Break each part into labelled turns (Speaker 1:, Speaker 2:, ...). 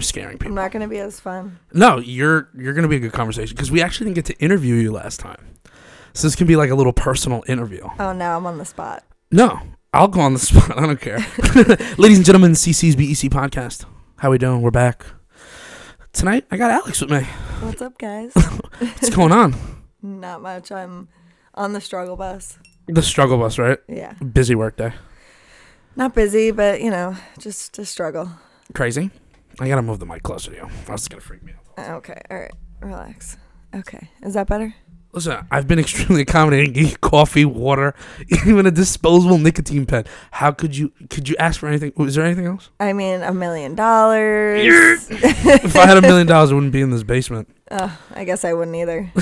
Speaker 1: scaring
Speaker 2: I'm
Speaker 1: people.
Speaker 2: not going to be as fun.
Speaker 1: No, you're you're gonna be a good conversation because we actually didn't get to interview you last time, so this can be like a little personal interview.
Speaker 2: Oh, now I'm on the spot.
Speaker 1: No, I'll go on the spot. I don't care. Ladies and gentlemen, CC's BEC E podcast. How we doing? We're back tonight. I got Alex with me.
Speaker 2: What's up, guys?
Speaker 1: What's going on?
Speaker 2: not much. I'm on the struggle bus.
Speaker 1: The struggle bus, right?
Speaker 2: Yeah.
Speaker 1: Busy work day.
Speaker 2: Not busy, but, you know, just a struggle.
Speaker 1: Crazy. I gotta move the mic closer to you. That's gonna freak me out.
Speaker 2: Okay. All right. Relax. Okay. Is that better?
Speaker 1: Listen, I've been extremely accommodating. Give you coffee, water, even a disposable nicotine pen. How could you? Could you ask for anything? Is there anything else?
Speaker 2: I mean, a million dollars.
Speaker 1: if I had a million dollars, I wouldn't be in this basement.
Speaker 2: Oh, I guess I wouldn't either.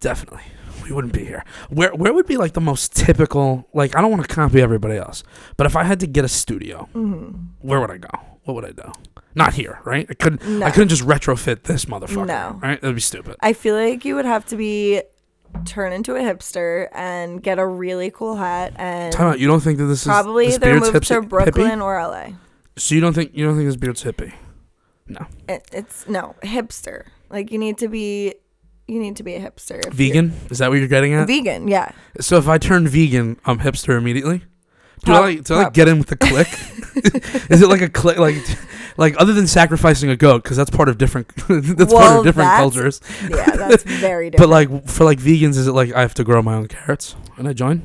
Speaker 1: Definitely, we wouldn't be here. Where where would be like the most typical? Like I don't want to copy everybody else, but if I had to get a studio,
Speaker 2: Mhm.
Speaker 1: where would I go? What would I do? Not here, right? I couldn't.
Speaker 2: No.
Speaker 1: I couldn't just retrofit this motherfucker.
Speaker 2: No.
Speaker 1: right? That'd be stupid.
Speaker 2: I feel like you would have to be turn into a hipster and get a really cool hat and
Speaker 1: Time out. You don't think that this
Speaker 2: probably
Speaker 1: is this
Speaker 2: either
Speaker 1: beard's
Speaker 2: move to
Speaker 1: hipsy- hippie?
Speaker 2: Brooklyn or LA.
Speaker 1: So you don't think you don't think this beard's hippie?
Speaker 2: It, it's no hipster. Like you need to be, you need to be a hipster. if you're-
Speaker 1: Vegan? Is that what you're getting at?
Speaker 2: Vegan, yeah.
Speaker 1: so if I turn vegan, I'm hipster immediately. Do I
Speaker 2: Prob-
Speaker 1: like, do I like get in with the click? is it like a click like like other than sacrificing a goat because that's part of different that's part
Speaker 2: Well,
Speaker 1: of different
Speaker 2: that's
Speaker 1: cultures.
Speaker 2: Yeah, that's very
Speaker 1: But
Speaker 2: different.
Speaker 1: like for like vegans, is it like I have to grow my own carrots and I join?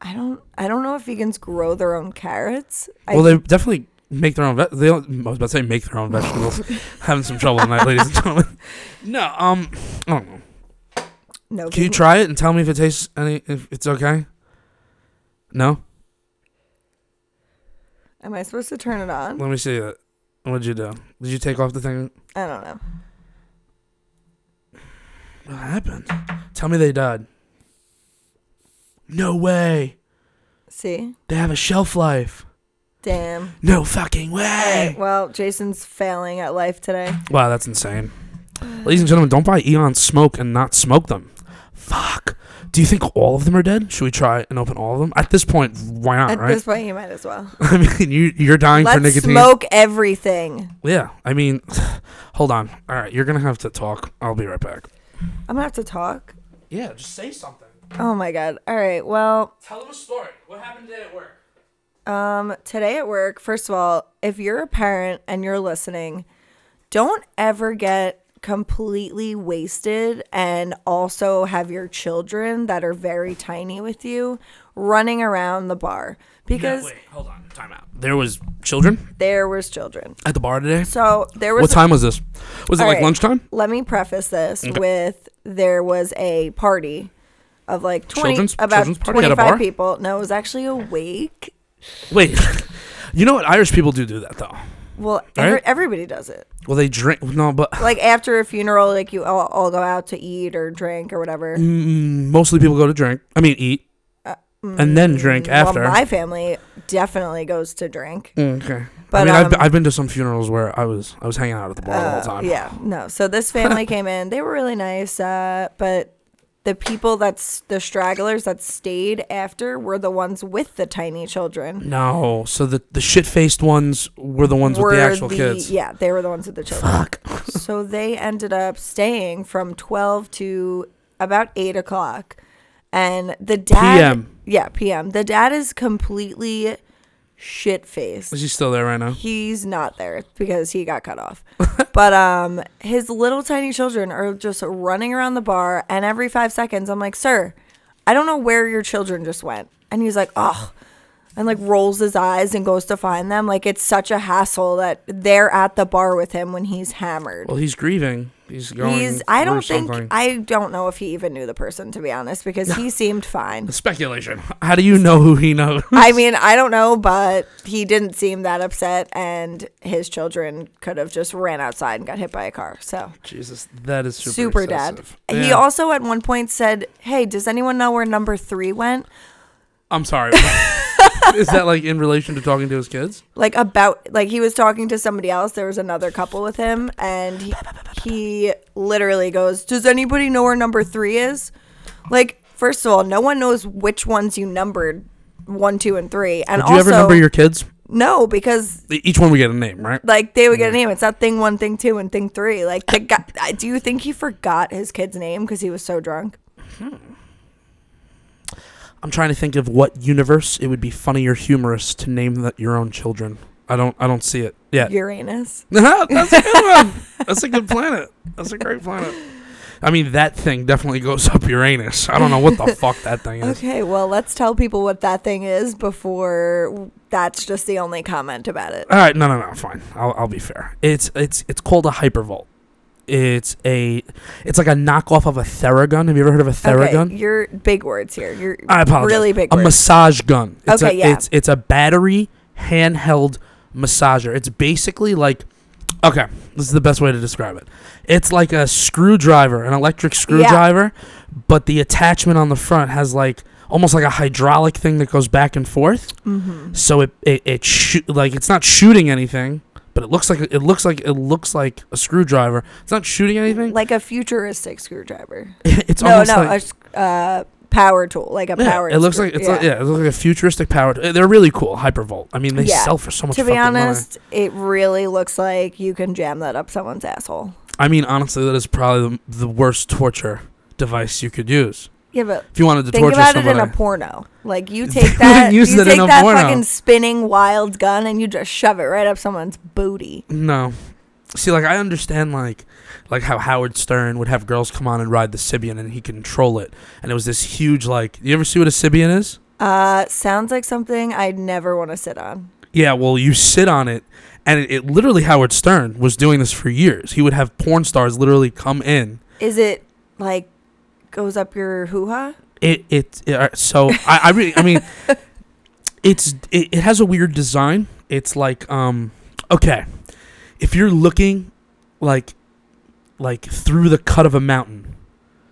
Speaker 2: I don't, I don't know if vegans grow their own carrots.
Speaker 1: well,
Speaker 2: I,
Speaker 1: they definitely make their own. Ve- they don't, I was about to say make their own vegetables. Having some trouble tonight, ladies and gentlemen. No, um, I don't know.
Speaker 2: no,
Speaker 1: Can you
Speaker 2: vegan-
Speaker 1: try it and tell me if it tastes any? If it's okay. No,
Speaker 2: Am I supposed to turn it on?
Speaker 1: let me see that. What'd you do? Did you take off the thing?
Speaker 2: I don't know.
Speaker 1: What happened? Tell me they died. No way.
Speaker 2: See,
Speaker 1: They have a shelf life.
Speaker 2: damn.
Speaker 1: No fucking way.
Speaker 2: Well, Jason's failing at life today.
Speaker 1: Wow, that's insane. Ladies and gentlemen, don't buy Eon Smoke and not smoke them. Fuck. Do you think all of them are dead? Should we try and open all of them? At this point, why not,
Speaker 2: At
Speaker 1: right?
Speaker 2: this point, you might as well.
Speaker 1: I mean, you, you're dying for
Speaker 2: Let's
Speaker 1: nicotine.
Speaker 2: smoke everything.
Speaker 1: Yeah, I mean, hold on. All right, you're going to have to talk. I'll be right back.
Speaker 2: I'm gonna have to talk.
Speaker 1: Yeah, just say something.
Speaker 2: Oh my god. All right. Well,
Speaker 1: Tell them a story. What happened today at work?
Speaker 2: um, today at work, first of all, if you're a parent and you're listening, don't ever get completely wasted and also have your children that are very tiny with you running around the bar because
Speaker 1: wait, hold on. Time out. There was children
Speaker 2: there was children.
Speaker 1: at the bar today.
Speaker 2: So there was
Speaker 1: What time was this? Was it
Speaker 2: All
Speaker 1: like
Speaker 2: right.
Speaker 1: lunchtime?
Speaker 2: Let me preface this with there was a party of like 20
Speaker 1: Children's-
Speaker 2: about
Speaker 1: children's party at a
Speaker 2: 25
Speaker 1: bar?
Speaker 2: people. No, it was actually a wake.
Speaker 1: Wait. you know what? Irish people do do that, though.
Speaker 2: Well, every,
Speaker 1: right.
Speaker 2: everybody does it.
Speaker 1: Well, they drink. No, but
Speaker 2: Like after a funeral, like you all, all go out to eat or drink or whatever.
Speaker 1: Mm. mostly people go to drink. I mean, eat, and then drink after.
Speaker 2: Uh, mm, Well, my family definitely goes to drink.
Speaker 1: Mm, okay. I
Speaker 2: But,
Speaker 1: mean, I've,
Speaker 2: um, Oh,
Speaker 1: been- I've been to some funerals where I was I was hanging out at the bar the whole time.
Speaker 2: Yeah, no. So this family came in. They were really nice, uh, but the people that's the stragglers that stayed after were the ones with the tiny children.
Speaker 1: No, so the the shit faced ones were the ones with the actual kids.
Speaker 2: Yeah, they were the ones with the children.
Speaker 1: Fuck.
Speaker 2: So they ended up staying from 12 to about 8 o'clock. And the dad.
Speaker 1: PM.
Speaker 2: Yeah, PM. The dad is completely shit faced.
Speaker 1: Is he still there right now?
Speaker 2: He's not there because he got cut off. but um his little tiny children are just running around the bar and every 5 seconds I'm like, "Sir, I don't know where your children just went." And he's like, "Oh." And like rolls his eyes and goes to find them. Like it's such a hassle that they're at the bar with him when he's hammered.
Speaker 1: Well, he's grieving. He's going.
Speaker 2: He's I
Speaker 1: through
Speaker 2: don't think
Speaker 1: something.
Speaker 2: I don't know if he even knew the person to be honest because he seemed fine.
Speaker 1: Speculation. How do you know who he knows?
Speaker 2: I mean, I don't know, but he didn't seem that upset, and his children could have just ran outside and got hit by a car. So
Speaker 1: Jesus, that is super,
Speaker 2: super, dad.
Speaker 1: excessive.
Speaker 2: He
Speaker 1: Yeah.
Speaker 2: also at one point said, "Hey, does anyone know where number three went?"
Speaker 1: I'm sorry. is that like in relation to talking to his kids?
Speaker 2: Like about like he was talking to somebody else. There was another couple with him, and he, he literally goes, "Does anybody know where number three is?" Like, first of all, no one knows which ones you numbered one, two, and three. And
Speaker 1: Do you
Speaker 2: also,
Speaker 1: ever number your kids? E-,
Speaker 2: No, because
Speaker 1: Each one we get a name, right?
Speaker 2: like they would get a name. It's not thing one, thing two, and thing three. Like the guy, I- do you think he forgot his kid's name because he was so drunk?
Speaker 1: I'm trying to think of what universe it would be funny or humorous to name that your own children. I don't. I don't see it yet.
Speaker 2: Uranus.
Speaker 1: That's a good one. That's a good planet. That's a great planet. I mean, that thing definitely goes up Uranus. I don't know what the fuck that thing is.
Speaker 2: Okay, well, let's tell people what that thing is before that's just the only comment about it.
Speaker 1: All right, no, no, no, fine. I'll, I'll be fair. It's it's it's called a hypervolt. It's a it's like a knockoff of a Theragun. Have you ever heard of a Theragun?
Speaker 2: Okay, you're big words here. You're
Speaker 1: I apologize.
Speaker 2: really big
Speaker 1: a
Speaker 2: words.
Speaker 1: massage gun. It's
Speaker 2: Okay,
Speaker 1: a,
Speaker 2: yeah.
Speaker 1: It's it's a battery handheld massager. It's basically like, okay, this is the best way to describe it. It's like a screwdriver, an electric screwdriver, but the attachment on the front has like almost like a hydraulic thing that goes back and forth.
Speaker 2: Mhm.
Speaker 1: So it it, it shoot like it's not shooting anything. But it looks like it looks like it looks like a screwdriver. It's not shooting anything.
Speaker 2: Like a futuristic screwdriver.
Speaker 1: It's
Speaker 2: no,
Speaker 1: almost
Speaker 2: no,
Speaker 1: like,
Speaker 2: a s- uh, power tool, like a
Speaker 1: Yeah,
Speaker 2: power.
Speaker 1: It looks
Speaker 2: screw-
Speaker 1: like it's like, yeah, it looks like a futuristic power. t- They're really cool, Hypervolt. I mean, they
Speaker 2: Yeah.
Speaker 1: sell for so much.
Speaker 2: To be
Speaker 1: fucking money.
Speaker 2: honest, it really looks like you can jam that up someone's asshole.
Speaker 1: I mean, honestly, that is probably the, the worst torture device you could use
Speaker 2: Yeah, but
Speaker 1: if you wanted to
Speaker 2: think
Speaker 1: torture
Speaker 2: about
Speaker 1: somebody.
Speaker 2: it in a porno. Like you
Speaker 1: They
Speaker 2: take
Speaker 1: wouldn't
Speaker 2: that,
Speaker 1: use
Speaker 2: you
Speaker 1: it in
Speaker 2: take
Speaker 1: a
Speaker 2: that
Speaker 1: porno.
Speaker 2: fucking spinning wild gun, and you just shove it right up someone's booty.
Speaker 1: no, see, like I understand, like like how Howard Stern would have girls come on and ride the Sibian, and he control it, and it was this huge like. You ever see what a Sibian is?
Speaker 2: Uh, sounds like something I'd never want to sit on.
Speaker 1: Yeah, well, you sit on it, and it, it literally Howard Stern was doing this for years. He would have porn stars literally come in
Speaker 2: Is it like goes up your hoo ha?
Speaker 1: it it, it uh, so I, I really I mean it's it, it has a weird design. It's like um okay if you're looking like like through the cut of a mountain.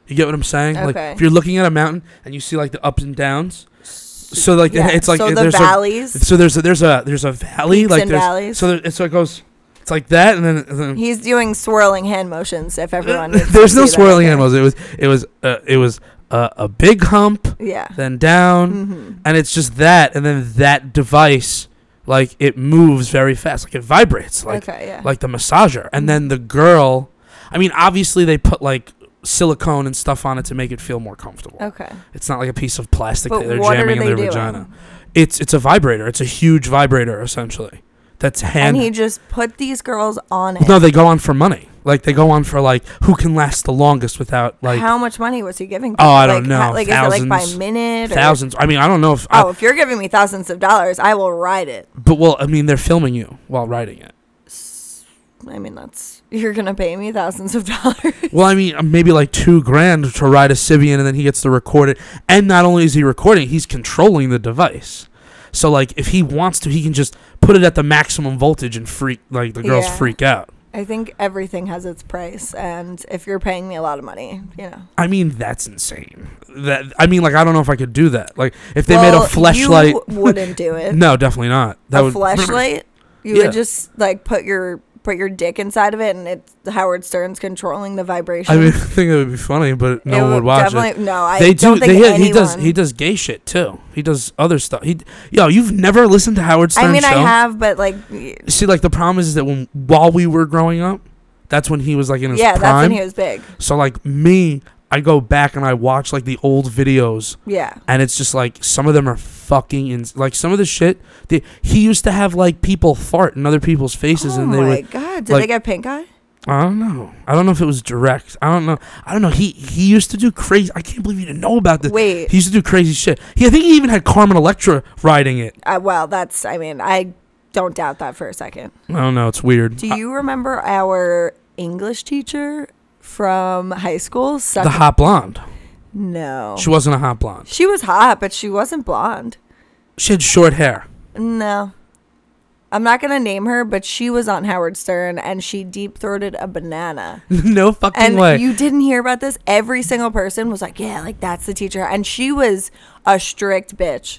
Speaker 1: You get what I'm saying? Like
Speaker 2: Okay.
Speaker 1: if you're looking at a mountain and you see like the ups and downs. So like it's like
Speaker 2: so the
Speaker 1: there's a,
Speaker 2: valleys.
Speaker 1: so there's a there's a there's a valley
Speaker 2: peaks
Speaker 1: like
Speaker 2: and
Speaker 1: there's
Speaker 2: valleys.
Speaker 1: so there, so it goes it's like that and then, and then
Speaker 2: He's doing swirling hand motions. If everyone, gets to
Speaker 1: there's no
Speaker 2: see that.
Speaker 1: swirling animals. It was it was uh, it was uh, a big hump
Speaker 2: Yeah.
Speaker 1: then down
Speaker 2: hmm
Speaker 1: and it's just that and then that device like it moves very fast like it vibrates like
Speaker 2: okay. Yeah.
Speaker 1: like the massager and then the girl i mean obviously they put like silicone and stuff on it to make it feel more comfortable
Speaker 2: okay.
Speaker 1: it's not like a piece of plastic
Speaker 2: But
Speaker 1: that they're
Speaker 2: what are
Speaker 1: jamming in
Speaker 2: they
Speaker 1: their
Speaker 2: doing?
Speaker 1: vagina it's it's a vibrator it's a huge vibrator essentially that's hand
Speaker 2: And he just put these girls on it.
Speaker 1: no they go on for money like they go on for like who can last the longest without like
Speaker 2: how much money was he giving?
Speaker 1: Oh, I
Speaker 2: people?
Speaker 1: don't
Speaker 2: Like, how-
Speaker 1: know.
Speaker 2: like, is it like by
Speaker 1: Thousands.
Speaker 2: minute? or-
Speaker 1: thousands i mean i don't know if I,
Speaker 2: oh, if you're giving me thousands of dollars, I will ride it.
Speaker 1: but well i mean they're filming you while riding it
Speaker 2: S- I mean, that's you're gonna pay me thousands of dollars.
Speaker 1: Well, I mean, uh, maybe like two grand to ride a Sibian, and then he gets to record it. And not only is he recording, he's controlling the device. So, like, if he wants to, he can just put it at the maximum voltage and freak, like, the girls
Speaker 2: Yeah.
Speaker 1: freak out.
Speaker 2: I think everything has its price, and if you're paying me a lot of money, you know.
Speaker 1: I mean, that's insane. That I mean, like, I don't know if I could do that. Like, if they made a
Speaker 2: Well,
Speaker 1: flashlight,
Speaker 2: you wouldn't do it.
Speaker 1: no, definitely not. That
Speaker 2: a
Speaker 1: would
Speaker 2: flashlight. You
Speaker 1: Yeah.
Speaker 2: would just like put your put your dick inside of it, and it's Howard Stern's controlling the vibration.
Speaker 1: I mean, I think it would be funny, but no
Speaker 2: It
Speaker 1: one would watch it.
Speaker 2: definitely- No, I
Speaker 1: they
Speaker 2: don't
Speaker 1: do.
Speaker 2: think
Speaker 1: They, he,
Speaker 2: anyone.
Speaker 1: he does. He does gay shit too. He does other stuff. He, yo, you've never listened to Howard Stern
Speaker 2: I mean,
Speaker 1: show?
Speaker 2: I have, but like, y-
Speaker 1: See, like the problem is that when while we were growing up, that's when he was like in his
Speaker 2: yeah,
Speaker 1: prime.
Speaker 2: that's when he was big.
Speaker 1: so like me, I go back and I watch like the old videos,
Speaker 2: Yeah,
Speaker 1: and it's just like some of them are fucking in like some of the shit. That he used to have like people fart in other people's faces,
Speaker 2: oh
Speaker 1: and they
Speaker 2: my
Speaker 1: would.
Speaker 2: god, did they
Speaker 1: like-
Speaker 2: get pink eye?
Speaker 1: I don't know. I don't know if it was direct. I don't know. I don't know. He he used to do crazy. I can't believe you didn't know about this.
Speaker 2: Wait,
Speaker 1: He used to do crazy shit. He, I think he even had Carmen Electra riding it.
Speaker 2: uh, well, that's. I mean, I don't doubt that for a second.
Speaker 1: I don't know. It's weird. Uh,
Speaker 2: Do you remember our English teacher from high school?
Speaker 1: Uh,
Speaker 2: Suck-
Speaker 1: the hot blonde.
Speaker 2: no,
Speaker 1: She wasn't a hot blonde.
Speaker 2: she was hot, but she wasn't blonde.
Speaker 1: She had short hair.
Speaker 2: No. I'm not going to name her, but she was on Howard Stern and she deep throated a banana.
Speaker 1: no fucking
Speaker 2: And
Speaker 1: way.
Speaker 2: you didn't hear about this? Every single person was like, yeah, like that's the teacher. And she was a strict bitch.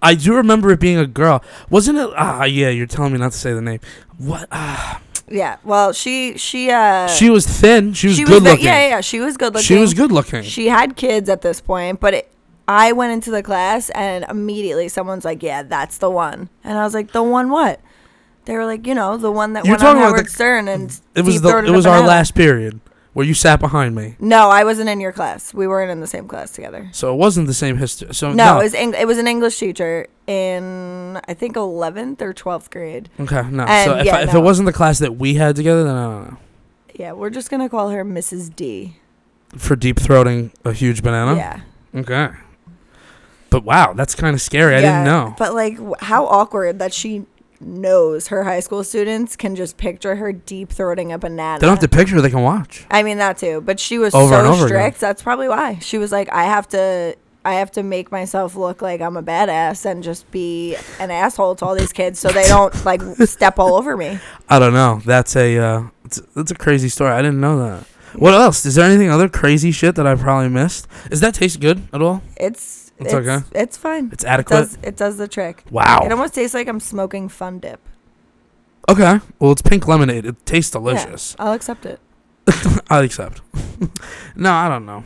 Speaker 1: I do remember it being a girl. Wasn't it? Ah, yeah. You're telling me not to say the name. What? Ah,
Speaker 2: Yeah. Well, she, she, uh,
Speaker 1: she was thin. She was
Speaker 2: she
Speaker 1: good
Speaker 2: the-
Speaker 1: looking.
Speaker 2: yeah, yeah, yeah. She was good looking.
Speaker 1: She was good looking.
Speaker 2: She had kids at this point, but it, I went into the class and immediately someone's like, "Yeah, that's the one," and I was like, "The one what?" They were like, "You know, the one that
Speaker 1: You're
Speaker 2: went on
Speaker 1: talking about
Speaker 2: Howard
Speaker 1: the-
Speaker 2: Stern and
Speaker 1: It was the,
Speaker 2: deep-throated
Speaker 1: it was
Speaker 2: a
Speaker 1: our
Speaker 2: banana."
Speaker 1: last period where you sat behind me,
Speaker 2: No, I wasn't in your class. We weren't in the same class together.
Speaker 1: so it wasn't the same history.
Speaker 2: No,
Speaker 1: So Oh, no,
Speaker 2: it was Eng- it was an English teacher in I think 11th or 12th grade.
Speaker 1: okay, no.
Speaker 2: and
Speaker 1: so if,
Speaker 2: yeah,
Speaker 1: I, if
Speaker 2: no.
Speaker 1: it wasn't the class that we had together, then uh, I don't know.
Speaker 2: Yeah, we're just gonna call her Mrs. D.
Speaker 1: For deep throating a huge banana.
Speaker 2: Yeah,
Speaker 1: Okay. But wow, that's kind of scary. I
Speaker 2: Yeah,
Speaker 1: didn't know.
Speaker 2: But like, w- how awkward that she knows her high school students can just picture her deep throating a banana.
Speaker 1: They don't have to picture; they can watch.
Speaker 2: I mean that too, but she was
Speaker 1: Over and
Speaker 2: so
Speaker 1: over again.
Speaker 2: strict. That's probably why she was like, I have to. I have to make myself look like I'm a badass and just be an asshole to all these kids so they don't like step all over me.
Speaker 1: I don't know. That's a uh, it's, that's a crazy story. I didn't know that. What else? Is there anything other crazy shit that I probably missed? Does that taste good at all?
Speaker 2: It's
Speaker 1: It's
Speaker 2: it's
Speaker 1: okay.
Speaker 2: okay. It's fine.
Speaker 1: It's
Speaker 2: It
Speaker 1: adequate.
Speaker 2: does it does the trick. It
Speaker 1: Wow.
Speaker 2: almost tastes like I'm smoking fun dip.
Speaker 1: Okay. Well, it's pink lemonade. It tastes
Speaker 2: Yeah,
Speaker 1: delicious.
Speaker 2: I'll accept it.
Speaker 1: I accept. no, I don't know.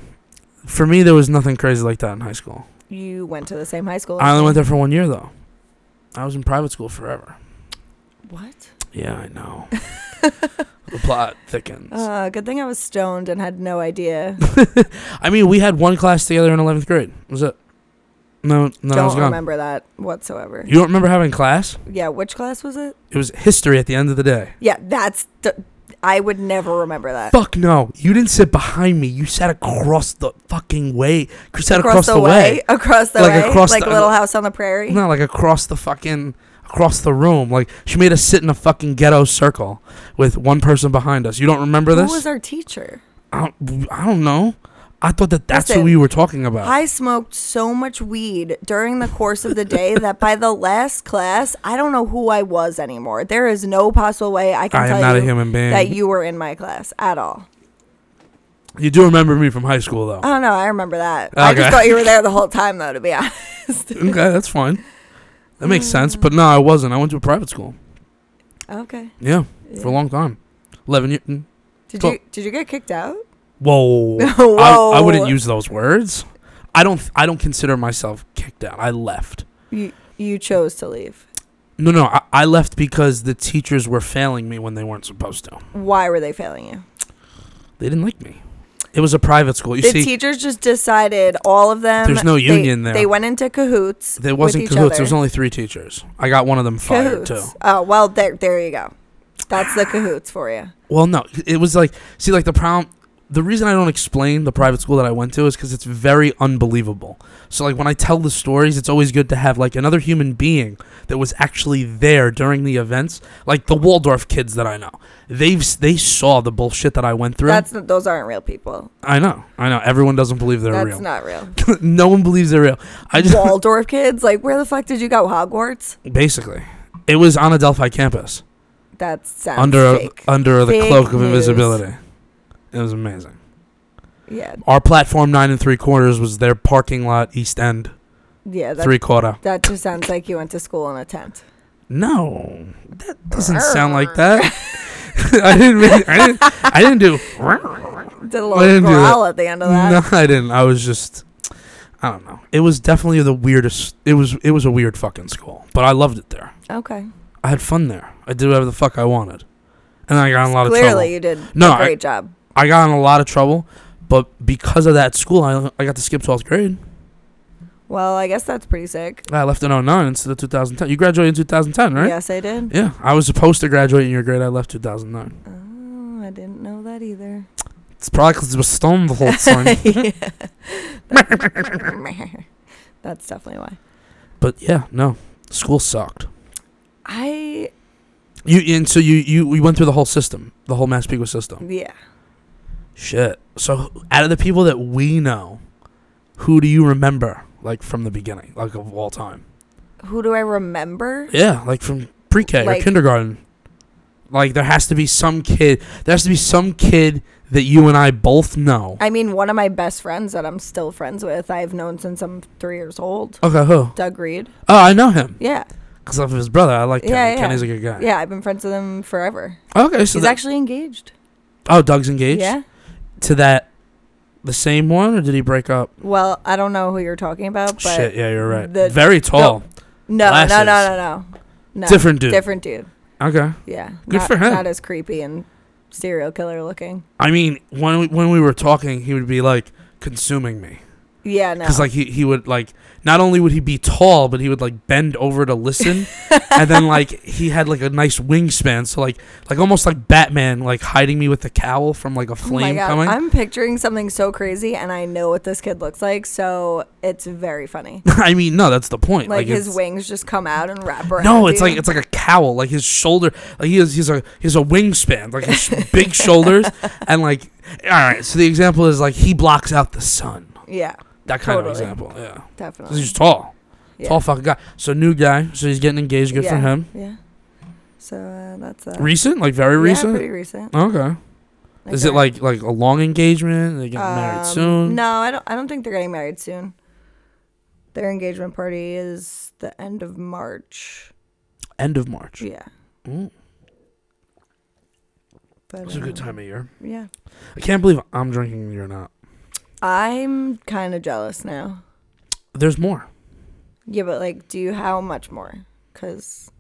Speaker 1: For me, there was nothing crazy like that in high school.
Speaker 2: You went to the same high school. as
Speaker 1: I only
Speaker 2: me.
Speaker 1: went there for one year though. I was in private school forever.
Speaker 2: What?
Speaker 1: Yeah, I know. the plot thickens.
Speaker 2: Uh, good thing I was stoned and had no idea.
Speaker 1: I mean, we had one class together in eleventh grade. Was it? No, no, I was
Speaker 2: Don't
Speaker 1: gone.
Speaker 2: remember that whatsoever.
Speaker 1: You don't remember having class?
Speaker 2: Yeah, which class was it?
Speaker 1: It was history at the end of the day.
Speaker 2: Yeah, that's. Th- I would never remember that.
Speaker 1: Fuck no. You didn't sit behind me. You sat across the fucking way. You sat across, the, way.
Speaker 2: Across the
Speaker 1: Like,
Speaker 2: way.
Speaker 1: across
Speaker 2: like
Speaker 1: the-
Speaker 2: Little House on the Prairie.
Speaker 1: No, like across the fucking across the room. Like she made us sit in a fucking ghetto circle with one person behind us. You don't remember
Speaker 2: Who
Speaker 1: this?
Speaker 2: was our teacher?
Speaker 1: I, don't, I don't know. I thought that that's
Speaker 2: Listen,
Speaker 1: who we were talking about.
Speaker 2: I smoked so much weed during the course of the day that by the last class, I don't know who I was anymore. There is no possible way I can
Speaker 1: I
Speaker 2: tell
Speaker 1: am not a
Speaker 2: you
Speaker 1: human being.
Speaker 2: that
Speaker 1: you,
Speaker 2: you were in my class at all.
Speaker 1: do remember me from high school though.
Speaker 2: Oh no, I remember that. I
Speaker 1: Okay.
Speaker 2: just thought you were there the whole time, though. To be honest.
Speaker 1: okay, that's fine. That makes sense. But no, I wasn't. I went to a private school.
Speaker 2: okay.
Speaker 1: Yeah, for a long time. Eleven years.
Speaker 2: Did
Speaker 1: Cool.
Speaker 2: you did you get kicked out?
Speaker 1: Whoa. I, I
Speaker 2: Whoa.
Speaker 1: wouldn't use those words. I don't. I don't consider myself kicked out. I left.
Speaker 2: You you chose to leave.
Speaker 1: No, no. I, I left because the teachers were failing me when they weren't supposed to.
Speaker 2: Why were they failing you?
Speaker 1: They didn't like me. It was a private school. You
Speaker 2: the
Speaker 1: see,
Speaker 2: teachers just decided all of them.
Speaker 1: There's no
Speaker 2: they-
Speaker 1: union there.
Speaker 2: They went into cahoots.
Speaker 1: there wasn't
Speaker 2: with each
Speaker 1: cahoots.
Speaker 2: Other.
Speaker 1: There was only three teachers. I got one of them fired
Speaker 2: cahoots.
Speaker 1: too.
Speaker 2: Oh well, there there you go. That's the cahoots for you.
Speaker 1: Well, no. It was like see, like the problem. The reason I don't explain the private school that I went to is because it's very unbelievable. So, like, when I tell the stories, it's always good to have, like, another human being that was actually there during the events. Like, the Waldorf kids that I know, they've, s- they saw the bullshit that I went through.
Speaker 2: That's not, those aren't real people.
Speaker 1: I know. I know. Everyone doesn't believe they're
Speaker 2: That's
Speaker 1: real.
Speaker 2: not real.
Speaker 1: no one believes they're real. I just,
Speaker 2: Waldorf kids, like where the fuck did you go? Hogwarts?
Speaker 1: basically, it was on Adelphi campus.
Speaker 2: That sounds
Speaker 1: under a,
Speaker 2: fake.
Speaker 1: under the
Speaker 2: Fake
Speaker 1: cloak of
Speaker 2: news.
Speaker 1: invisibility. It was amazing.
Speaker 2: yeah,
Speaker 1: Our platform nine and three quarters was their parking lot east end
Speaker 2: yeah. That,
Speaker 1: three quarter.
Speaker 2: that just sounds like you went to school in a tent.
Speaker 1: No, that doesn't sound like that. I didn't. Make, I didn't. I didn't
Speaker 2: Did
Speaker 1: do.
Speaker 2: a
Speaker 1: I
Speaker 2: little
Speaker 1: didn't do
Speaker 2: growl at the end of that.
Speaker 1: No, I didn't. I was just. I don't know. It was definitely the weirdest. It was. It was a weird fucking school, but I loved it there.
Speaker 2: Okay.
Speaker 1: I had fun there. I did whatever the fuck I wanted, and I got in a lot of trouble.
Speaker 2: Clearly, you did
Speaker 1: No,
Speaker 2: a
Speaker 1: I-
Speaker 2: great job.
Speaker 1: I got in a lot of trouble, but because of that school, I, I got to skip 12th grade.
Speaker 2: Well, I guess that's pretty sick.
Speaker 1: I left in 09 instead of 2010. You graduated in 2010, right?
Speaker 2: Yes, I did.
Speaker 1: Yeah, I was supposed to graduate in your grade. I left 2009.
Speaker 2: Oh, I didn't know that either.
Speaker 1: It's probably because it was stoned the whole time.
Speaker 2: that's definitely why.
Speaker 1: but yeah, no, school sucked.
Speaker 2: I
Speaker 1: You and so you you we went through the whole system, the whole Massapequa system.
Speaker 2: yeah.
Speaker 1: Shit. So out of the people that we know, who do you remember like from the beginning, like of all time?
Speaker 2: Who do I remember?
Speaker 1: Yeah, like from pre-K
Speaker 2: Like-
Speaker 1: or kindergarten. Like there has to be some kid. There has to be some kid that you and I both know.
Speaker 2: I mean, one of my best friends that I'm still friends with. I've known since I'm three years old.
Speaker 1: okay, who? Oh,
Speaker 2: Doug Reed.
Speaker 1: I know him
Speaker 2: Yeah,
Speaker 1: because of his brother. I like Kenny.
Speaker 2: Yeah, yeah.
Speaker 1: Kenny's a good guy.
Speaker 2: yeah. I've been friends with him forever.
Speaker 1: Okay, so
Speaker 2: He's
Speaker 1: that,
Speaker 2: actually engaged.
Speaker 1: oh, Doug's engaged
Speaker 2: Yeah.
Speaker 1: to that The same one, or did he break up?
Speaker 2: Well, I don't know who you're talking about, but
Speaker 1: Shit, yeah, you're right.
Speaker 2: the-
Speaker 1: Very tall.
Speaker 2: no, no, no,
Speaker 1: Glasses.
Speaker 2: no, no, no.
Speaker 1: Different dude.
Speaker 2: Different dude.
Speaker 1: Okay.
Speaker 2: Yeah.
Speaker 1: Good
Speaker 2: not,
Speaker 1: for him.
Speaker 2: Not as creepy and serial killer looking.
Speaker 1: I mean, when we, when we were talking, he would be like consuming me
Speaker 2: Yeah, no.
Speaker 1: because like he, he would like not only would he be tall, but he would like bend over to listen, and then like he had like a nice wingspan, so like like almost like Batman, like hiding me with the cowl from like a
Speaker 2: Oh my
Speaker 1: flame
Speaker 2: God.
Speaker 1: coming.
Speaker 2: I'm picturing something so crazy, and I know what this kid looks like, so it's very funny.
Speaker 1: I mean, no, that's the point.
Speaker 2: Like, his
Speaker 1: it's-
Speaker 2: wings just come out and wrap around.
Speaker 1: No, it's
Speaker 2: you.
Speaker 1: like it's like a cowl, like his shoulder. Like he has he's a he's a wingspan, like his big shoulders, and like all right. So the example is like he blocks out the sun.
Speaker 2: yeah,
Speaker 1: That kind of
Speaker 2: Totally.
Speaker 1: example, yeah. 'Cause
Speaker 2: definitely.
Speaker 1: he's tall,
Speaker 2: yeah.
Speaker 1: tall fucking guy. So new guy, so he's getting engaged. Good for
Speaker 2: Yeah.
Speaker 1: him.
Speaker 2: Yeah. So uh, that's uh,
Speaker 1: Recent, like very
Speaker 2: yeah,
Speaker 1: recent.
Speaker 2: Pretty recent.
Speaker 1: okay. Is it
Speaker 2: our-
Speaker 1: like like a long engagement? They getting married
Speaker 2: Um,
Speaker 1: soon.
Speaker 2: No, I don't. I don't think they're getting married soon. Their engagement party is the end of March.
Speaker 1: End of March.
Speaker 2: Yeah,
Speaker 1: Ooh,
Speaker 2: but
Speaker 1: it's a good
Speaker 2: um,
Speaker 1: time of year.
Speaker 2: Yeah,
Speaker 1: I can't believe I'm drinking. You're not.
Speaker 2: I'm kind of jealous now.
Speaker 1: There's more.
Speaker 2: Yeah, but like, do you how much more? Because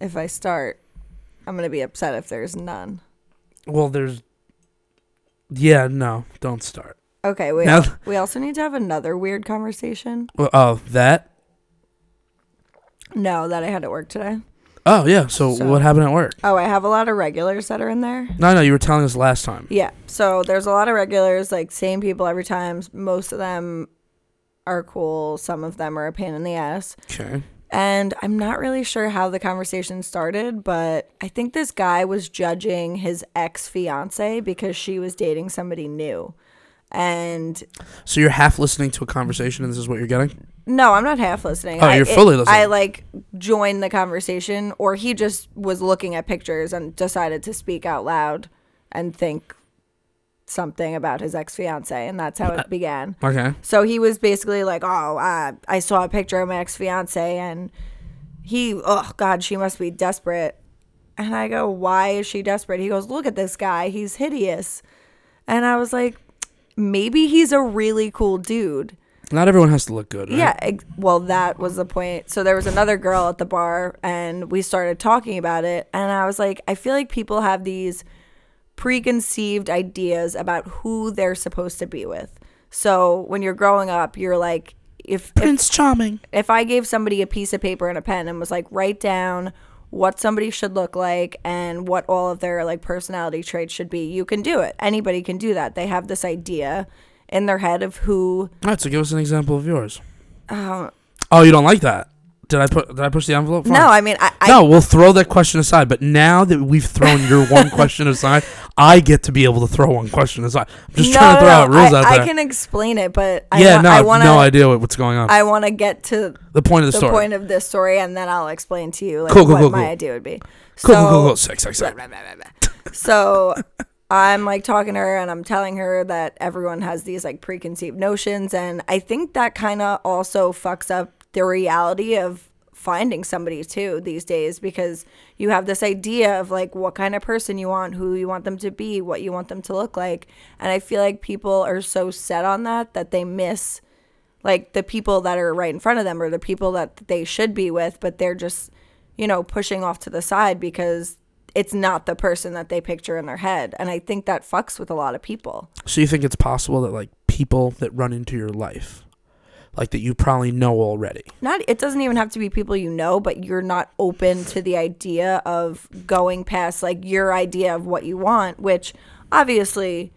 Speaker 2: if I start, I'm gonna be upset if there's none.
Speaker 1: Well, there's. Yeah, no, don't start.
Speaker 2: Okay, we
Speaker 1: Now-
Speaker 2: we also need to have another weird conversation.
Speaker 1: Well, Oh, that.
Speaker 2: No, that I had at work today.
Speaker 1: Oh yeah. So,
Speaker 2: So-
Speaker 1: what happened at work?
Speaker 2: Oh, I have a lot of regulars that are in there.
Speaker 1: No, no, you were telling us last time.
Speaker 2: Yeah. So there's a lot of regulars, like same people every time. Most of them are cool. Some of them are a pain in the ass.
Speaker 1: Okay.
Speaker 2: And I'm not really sure how the conversation started, but I think this guy was judging his ex fiance because she was dating somebody new. And
Speaker 1: So you're half listening to a conversation, and this is what you're getting.
Speaker 2: no, I'm not half listening.
Speaker 1: Oh,
Speaker 2: I-
Speaker 1: you're
Speaker 2: it-
Speaker 1: fully listening.
Speaker 2: I like joined the conversation, or he just was looking at pictures and decided to speak out loud and think something about his ex fiance. And that's how it began.
Speaker 1: Okay.
Speaker 2: So he was basically like, "Oh, uh, I saw a picture of my ex fiance, and he, oh God, she must be desperate." And I go, "Why is she desperate?" He goes, "Look at this guy; he's hideous." And I was like, "Maybe he's a really cool dude."
Speaker 1: Not everyone has to look good. Right?
Speaker 2: Yeah. ex- Well, that was the point. So there was another girl at the bar, and we started talking about it. And I was like, I feel like people have these preconceived ideas about who they're supposed to be with. So when you're growing up, you're like, if if,
Speaker 1: Prince Charming.
Speaker 2: if I gave somebody a piece of paper and a pen and was like, write down what somebody should look like and what all of their like personality traits should be, you can do it. Anybody can do that. They have this idea in their head of who
Speaker 1: All right. So give us an example of yours. oh, you don't like that? Did I put? Did I push the envelope? Fine.
Speaker 2: no, I mean, I, I
Speaker 1: no, we'll throw that question aside. But now that we've thrown your one question aside, I get to be able to throw one question aside. I'm just trying to throw out rules
Speaker 2: I,
Speaker 1: out there.
Speaker 2: I can explain it, but I
Speaker 1: yeah,
Speaker 2: wa-
Speaker 1: no, I
Speaker 2: I
Speaker 1: have
Speaker 2: want
Speaker 1: no
Speaker 2: to.
Speaker 1: idea what, what's going on.
Speaker 2: I want to get to
Speaker 1: the point of
Speaker 2: the
Speaker 1: the, story.
Speaker 2: point of this story, and then I'll explain to you like
Speaker 1: Cool, cool,
Speaker 2: what
Speaker 1: cool,
Speaker 2: my
Speaker 1: cool.
Speaker 2: idea would be.
Speaker 1: cool,
Speaker 2: so,
Speaker 1: cool, cool, cool. Sick, sick,
Speaker 2: blah,
Speaker 1: sick.
Speaker 2: blah, blah, blah, blah. so I'm like talking to her, and I'm telling her that everyone has these like preconceived notions, and I think that kind of also fucks up the reality of finding somebody too these days because you have this idea of like what kind of person you want, who you want them to be, what you want them to look like. And I feel like people are so set on that that they miss like the people that are right in front of them or the people that they should be with, but they're just, you know, pushing off to the side because it's not the person that they picture in their head. And I think that fucks with a lot of people.
Speaker 1: So you think it's possible that like people that run into your life, like that you probably know already.
Speaker 2: Not it doesn't even have to be people you know, but you're not open to the idea of going past like your idea of what you want, which obviously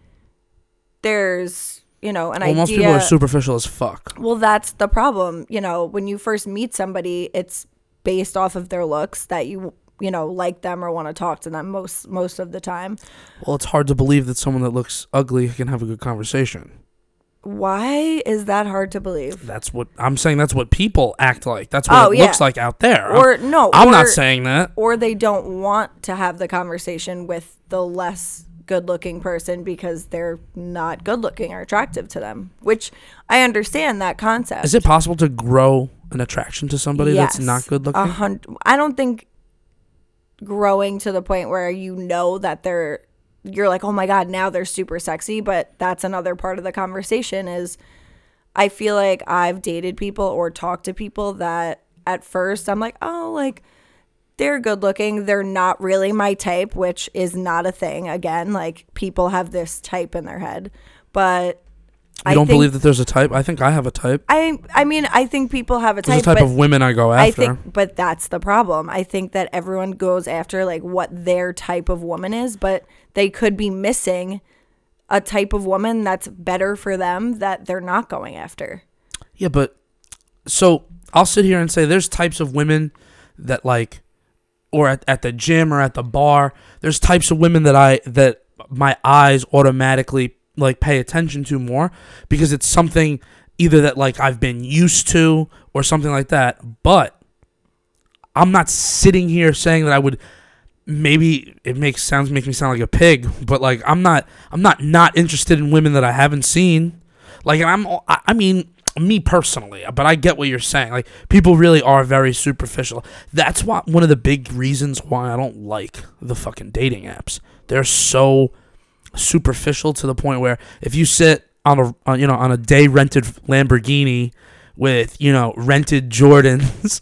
Speaker 2: there's, you know, an
Speaker 1: Well,
Speaker 2: idea
Speaker 1: most people are superficial as fuck.
Speaker 2: Well, that's the problem. You know, when you first meet somebody, it's based off of their looks that you you know like them or want to talk to them most most of the time.
Speaker 1: Well, it's hard to believe that someone that looks ugly can have a good conversation.
Speaker 2: Why is that hard to believe?
Speaker 1: That's what I'm saying. That's what people act like. That's what
Speaker 2: Oh,
Speaker 1: it
Speaker 2: yeah.
Speaker 1: looks like out there. I'm-
Speaker 2: Or no,
Speaker 1: I'm,
Speaker 2: or,
Speaker 1: not saying that.
Speaker 2: Or they don't want to have the conversation with the less good-looking person because they're not good-looking or attractive to them. Which I understand that concept.
Speaker 1: Is it possible to grow an attraction to somebody that's
Speaker 2: Yes. Uh,
Speaker 1: not good looking?
Speaker 2: A hun- I don't think growing to the point where you know that they're you're like, oh my God, now they're super sexy. But that's another part of the conversation is I feel like I've dated people or talked to people that at first I'm like, oh, like they're good looking. They're not really my type, which is not a thing. Again, like people have this type in their head. But
Speaker 1: You
Speaker 2: I
Speaker 1: don't
Speaker 2: think-
Speaker 1: believe that there's a type? I think I have a type.
Speaker 2: I I mean, I think people have a
Speaker 1: There's
Speaker 2: type,
Speaker 1: a type
Speaker 2: but
Speaker 1: of women I go after.
Speaker 2: I think, but that's the problem. I think that everyone goes after like what their type of woman is, but they could be missing a type of woman that's better for them that they're not going after.
Speaker 1: Yeah, but so I'll sit here and say there's types of women that like or at, at the gym or at the bar, there's types of women that I that my eyes automatically like pay attention to more because it's something either that like I've been used to or something like that. But I'm not sitting here saying that I would maybe it makes sounds make me sound like a pig, but like I'm not I'm not not interested in women that I haven't seen. Like and I'm I I mean me personally, uh, but I get what you're saying. Like people really are very superficial. That's why one of the big reasons why I don't like the fucking dating apps. They're so superficial to the point where if you sit on a on, you know on a day rented Lamborghini with you know rented Jordans,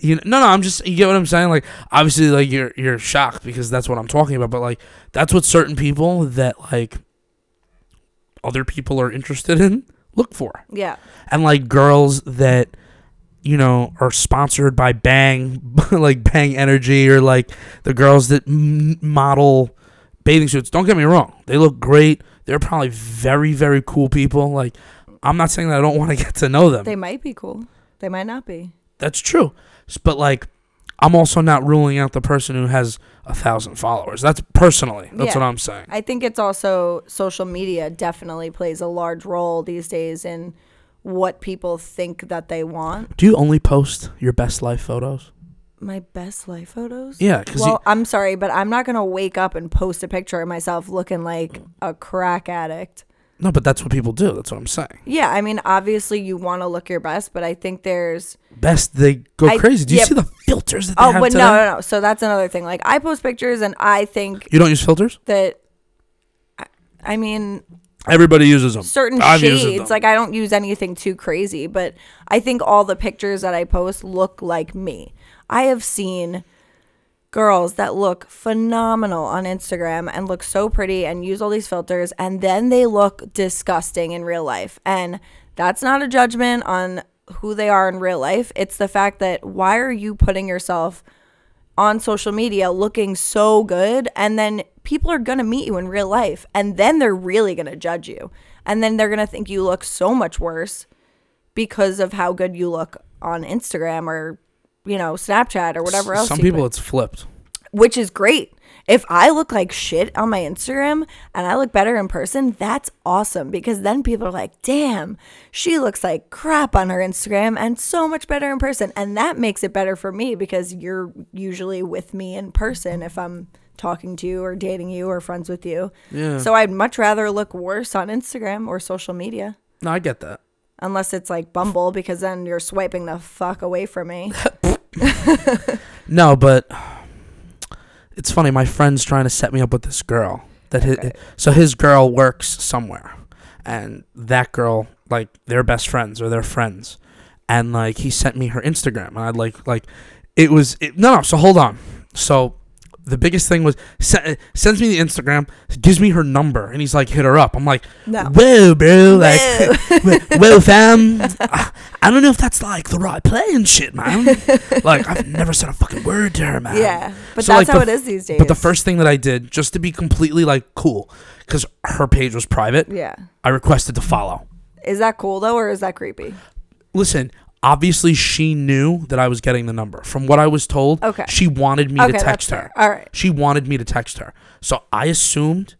Speaker 1: you know, no no I'm just you get what I'm saying like obviously like you're you're shocked because that's what I'm talking about but like that's what certain people that like other people are interested in look for
Speaker 2: Yeah.
Speaker 1: and like girls that you know are sponsored by Bang, like Bang Energy, or like the girls that m- model bathing suits. Don't get me wrong; they look great. They're probably very, very cool people. Like, I'm not saying that I don't want to get to know them.
Speaker 2: They might be cool. They might not be.
Speaker 1: That's true, S- but like, I'm also not ruling out the person who has a thousand followers. That's personally. That's
Speaker 2: Yeah.
Speaker 1: what I'm saying.
Speaker 2: I think it's also social media definitely plays a large role these days in what people think that they want.
Speaker 1: Do you only post your best life photos?
Speaker 2: My best life photos?
Speaker 1: Yeah, because
Speaker 2: Well, I'm sorry, but I'm not gonna wake up and post a picture of myself looking like a crack addict.
Speaker 1: no, but that's what people do. That's what I'm saying.
Speaker 2: Yeah, I mean, obviously you want to look your best, but I think there's
Speaker 1: Best they go
Speaker 2: I-
Speaker 1: crazy. Do you
Speaker 2: yeah.
Speaker 1: see the filters that they
Speaker 2: oh,
Speaker 1: have
Speaker 2: but
Speaker 1: today?
Speaker 2: no, no, no. So that's another thing. Like I post pictures, and I think
Speaker 1: You don't use filters?
Speaker 2: that, I, I mean,
Speaker 1: Everybody uses them.
Speaker 2: certain
Speaker 1: I've used them.
Speaker 2: shades. Like I don't use anything too crazy, but I think all the pictures that I post look like me. I have seen girls that look phenomenal on Instagram and look so pretty and use all these filters and then they look disgusting in real life. And that's not a judgment on who they are in real life. It's the fact that why are you putting yourself on social media looking so good and then people are going to meet you in real life and then they're really going to judge you and then they're going to think you look so much worse because of how good you look on Instagram or you know Snapchat or whatever else
Speaker 1: Some
Speaker 2: you
Speaker 1: people
Speaker 2: put-
Speaker 1: it's flipped.
Speaker 2: which is great. If I look like shit on my Instagram and I look better in person, that's awesome because then people are like, damn, she looks like crap on her Instagram and so much better in person. And that makes it better for me because you're usually with me in person if I'm talking to you or dating you or friends with you.
Speaker 1: Yeah.
Speaker 2: So I'd much rather look worse on Instagram or social media.
Speaker 1: No, I get that.
Speaker 2: Unless it's like Bumble, because then you're swiping the fuck away from me.
Speaker 1: No, but it's funny. My friend's trying to set me up with this girl. That his,
Speaker 2: Okay.
Speaker 1: so his girl works somewhere, and that girl like they're best friends or they're friends, and like he sent me her Instagram, and I like like it was it, no no. So hold on. So the biggest thing was se- sends me the Instagram, gives me her number, and he's like hit her up. I'm like,
Speaker 2: No.
Speaker 1: whoa, bro, like.
Speaker 2: Ew.
Speaker 1: well, fam, I, I don't know if that's like the right play and shit, man. like I've never said a fucking word to her, man.
Speaker 2: yeah. But
Speaker 1: So,
Speaker 2: that's
Speaker 1: like,
Speaker 2: how
Speaker 1: the
Speaker 2: it is these days.
Speaker 1: But the first thing that I did, just to be completely like cool, because her page was private,
Speaker 2: Yeah.
Speaker 1: I requested to follow.
Speaker 2: Is that cool though, or is that creepy?
Speaker 1: Listen, obviously she knew that I was getting the number. From what I was told,
Speaker 2: Okay.
Speaker 1: she wanted me to text her.
Speaker 2: fair. All right.
Speaker 1: She wanted me to text her. So I assumed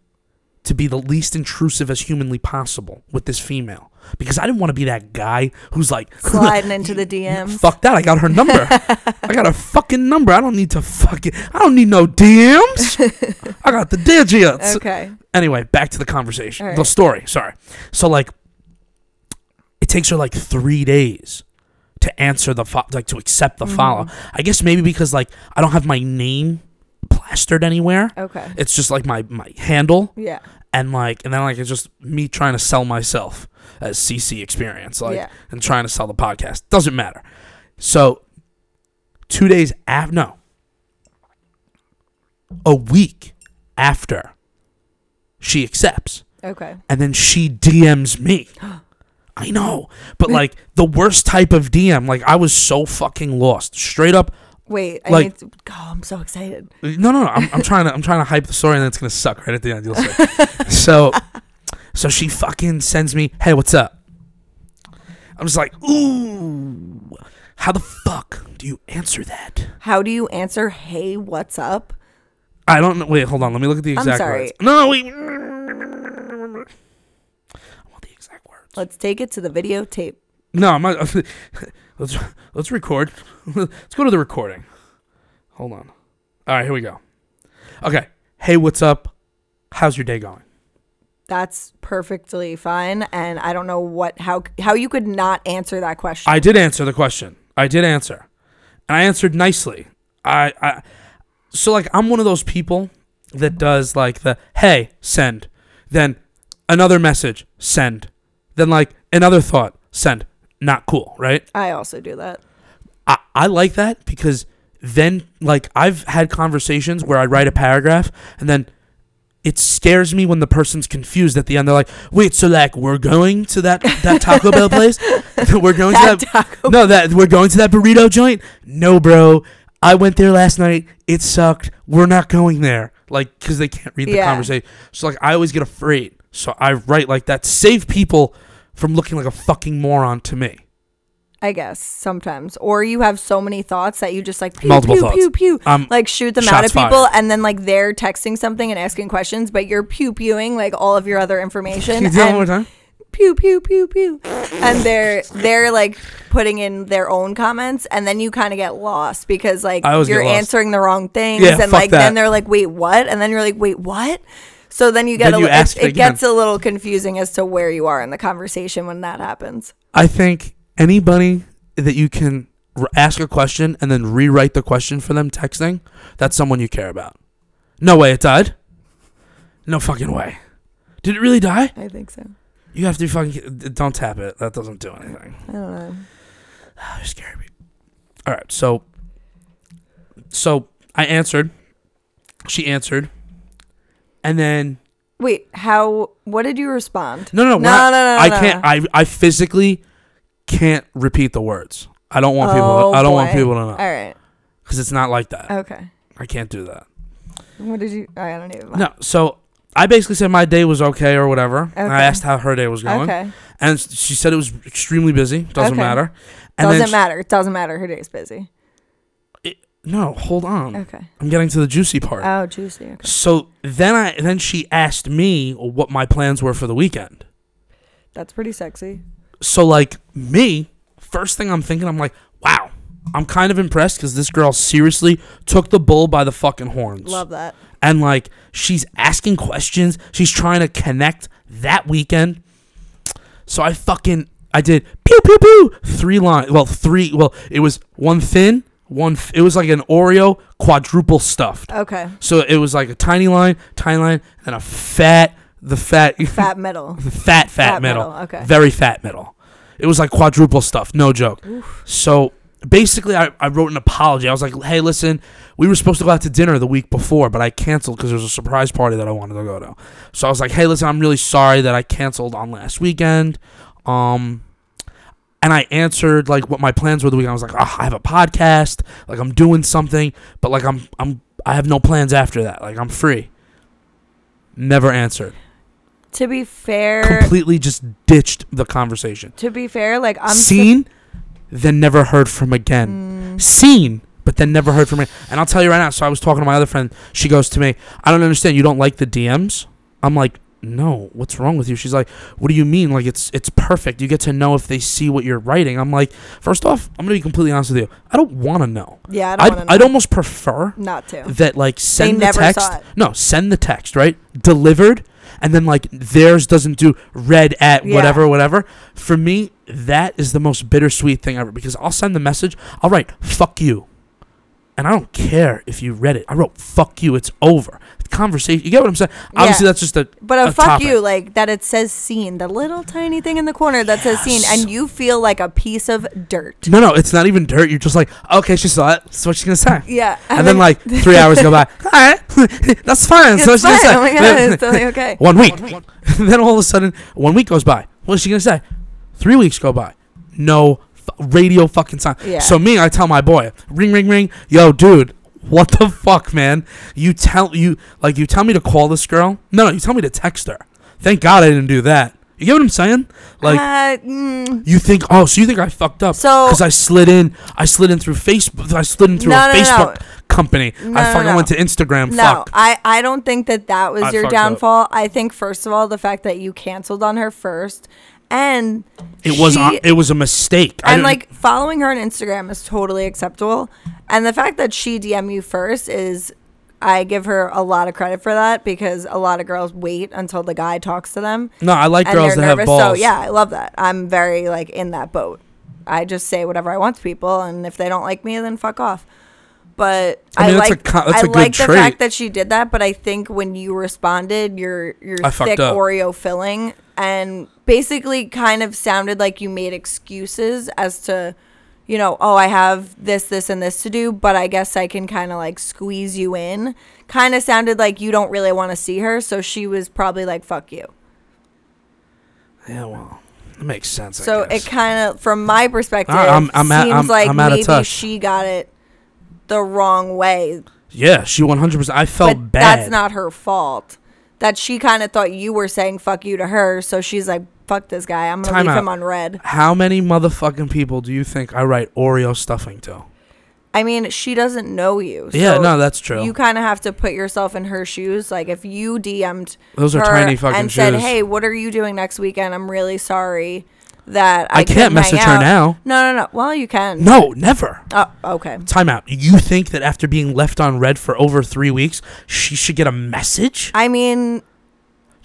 Speaker 1: to be the least intrusive as humanly possible with this female because I didn't want to be that guy who's like
Speaker 2: Sliding into the DMs.
Speaker 1: Fuck that. I got her number. I got her fucking number. I don't need to fucking. I don't need no DMs. I got the digits.
Speaker 2: Okay.
Speaker 1: Anyway, back to the conversation.
Speaker 2: All
Speaker 1: The
Speaker 2: right.
Speaker 1: story. Sorry. So like, it takes her like three days
Speaker 2: Mm-hmm.
Speaker 1: to answer the fo- like to accept the follow. I guess maybe because like I don't have my name plastered anywhere.
Speaker 2: Okay.
Speaker 1: It's just like my my handle
Speaker 2: Yeah.
Speaker 1: and like and then like it's just me trying to sell myself as CC experience like
Speaker 2: Yeah.
Speaker 1: and trying to sell the podcast doesn't matter. So 2 days after no a week after she accepts
Speaker 2: Okay.
Speaker 1: and then she DMs me. I know, but like the worst type of DM. Like I was so fucking lost. Straight up,
Speaker 2: Wait. I
Speaker 1: Like-
Speaker 2: need to, oh, I'm so excited.
Speaker 1: no, no, no. I'm, I'm trying to, I'm trying to hype the story, and then it's gonna suck right at the end. You'll see. so, so she fucking sends me, "Hey, what's up?" I'm just like, "Ooh, how the fuck do you answer that?"
Speaker 2: How do you answer? Hey, what's up?
Speaker 1: I don't know. Wait, hold on. Let me look at the exact
Speaker 2: sorry.
Speaker 1: words. No, wait. I want the exact words.
Speaker 2: Let's take it to the videotape.
Speaker 1: No, I'm not. let's let's record. let's go to the recording. Hold on. All right, here we go. Okay. Hey, what's up? How's your day going?
Speaker 2: That's perfectly fine, and I don't know what how how you could not answer that question.
Speaker 1: I did answer the question. I did answer, and I answered nicely. I, I so like I'm one of those people that does like the hey send, then another message send, then like another thought send. Not cool, right?
Speaker 2: I also do that.
Speaker 1: I, I like that because then like I've had conversations where I write a paragraph and then it scares me when the person's confused at the end. They're like, "Wait, so like we're going to that that Taco Bell place? we're going
Speaker 2: That
Speaker 1: to that
Speaker 2: Taco
Speaker 1: no that we're going to that burrito joint? No, bro, I went there last night. It sucked. We're not going there. Like, because they can't read the
Speaker 2: Yeah.
Speaker 1: conversation. So like I always get afraid. So I write like that. to Save people from looking like a fucking moron to me.
Speaker 2: I guess sometimes, or you have so many thoughts that you just like pew
Speaker 1: Multiple
Speaker 2: pew
Speaker 1: thoughts.
Speaker 2: pew pew,
Speaker 1: Um,
Speaker 2: like shoot them out
Speaker 1: shots
Speaker 2: at people,
Speaker 1: fired.
Speaker 2: and then like they're texting something and asking questions, but you're pew pewing like all of your other information.
Speaker 1: Can you do that one
Speaker 2: and
Speaker 1: more time?
Speaker 2: pew pew pew pew, and they're they're like putting in their own comments, and then you kind of get lost because like
Speaker 1: I always
Speaker 2: you're
Speaker 1: get lost.
Speaker 2: answering the wrong things,
Speaker 1: Yeah,
Speaker 2: and
Speaker 1: fuck
Speaker 2: like
Speaker 1: that.
Speaker 2: then they're like, wait, what? And then you're like, wait, what? So then you get
Speaker 1: Then
Speaker 2: a,
Speaker 1: you
Speaker 2: li-
Speaker 1: ask
Speaker 2: it,
Speaker 1: it
Speaker 2: it
Speaker 1: again.
Speaker 2: gets a little confusing as to where you are in the conversation when that happens.
Speaker 1: I think anybody that you can r- ask a question and then rewrite the question for them texting, that's someone you care about. No way it died. No fucking way. Did it really die?
Speaker 2: I think so.
Speaker 1: You have to fucking d- don't tap it. That doesn't do anything.
Speaker 2: I don't know.
Speaker 1: You're scaring me. All right, so so I answered. She answered. And then
Speaker 2: Wait, how? What did you respond?
Speaker 1: no, no, no.
Speaker 2: no,
Speaker 1: we're
Speaker 2: no,
Speaker 1: not-
Speaker 2: no, no.
Speaker 1: I
Speaker 2: no.
Speaker 1: can't. I I physically can't repeat the words. I don't want people.
Speaker 2: Oh,
Speaker 1: I don't want
Speaker 2: boy.
Speaker 1: people to know
Speaker 2: All right.
Speaker 1: because it's not like that.
Speaker 2: Okay.
Speaker 1: I can't do that.
Speaker 2: What did you? I don't even.
Speaker 1: No, so I basically said my day was okay or whatever. And I
Speaker 2: Okay.
Speaker 1: asked how her day was going,
Speaker 2: Okay.
Speaker 1: and s- she said it was extremely busy. Doesn't
Speaker 2: Okay.
Speaker 1: matter. And
Speaker 2: Doesn't
Speaker 1: then sh-
Speaker 2: matter. It doesn't matter. Her day's busy.
Speaker 1: No, hold on.
Speaker 2: Okay.
Speaker 1: I'm getting to the juicy part.
Speaker 2: Oh, juicy. Okay.
Speaker 1: so then I then she asked me what my plans were for the weekend.
Speaker 2: That's pretty sexy.
Speaker 1: So like me, first thing I'm thinking, I'm like, wow. I'm kind of impressed because this girl seriously took the bull by the fucking horns.
Speaker 2: Love that.
Speaker 1: and like she's asking questions. She's trying to connect that weekend. So I fucking I did pew pew pew three line. Well, three. Well, it was one thin, one. f- It was like an Oreo quadruple stuffed.
Speaker 2: Okay.
Speaker 1: So it was like a tiny line, tiny line, and a fat, the fat, fat,
Speaker 2: Fat metal.
Speaker 1: fat,
Speaker 2: Fat
Speaker 1: middle,
Speaker 2: middle, okay.
Speaker 1: very fat middle. It was like quadruple stuffed. No joke. So basically, I, I wrote an apology. I was like, hey, listen, we were supposed to go out to dinner the week before, but I canceled because there was a surprise party that I wanted to go to. So I was like, hey, listen, I'm really sorry that I canceled on last weekend. Um, and I answered like what my plans were the weekend. I was like, "Ah, I have a podcast, like I'm doing something, but like I'm I'm I have no plans after that. Like I'm free. Never answered.
Speaker 2: To be fair.
Speaker 1: Completely just ditched the conversation
Speaker 2: to be fair, like I'm.
Speaker 1: seen, then never heard from again.
Speaker 2: Mm,
Speaker 1: Seen, but then never heard from again. And I'll tell you right now. So I was talking to my other friend. She goes to me, I don't understand. You don't like the DMs? I'm like, no. What's wrong with you? She's like, what do you mean? Like it's it's perfect. You get to know if they see what you're writing. I'm like, first off, I'm gonna be completely honest with you. I don't want to know.
Speaker 2: yeah, I don't.
Speaker 1: I'd,
Speaker 2: wanna
Speaker 1: I'd
Speaker 2: know.
Speaker 1: almost prefer
Speaker 2: Not to.
Speaker 1: that like send the
Speaker 2: never
Speaker 1: text.
Speaker 2: saw it.
Speaker 1: No, send the text, right? Delivered and then like theirs doesn't do red at
Speaker 2: Yeah.
Speaker 1: whatever whatever. For me, that is the most bittersweet thing ever because I'll send the message, I'll write fuck you. And I don't care if you read it. I wrote "fuck you." It's over. Conversation. You get what I'm saying? Obviously,
Speaker 2: Yeah.
Speaker 1: that's just a.
Speaker 2: But a,
Speaker 1: a
Speaker 2: fuck
Speaker 1: topic.
Speaker 2: you, like that it says scene, the little tiny thing in the corner that says scene, and you feel like a piece of dirt.
Speaker 1: No, no, it's not even dirt. You're just like, okay, she saw it. That's what she's gonna say.
Speaker 2: Yeah.
Speaker 1: And then like three hours go by. All right, that's fine.
Speaker 2: it's
Speaker 1: So she's
Speaker 2: fine.
Speaker 1: gonna say.
Speaker 2: Oh my god, it's totally okay.
Speaker 1: One week. then all of a sudden, one week goes by. What is she gonna say? Three weeks go by. No f- radio fucking sign.
Speaker 2: Yeah.
Speaker 1: So me, I tell my boy, ring, ring, ring. Yo, dude, what the fuck, man? You tell you like you tell me to call this girl. No, no, you tell me to text her. Thank God I didn't do that. You get what I'm saying? Like.
Speaker 2: uh, mm,
Speaker 1: You think oh, so you think I fucked up?
Speaker 2: So-
Speaker 1: because I slid in, I slid in through Facebook, I slid in through
Speaker 2: No,
Speaker 1: a
Speaker 2: no, no.
Speaker 1: Facebook company.
Speaker 2: No,
Speaker 1: I
Speaker 2: no,
Speaker 1: fucking
Speaker 2: no.
Speaker 1: went to Instagram.
Speaker 2: no,
Speaker 1: Fuck.
Speaker 2: I, I don't think that that was
Speaker 1: I
Speaker 2: your
Speaker 1: fucked up.
Speaker 2: downfall. I think first of all the fact that you canceled on her first, and
Speaker 1: It was
Speaker 2: she-
Speaker 1: on, it was a mistake. I
Speaker 2: and
Speaker 1: didn't-
Speaker 2: like following her on Instagram is totally acceptable. And the fact that she DM you first is I give her a lot of credit for that because a lot of girls wait until the guy talks to them.
Speaker 1: no, I like
Speaker 2: and
Speaker 1: girls
Speaker 2: they're
Speaker 1: that have
Speaker 2: nervous.
Speaker 1: balls.
Speaker 2: So yeah, I love that. I'm very like in that boat. I just say whatever I want to people, and if they don't like me, then fuck off. But
Speaker 1: I
Speaker 2: I,
Speaker 1: mean, that's a
Speaker 2: like
Speaker 1: co- that's
Speaker 2: I
Speaker 1: a good
Speaker 2: like the
Speaker 1: trait.
Speaker 2: fact that she did that, but I think when you responded, your your
Speaker 1: I fucked
Speaker 2: thick
Speaker 1: up.
Speaker 2: Oreo filling and basically kind of sounded like you made excuses as to, you know, oh I have this this and this to do, but I guess I can kind of like squeeze you in. Kind of sounded like you don't really want to see her, so she was probably like fuck you.
Speaker 1: Yeah, well, it makes sense.
Speaker 2: So
Speaker 1: I
Speaker 2: it
Speaker 1: guess.
Speaker 2: kind of, from my perspective,
Speaker 1: I- I'm- I'm at-
Speaker 2: seems
Speaker 1: I'm-
Speaker 2: like
Speaker 1: I'm out of
Speaker 2: maybe
Speaker 1: touch.
Speaker 2: she got it the wrong way,
Speaker 1: yeah, she 100. percent I felt
Speaker 2: but
Speaker 1: bad.
Speaker 2: that's not her fault. That she kind of thought you were saying "fuck you" to her, so she's like, "Fuck this guy, I'm gonna
Speaker 1: Time
Speaker 2: leave
Speaker 1: out.
Speaker 2: him on red."
Speaker 1: How many motherfucking people do you think I write Oreo stuffing to?
Speaker 2: I mean, she doesn't know you.
Speaker 1: yeah,
Speaker 2: so
Speaker 1: no, that's true.
Speaker 2: You kind of have to put yourself in her shoes. Like if you DM'd
Speaker 1: Those are
Speaker 2: her
Speaker 1: tiny fucking
Speaker 2: and said,
Speaker 1: shoes.
Speaker 2: "Hey, what are you doing next weekend? I'm really sorry that I,
Speaker 1: I can't
Speaker 2: couldn't hang
Speaker 1: message her
Speaker 2: out."
Speaker 1: now.
Speaker 2: No, no, no. Well, you can.
Speaker 1: no, never.
Speaker 2: Oh, okay.
Speaker 1: Time out. You think that after being left on red for over three weeks, she should get a message?
Speaker 2: I mean,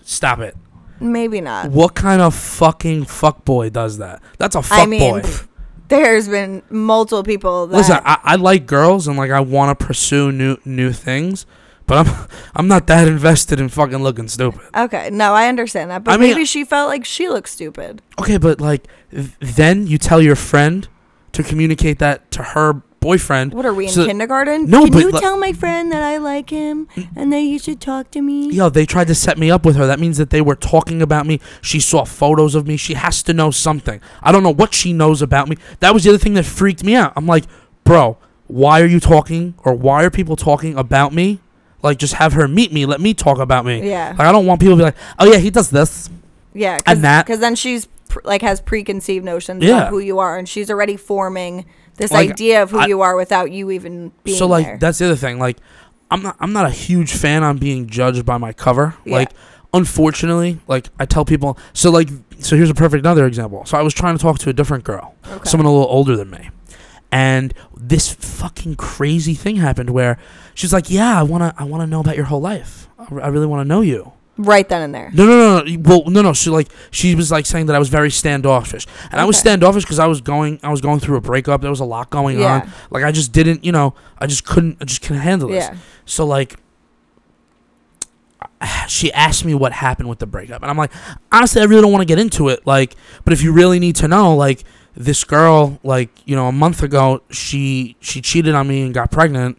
Speaker 1: Stop it.
Speaker 2: maybe not.
Speaker 1: What kind of fucking fuckboy does that? That's a
Speaker 2: Uh, I
Speaker 1: fuckboy.
Speaker 2: mean, pff, there's been multiple people that
Speaker 1: Listen, I, I like girls and like I want to pursue new new things, but I'm I'm not that invested in fucking looking stupid.
Speaker 2: okay, no, I understand that, but
Speaker 1: I mean-
Speaker 2: maybe she felt like she looked stupid.
Speaker 1: Okay, but like th- then you tell your friend to communicate that to her boyfriend.
Speaker 2: What are we in
Speaker 1: So-
Speaker 2: kindergarten?
Speaker 1: No,
Speaker 2: Can
Speaker 1: but
Speaker 2: you
Speaker 1: li-
Speaker 2: tell my friend that I like him and that you should talk to me?
Speaker 1: Yo, they tried to set me up with her. That means that they were talking about me. She saw photos of me. She has to know something. I don't know what she knows about me. That was the other thing that freaked me out. I'm like, bro, why are you talking or why are people talking about me? Like, just have her meet me. Let me talk about me.
Speaker 2: Yeah.
Speaker 1: Like, I don't want people to be like, oh, yeah, he does this.
Speaker 2: Yeah, cause,
Speaker 1: And that-
Speaker 2: 'cause then she's pr- like has preconceived notions
Speaker 1: Yeah.
Speaker 2: about who you are, and she's already forming this
Speaker 1: Like,
Speaker 2: idea of who
Speaker 1: I-
Speaker 2: you are without you even being
Speaker 1: so like
Speaker 2: there.
Speaker 1: that's the other thing like i'm not i'm not a huge fan on being judged by my cover
Speaker 2: Yeah.
Speaker 1: like unfortunately like i tell people so like so here's a perfect another example so i was trying to talk to a different girl
Speaker 2: Okay.
Speaker 1: someone a little older than me and this fucking crazy thing happened where she's like yeah i want to i want to know about your whole life i, r- I really want to know you
Speaker 2: right then and there.
Speaker 1: no no no no well no no she like she was like saying that i was very standoffish and i was
Speaker 2: Okay.
Speaker 1: standoffish because i was going i was going through a breakup there was a lot going
Speaker 2: Yeah.
Speaker 1: on like i just didn't you know i just couldn't i just couldn't handle this
Speaker 2: Yeah.
Speaker 1: so like she asked me what happened with the breakup and I'm like, honestly, I really don't want to get into it like, but if you really need to know like this girl like, you know, a month ago, she she cheated on me and got pregnant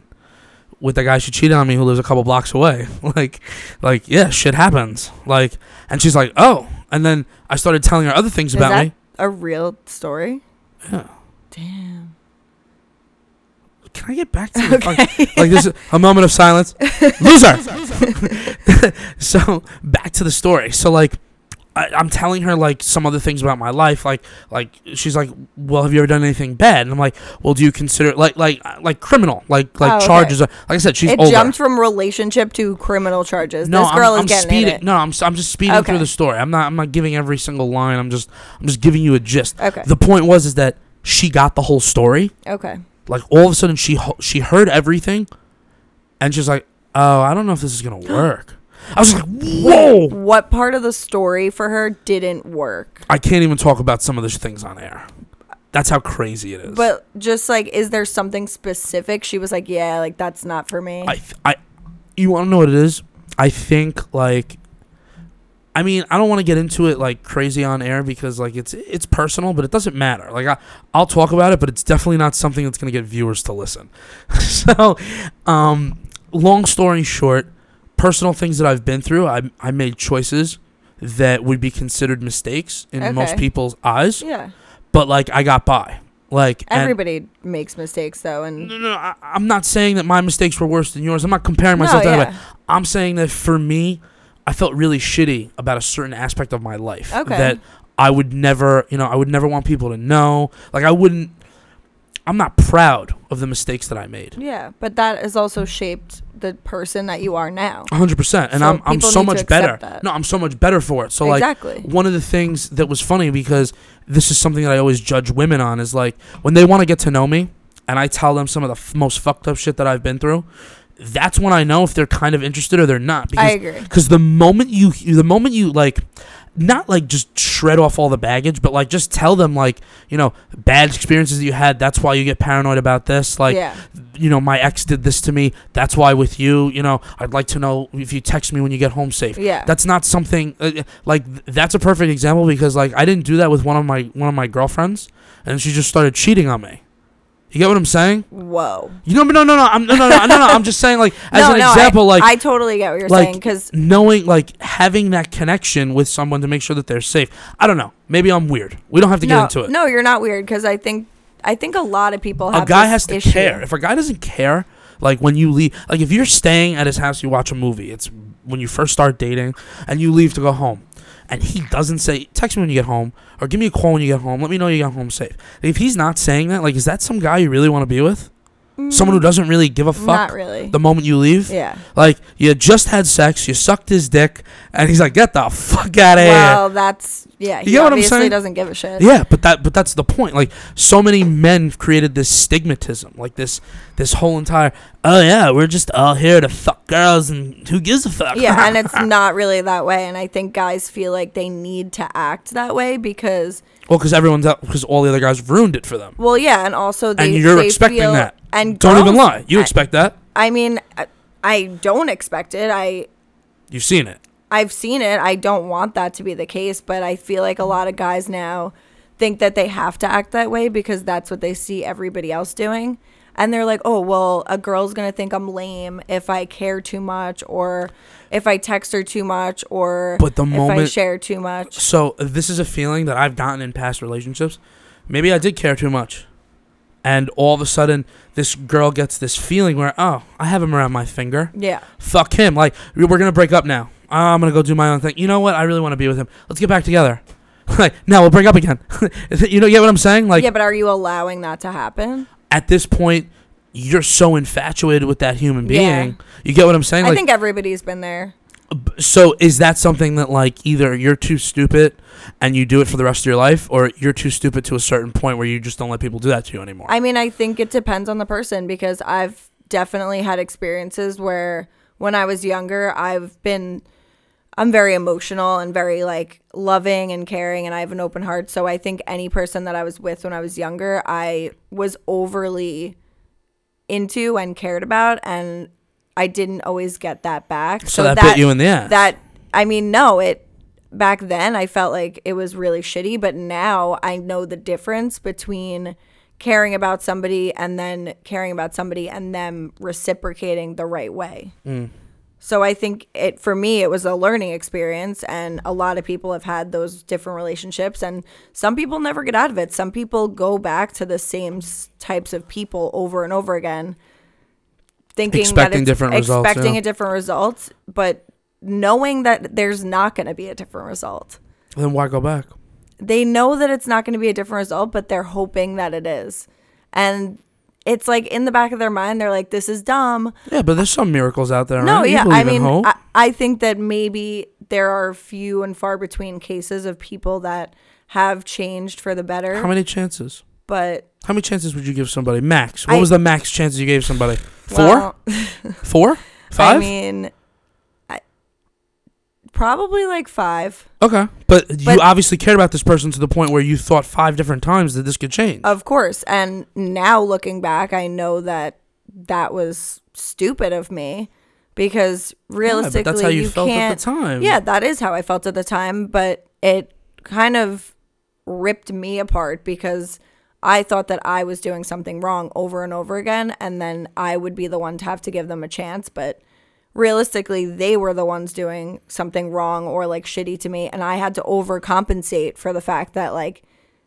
Speaker 1: with the guy she cheated on me who lives a couple blocks away. like like yeah, shit happens. Like and she's like, "Oh." And then I started telling her other things
Speaker 2: Is
Speaker 1: about
Speaker 2: that
Speaker 1: me.
Speaker 2: a real story?
Speaker 1: Yeah.
Speaker 2: Damn.
Speaker 1: Can I get back to the fucking, like this? is A moment of silence. Loser. so back to the story. So like, I, I'm telling her like some other things about my life. Like like she's like, well, have you ever done anything bad? And I'm like, well, do you consider like like like criminal like like
Speaker 2: Oh, okay.
Speaker 1: charges? Like I said, she's
Speaker 2: it
Speaker 1: older.
Speaker 2: jumped from relationship to criminal charges.
Speaker 1: no,
Speaker 2: this girl is
Speaker 1: I'm, I'm
Speaker 2: getting
Speaker 1: speeding.
Speaker 2: it.
Speaker 1: No, I'm s- I'm just speeding
Speaker 2: Okay.
Speaker 1: through the story. I'm not I'm not giving every single line. I'm just I'm just giving you a gist.
Speaker 2: Okay.
Speaker 1: The point was is that she got the whole story.
Speaker 2: Okay.
Speaker 1: like all of a sudden she ho- she heard everything and she's like oh i don't know if this is gonna work i was like whoa
Speaker 2: What part of the story for her didn't work?
Speaker 1: i can't even talk about some of the things on air That's how crazy it is.
Speaker 2: But just like, is there something specific? She was like, yeah, like that's not for me.
Speaker 1: I, th- I, you want to know what it is? I think like, I mean, I don't want to get into it like crazy on air because like it's it's personal, but it doesn't matter. Like I, I'll talk about it, but it's definitely not something that's gonna get viewers to listen. so, um, long story short, personal things that I've been through, I I made choices that would be considered mistakes in most
Speaker 2: Okay.
Speaker 1: people's eyes,
Speaker 2: yeah.
Speaker 1: but like I got by. Like and-
Speaker 2: Everybody makes mistakes though, and
Speaker 1: no, no, no, I, I'm not saying that my mistakes were worse than yours. I'm not comparing myself
Speaker 2: No,
Speaker 1: that way.
Speaker 2: yeah.
Speaker 1: I'm saying that for me, I felt really shitty about a certain aspect of my life
Speaker 2: Okay.
Speaker 1: that I would never, you know, I would never want people to know. Like I wouldn't. I'm not proud of the mistakes that I made.
Speaker 2: yeah, but that has also shaped the person that you are now.
Speaker 1: 100. percent And
Speaker 2: So
Speaker 1: I'm I'm
Speaker 2: people
Speaker 1: so
Speaker 2: need to
Speaker 1: much better.
Speaker 2: accept that.
Speaker 1: No, I'm so much better for it. So like.
Speaker 2: exactly.
Speaker 1: One of the things that was funny because this is something that I always judge women on is like when they want to get to know me and I tell them some of the f- most fucked up shit that I've been through, that's when I know if they're kind of interested or they're not
Speaker 2: I
Speaker 1: because
Speaker 2: agree.
Speaker 1: cause the moment you the moment you like not like just shred off all the baggage but like just tell them like you know bad experiences that you had that's why you get paranoid about this like
Speaker 2: yeah.
Speaker 1: you know my ex did this to me that's why with you you know I'd like to know if you text me when you get home safe
Speaker 2: Yeah.
Speaker 1: that's not something uh, like th- that's a perfect example because like I didn't do that with one of my one of my girlfriends and she just started cheating on me. You get what I'm saying?
Speaker 2: Whoa.
Speaker 1: You know, but no, no, no, I'm, no, no, no, no, no. I'm just saying like as
Speaker 2: no,
Speaker 1: an
Speaker 2: no,
Speaker 1: example,
Speaker 2: I,
Speaker 1: like
Speaker 2: I totally get what you're
Speaker 1: like
Speaker 2: saying because
Speaker 1: knowing like having that connection with someone to make sure that they're safe. I don't know. Maybe I'm weird. We don't have to
Speaker 2: no,
Speaker 1: get into it.
Speaker 2: no, you're not weird because I think I think a lot of people have
Speaker 1: a guy
Speaker 2: this
Speaker 1: has to
Speaker 2: issue.
Speaker 1: care. If a guy doesn't care, like when you leave, like if you're staying at his house, you watch a movie. It's when you first start dating, and you leave to go home, and he doesn't say, "Text me when you get home," or "Give me a call when you get home." Let me know you got home safe. If he's not saying that, like, is that some guy you really want to be with? Someone who doesn't really give a fuck
Speaker 2: Mm, Not really.
Speaker 1: the moment you leave.
Speaker 2: yeah.
Speaker 1: Like you just had sex, you sucked his dick, and he's like, "Get the fuck out of here."
Speaker 2: Well, that's yeah. He
Speaker 1: You get what I'm
Speaker 2: obviously
Speaker 1: saying?
Speaker 2: doesn't give a shit.
Speaker 1: Yeah, but that but that's the point. Like so many men created this stigmatism, like this this whole entire oh yeah, we're just all here to fuck girls and who gives a fuck.
Speaker 2: yeah, and it's not really that way. And I think guys feel like they need to act that way because,
Speaker 1: well, because everyone's out because all the other guys ruined it for them.
Speaker 2: well, yeah, and also they
Speaker 1: And you're
Speaker 2: they
Speaker 1: expecting
Speaker 2: feel-
Speaker 1: that.
Speaker 2: And
Speaker 1: Don't even
Speaker 2: girls-
Speaker 1: lie. You
Speaker 2: I-
Speaker 1: expect that.
Speaker 2: I mean, I- I don't expect it. I
Speaker 1: You've seen it.
Speaker 2: I've seen it. I don't want that to be the case, but I feel like a lot of guys now think that they have to act that way because that's what they see everybody else doing. And they're like, oh, well, a girl's going to think I'm lame if I care too much or if I text her too much or
Speaker 1: But the
Speaker 2: if I
Speaker 1: moment-
Speaker 2: share too much.
Speaker 1: So this is a feeling that I've gotten in past relationships. Maybe I did care too much. And all of a sudden, this girl gets this feeling where, oh, I have him around my finger.
Speaker 2: Yeah.
Speaker 1: fuck him. Like we- we're gonna break up now. I'm gonna go do my own thing. You know what? I really want to be with him. Let's get back together. like now we'll break up again. you know, you get what I'm saying? Like
Speaker 2: yeah, but are you allowing that to happen?
Speaker 1: at this point, you're so infatuated with that human being.
Speaker 2: Yeah.
Speaker 1: You get what I'm saying?
Speaker 2: I
Speaker 1: Like
Speaker 2: think everybody's been there.
Speaker 1: b- so is that something that like either you're too stupid and you do it for the rest of your life, or you're too stupid to a certain point where you just don't let people do that to you anymore?
Speaker 2: I mean, I think it depends on the person because I've definitely had experiences where when I was younger, I've been I'm very emotional and very like loving and caring and I have an open heart. So I think any person that I was with when I was younger, I was overly into and cared about and I didn't always get that back.
Speaker 1: so that, bit you in the ass.
Speaker 2: that I mean, no, it back then I felt like it was really shitty, but now I know the difference between caring about somebody and then caring about somebody and them reciprocating the right way. So I think it for me it was a learning experience and a lot of people have had those different relationships and some people never get out of it. Some people go back to the same s- types of people over and over again thinking
Speaker 1: Expecting
Speaker 2: that it's
Speaker 1: different results,
Speaker 2: expecting
Speaker 1: yeah.
Speaker 2: a different result, but knowing that there's not going to be a different result.
Speaker 1: then why go back?
Speaker 2: They know that it's not going to be a different result, but they're hoping that it is. And it's like in the back of their mind they're like this is dumb.
Speaker 1: Yeah, but there's some miracles out there.
Speaker 2: No,
Speaker 1: right? You
Speaker 2: yeah.
Speaker 1: believe
Speaker 2: I
Speaker 1: in
Speaker 2: mean,
Speaker 1: hope.
Speaker 2: I, I think that maybe there are few and far between cases of people that have changed for the better.
Speaker 1: how many chances?
Speaker 2: but
Speaker 1: How many chances would you give somebody? Max. What
Speaker 2: I-
Speaker 1: was the max chances you gave somebody? Four?
Speaker 2: well,
Speaker 1: Four? Five?
Speaker 2: I mean, I, Probably like five.
Speaker 1: Okay, but, you
Speaker 2: But-
Speaker 1: obviously cared about this person to the point where you thought five different times that this could change.
Speaker 2: Of course. And now looking back, I know that that was stupid of me because
Speaker 1: Yeah,
Speaker 2: realistically,
Speaker 1: but that's how you,
Speaker 2: you
Speaker 1: felt
Speaker 2: can't.
Speaker 1: at the time.
Speaker 2: Yeah, that is how I felt at the time, but it kind of ripped me apart because I thought that I was doing something wrong over and over again, and then I would be the one to have to give them a chance. But realistically, they were the ones doing something wrong or like shitty to me, and I had to overcompensate for the fact that like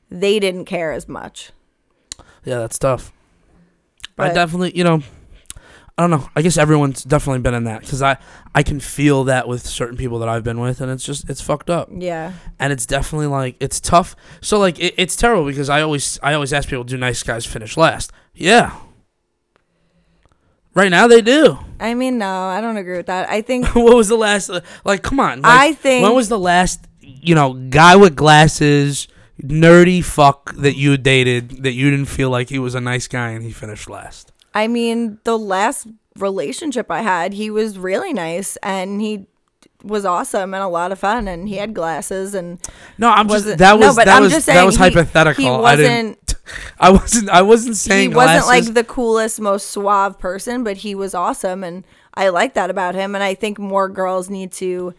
Speaker 2: they didn't care as much.
Speaker 1: yeah, that's tough. I
Speaker 2: But-
Speaker 1: definitely, you know, I don't know. I guess everyone's definitely been in that because I I can feel that with certain people that I've been with, and it's just it's fucked up,
Speaker 2: Yeah.
Speaker 1: and it's definitely like it's tough. So like it, it's terrible because I always I always ask people, do nice guys finish last? Yeah. Right now they do.
Speaker 2: I mean, no, I don't agree with that. I think
Speaker 1: what was the last? Like, come on. Like,
Speaker 2: I think-
Speaker 1: When was the last? You know, guy with glasses, nerdy fuck that you dated that you didn't feel like he was a nice guy and he finished last.
Speaker 2: I mean, the last relationship I had, he was really nice and he was awesome and a lot of fun and he had glasses and
Speaker 1: No, I'm
Speaker 2: Was
Speaker 1: just
Speaker 2: it-
Speaker 1: that
Speaker 2: no,
Speaker 1: was
Speaker 2: but
Speaker 1: that
Speaker 2: I'm
Speaker 1: was
Speaker 2: just
Speaker 1: that was
Speaker 2: saying he-
Speaker 1: hypothetical.
Speaker 2: he
Speaker 1: I didn't. I wasn't. I wasn't
Speaker 2: he
Speaker 1: saying
Speaker 2: wasn't
Speaker 1: glasses.
Speaker 2: like the coolest, most suave person, but he was awesome and I like that about him and I think more girls need to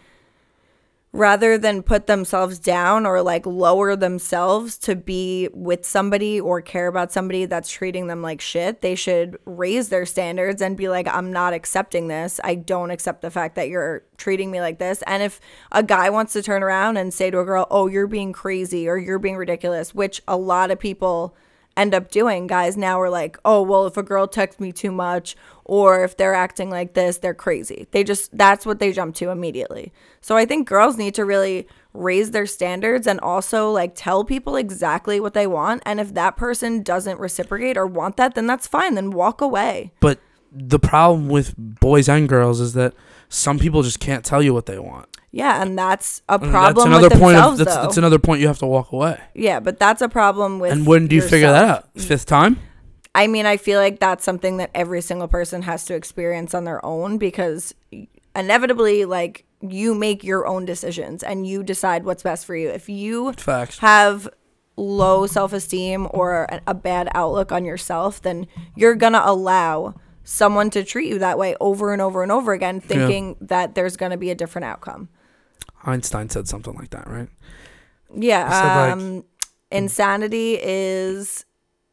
Speaker 2: rather than put themselves down or like lower themselves to be with somebody or care about somebody that's treating them like shit, they should raise their standards and be like, I'm not accepting this. I don't accept the fact that you're treating me like this. And if a guy wants to turn around and say to a girl, Oh, you're being crazy or you're being ridiculous, which a lot of people end up doing, guys now are like, Oh, well, if a girl texts me too much or if they're acting like this, they're crazy. They just, that's what they jump to immediately. So I think girls need to really raise their standards and also like tell people exactly what they want. And if that person doesn't reciprocate or want that, then that's fine. Then walk away.
Speaker 1: but the problem with boys and girls is that some people just can't tell you what they want.
Speaker 2: Yeah. And that's a
Speaker 1: And
Speaker 2: problem
Speaker 1: Mm, that's another
Speaker 2: with
Speaker 1: point.
Speaker 2: themselves,
Speaker 1: Of, that's,
Speaker 2: though.
Speaker 1: that's another point. You have to walk away.
Speaker 2: yeah. But that's a problem with.
Speaker 1: And when do you figure that
Speaker 2: yourself.
Speaker 1: out? Fifth time.
Speaker 2: I mean, I feel like that's something that every single person has to experience on their own because inevitably, like, you make your own decisions and you decide what's best for you. If you
Speaker 1: Facts.
Speaker 2: have low self esteem or a- a bad outlook on yourself, then you're going to allow someone to treat you that way over and over and over again, thinking that there's going to be a different outcome.
Speaker 1: Einstein said something like that, right?
Speaker 2: Yeah.
Speaker 1: said, like-
Speaker 2: Um, insanity is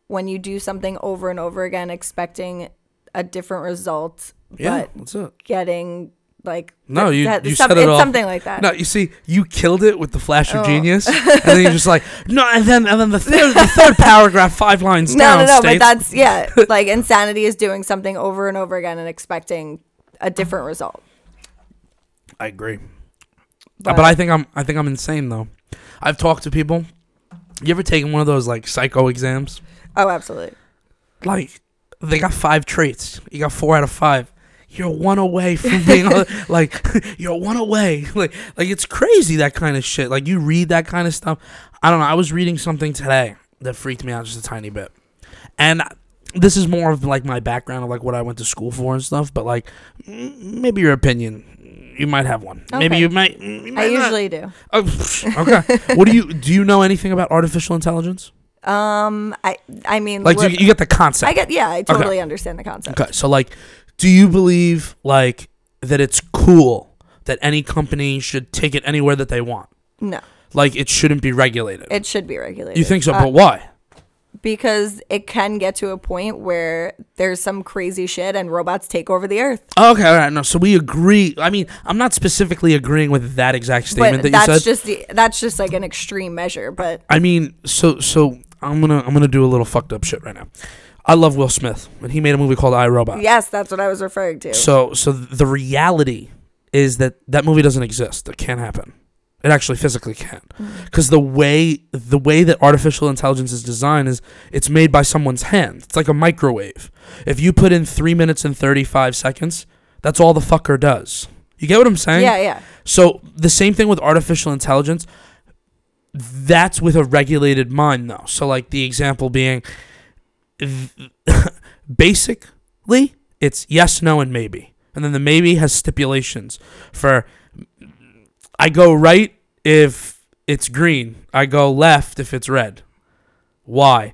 Speaker 2: when you do something over and over again, expecting a different result,
Speaker 1: Yeah,
Speaker 2: but
Speaker 1: that's it.
Speaker 2: getting like
Speaker 1: No, you- you
Speaker 2: some-
Speaker 1: said it
Speaker 2: it's
Speaker 1: all.
Speaker 2: something Oh. like that.
Speaker 1: No, you see, you killed it with the flash of genius, and then you're just like, no, and then and then the third, the third paragraph, five lines
Speaker 2: no,
Speaker 1: down,
Speaker 2: no, no. But
Speaker 1: states-
Speaker 2: that's yeah. like insanity is doing something over and over again and expecting a different result.
Speaker 1: I agree. Uh, But, I think I'm I think I'm insane though. I've talked to people. You ever taken one of those like psycho exams?
Speaker 2: oh, absolutely.
Speaker 1: Like they got five traits. You got four out of five. You're one away from being like you're one away. Like like it's crazy that kind of shit. Like you read that kind of stuff. I don't know. I was reading something today that freaked me out just a tiny bit. And this is more of like my background of like what I went to school for and stuff, but like m- maybe your opinion you might have one. Maybe
Speaker 2: Okay.
Speaker 1: you might, you
Speaker 2: I
Speaker 1: might not.
Speaker 2: usually do.
Speaker 1: Oh, pfft, okay. what do you do? You know anything about artificial intelligence?
Speaker 2: Um, I I mean,
Speaker 1: Like, do
Speaker 2: look-
Speaker 1: you, you get the concept?
Speaker 2: I get yeah. I totally understand the concept.
Speaker 1: okay. So, like, do you believe like that it's cool that any company should take it anywhere that they want?
Speaker 2: No,
Speaker 1: Like, it shouldn't be regulated.
Speaker 2: it should be regulated.
Speaker 1: you think so?
Speaker 2: Uh,
Speaker 1: but why?
Speaker 2: because it can get to a point where there's some crazy shit and robots take over the earth.
Speaker 1: Oh, Okay, all right. No, so we agree. I mean, I'm not specifically agreeing with that exact
Speaker 2: but
Speaker 1: statement that you
Speaker 2: that's
Speaker 1: said.
Speaker 2: just the that's just like an extreme measure. But
Speaker 1: I mean, so so I'm gonna I'm gonna do a little fucked up shit right now. I love Will Smith, and he made a movie called I Robot.
Speaker 2: yes, that's what I was referring to.
Speaker 1: So, so the reality is that that movie doesn't exist. It can't happen. It actually physically can't, because the way the way that artificial intelligence is designed is it's made by someone's hand. It's like a microwave. If you put in three minutes and thirty five seconds, that's all the fucker does. You get what I'm saying?
Speaker 2: yeah, yeah.
Speaker 1: So the same thing with artificial intelligence. That's with a regulated mind, though. So, like the example being, th- basically, it's yes, no, and maybe, and then the maybe has stipulations for I go right if it's green. I go left if it's red. Why?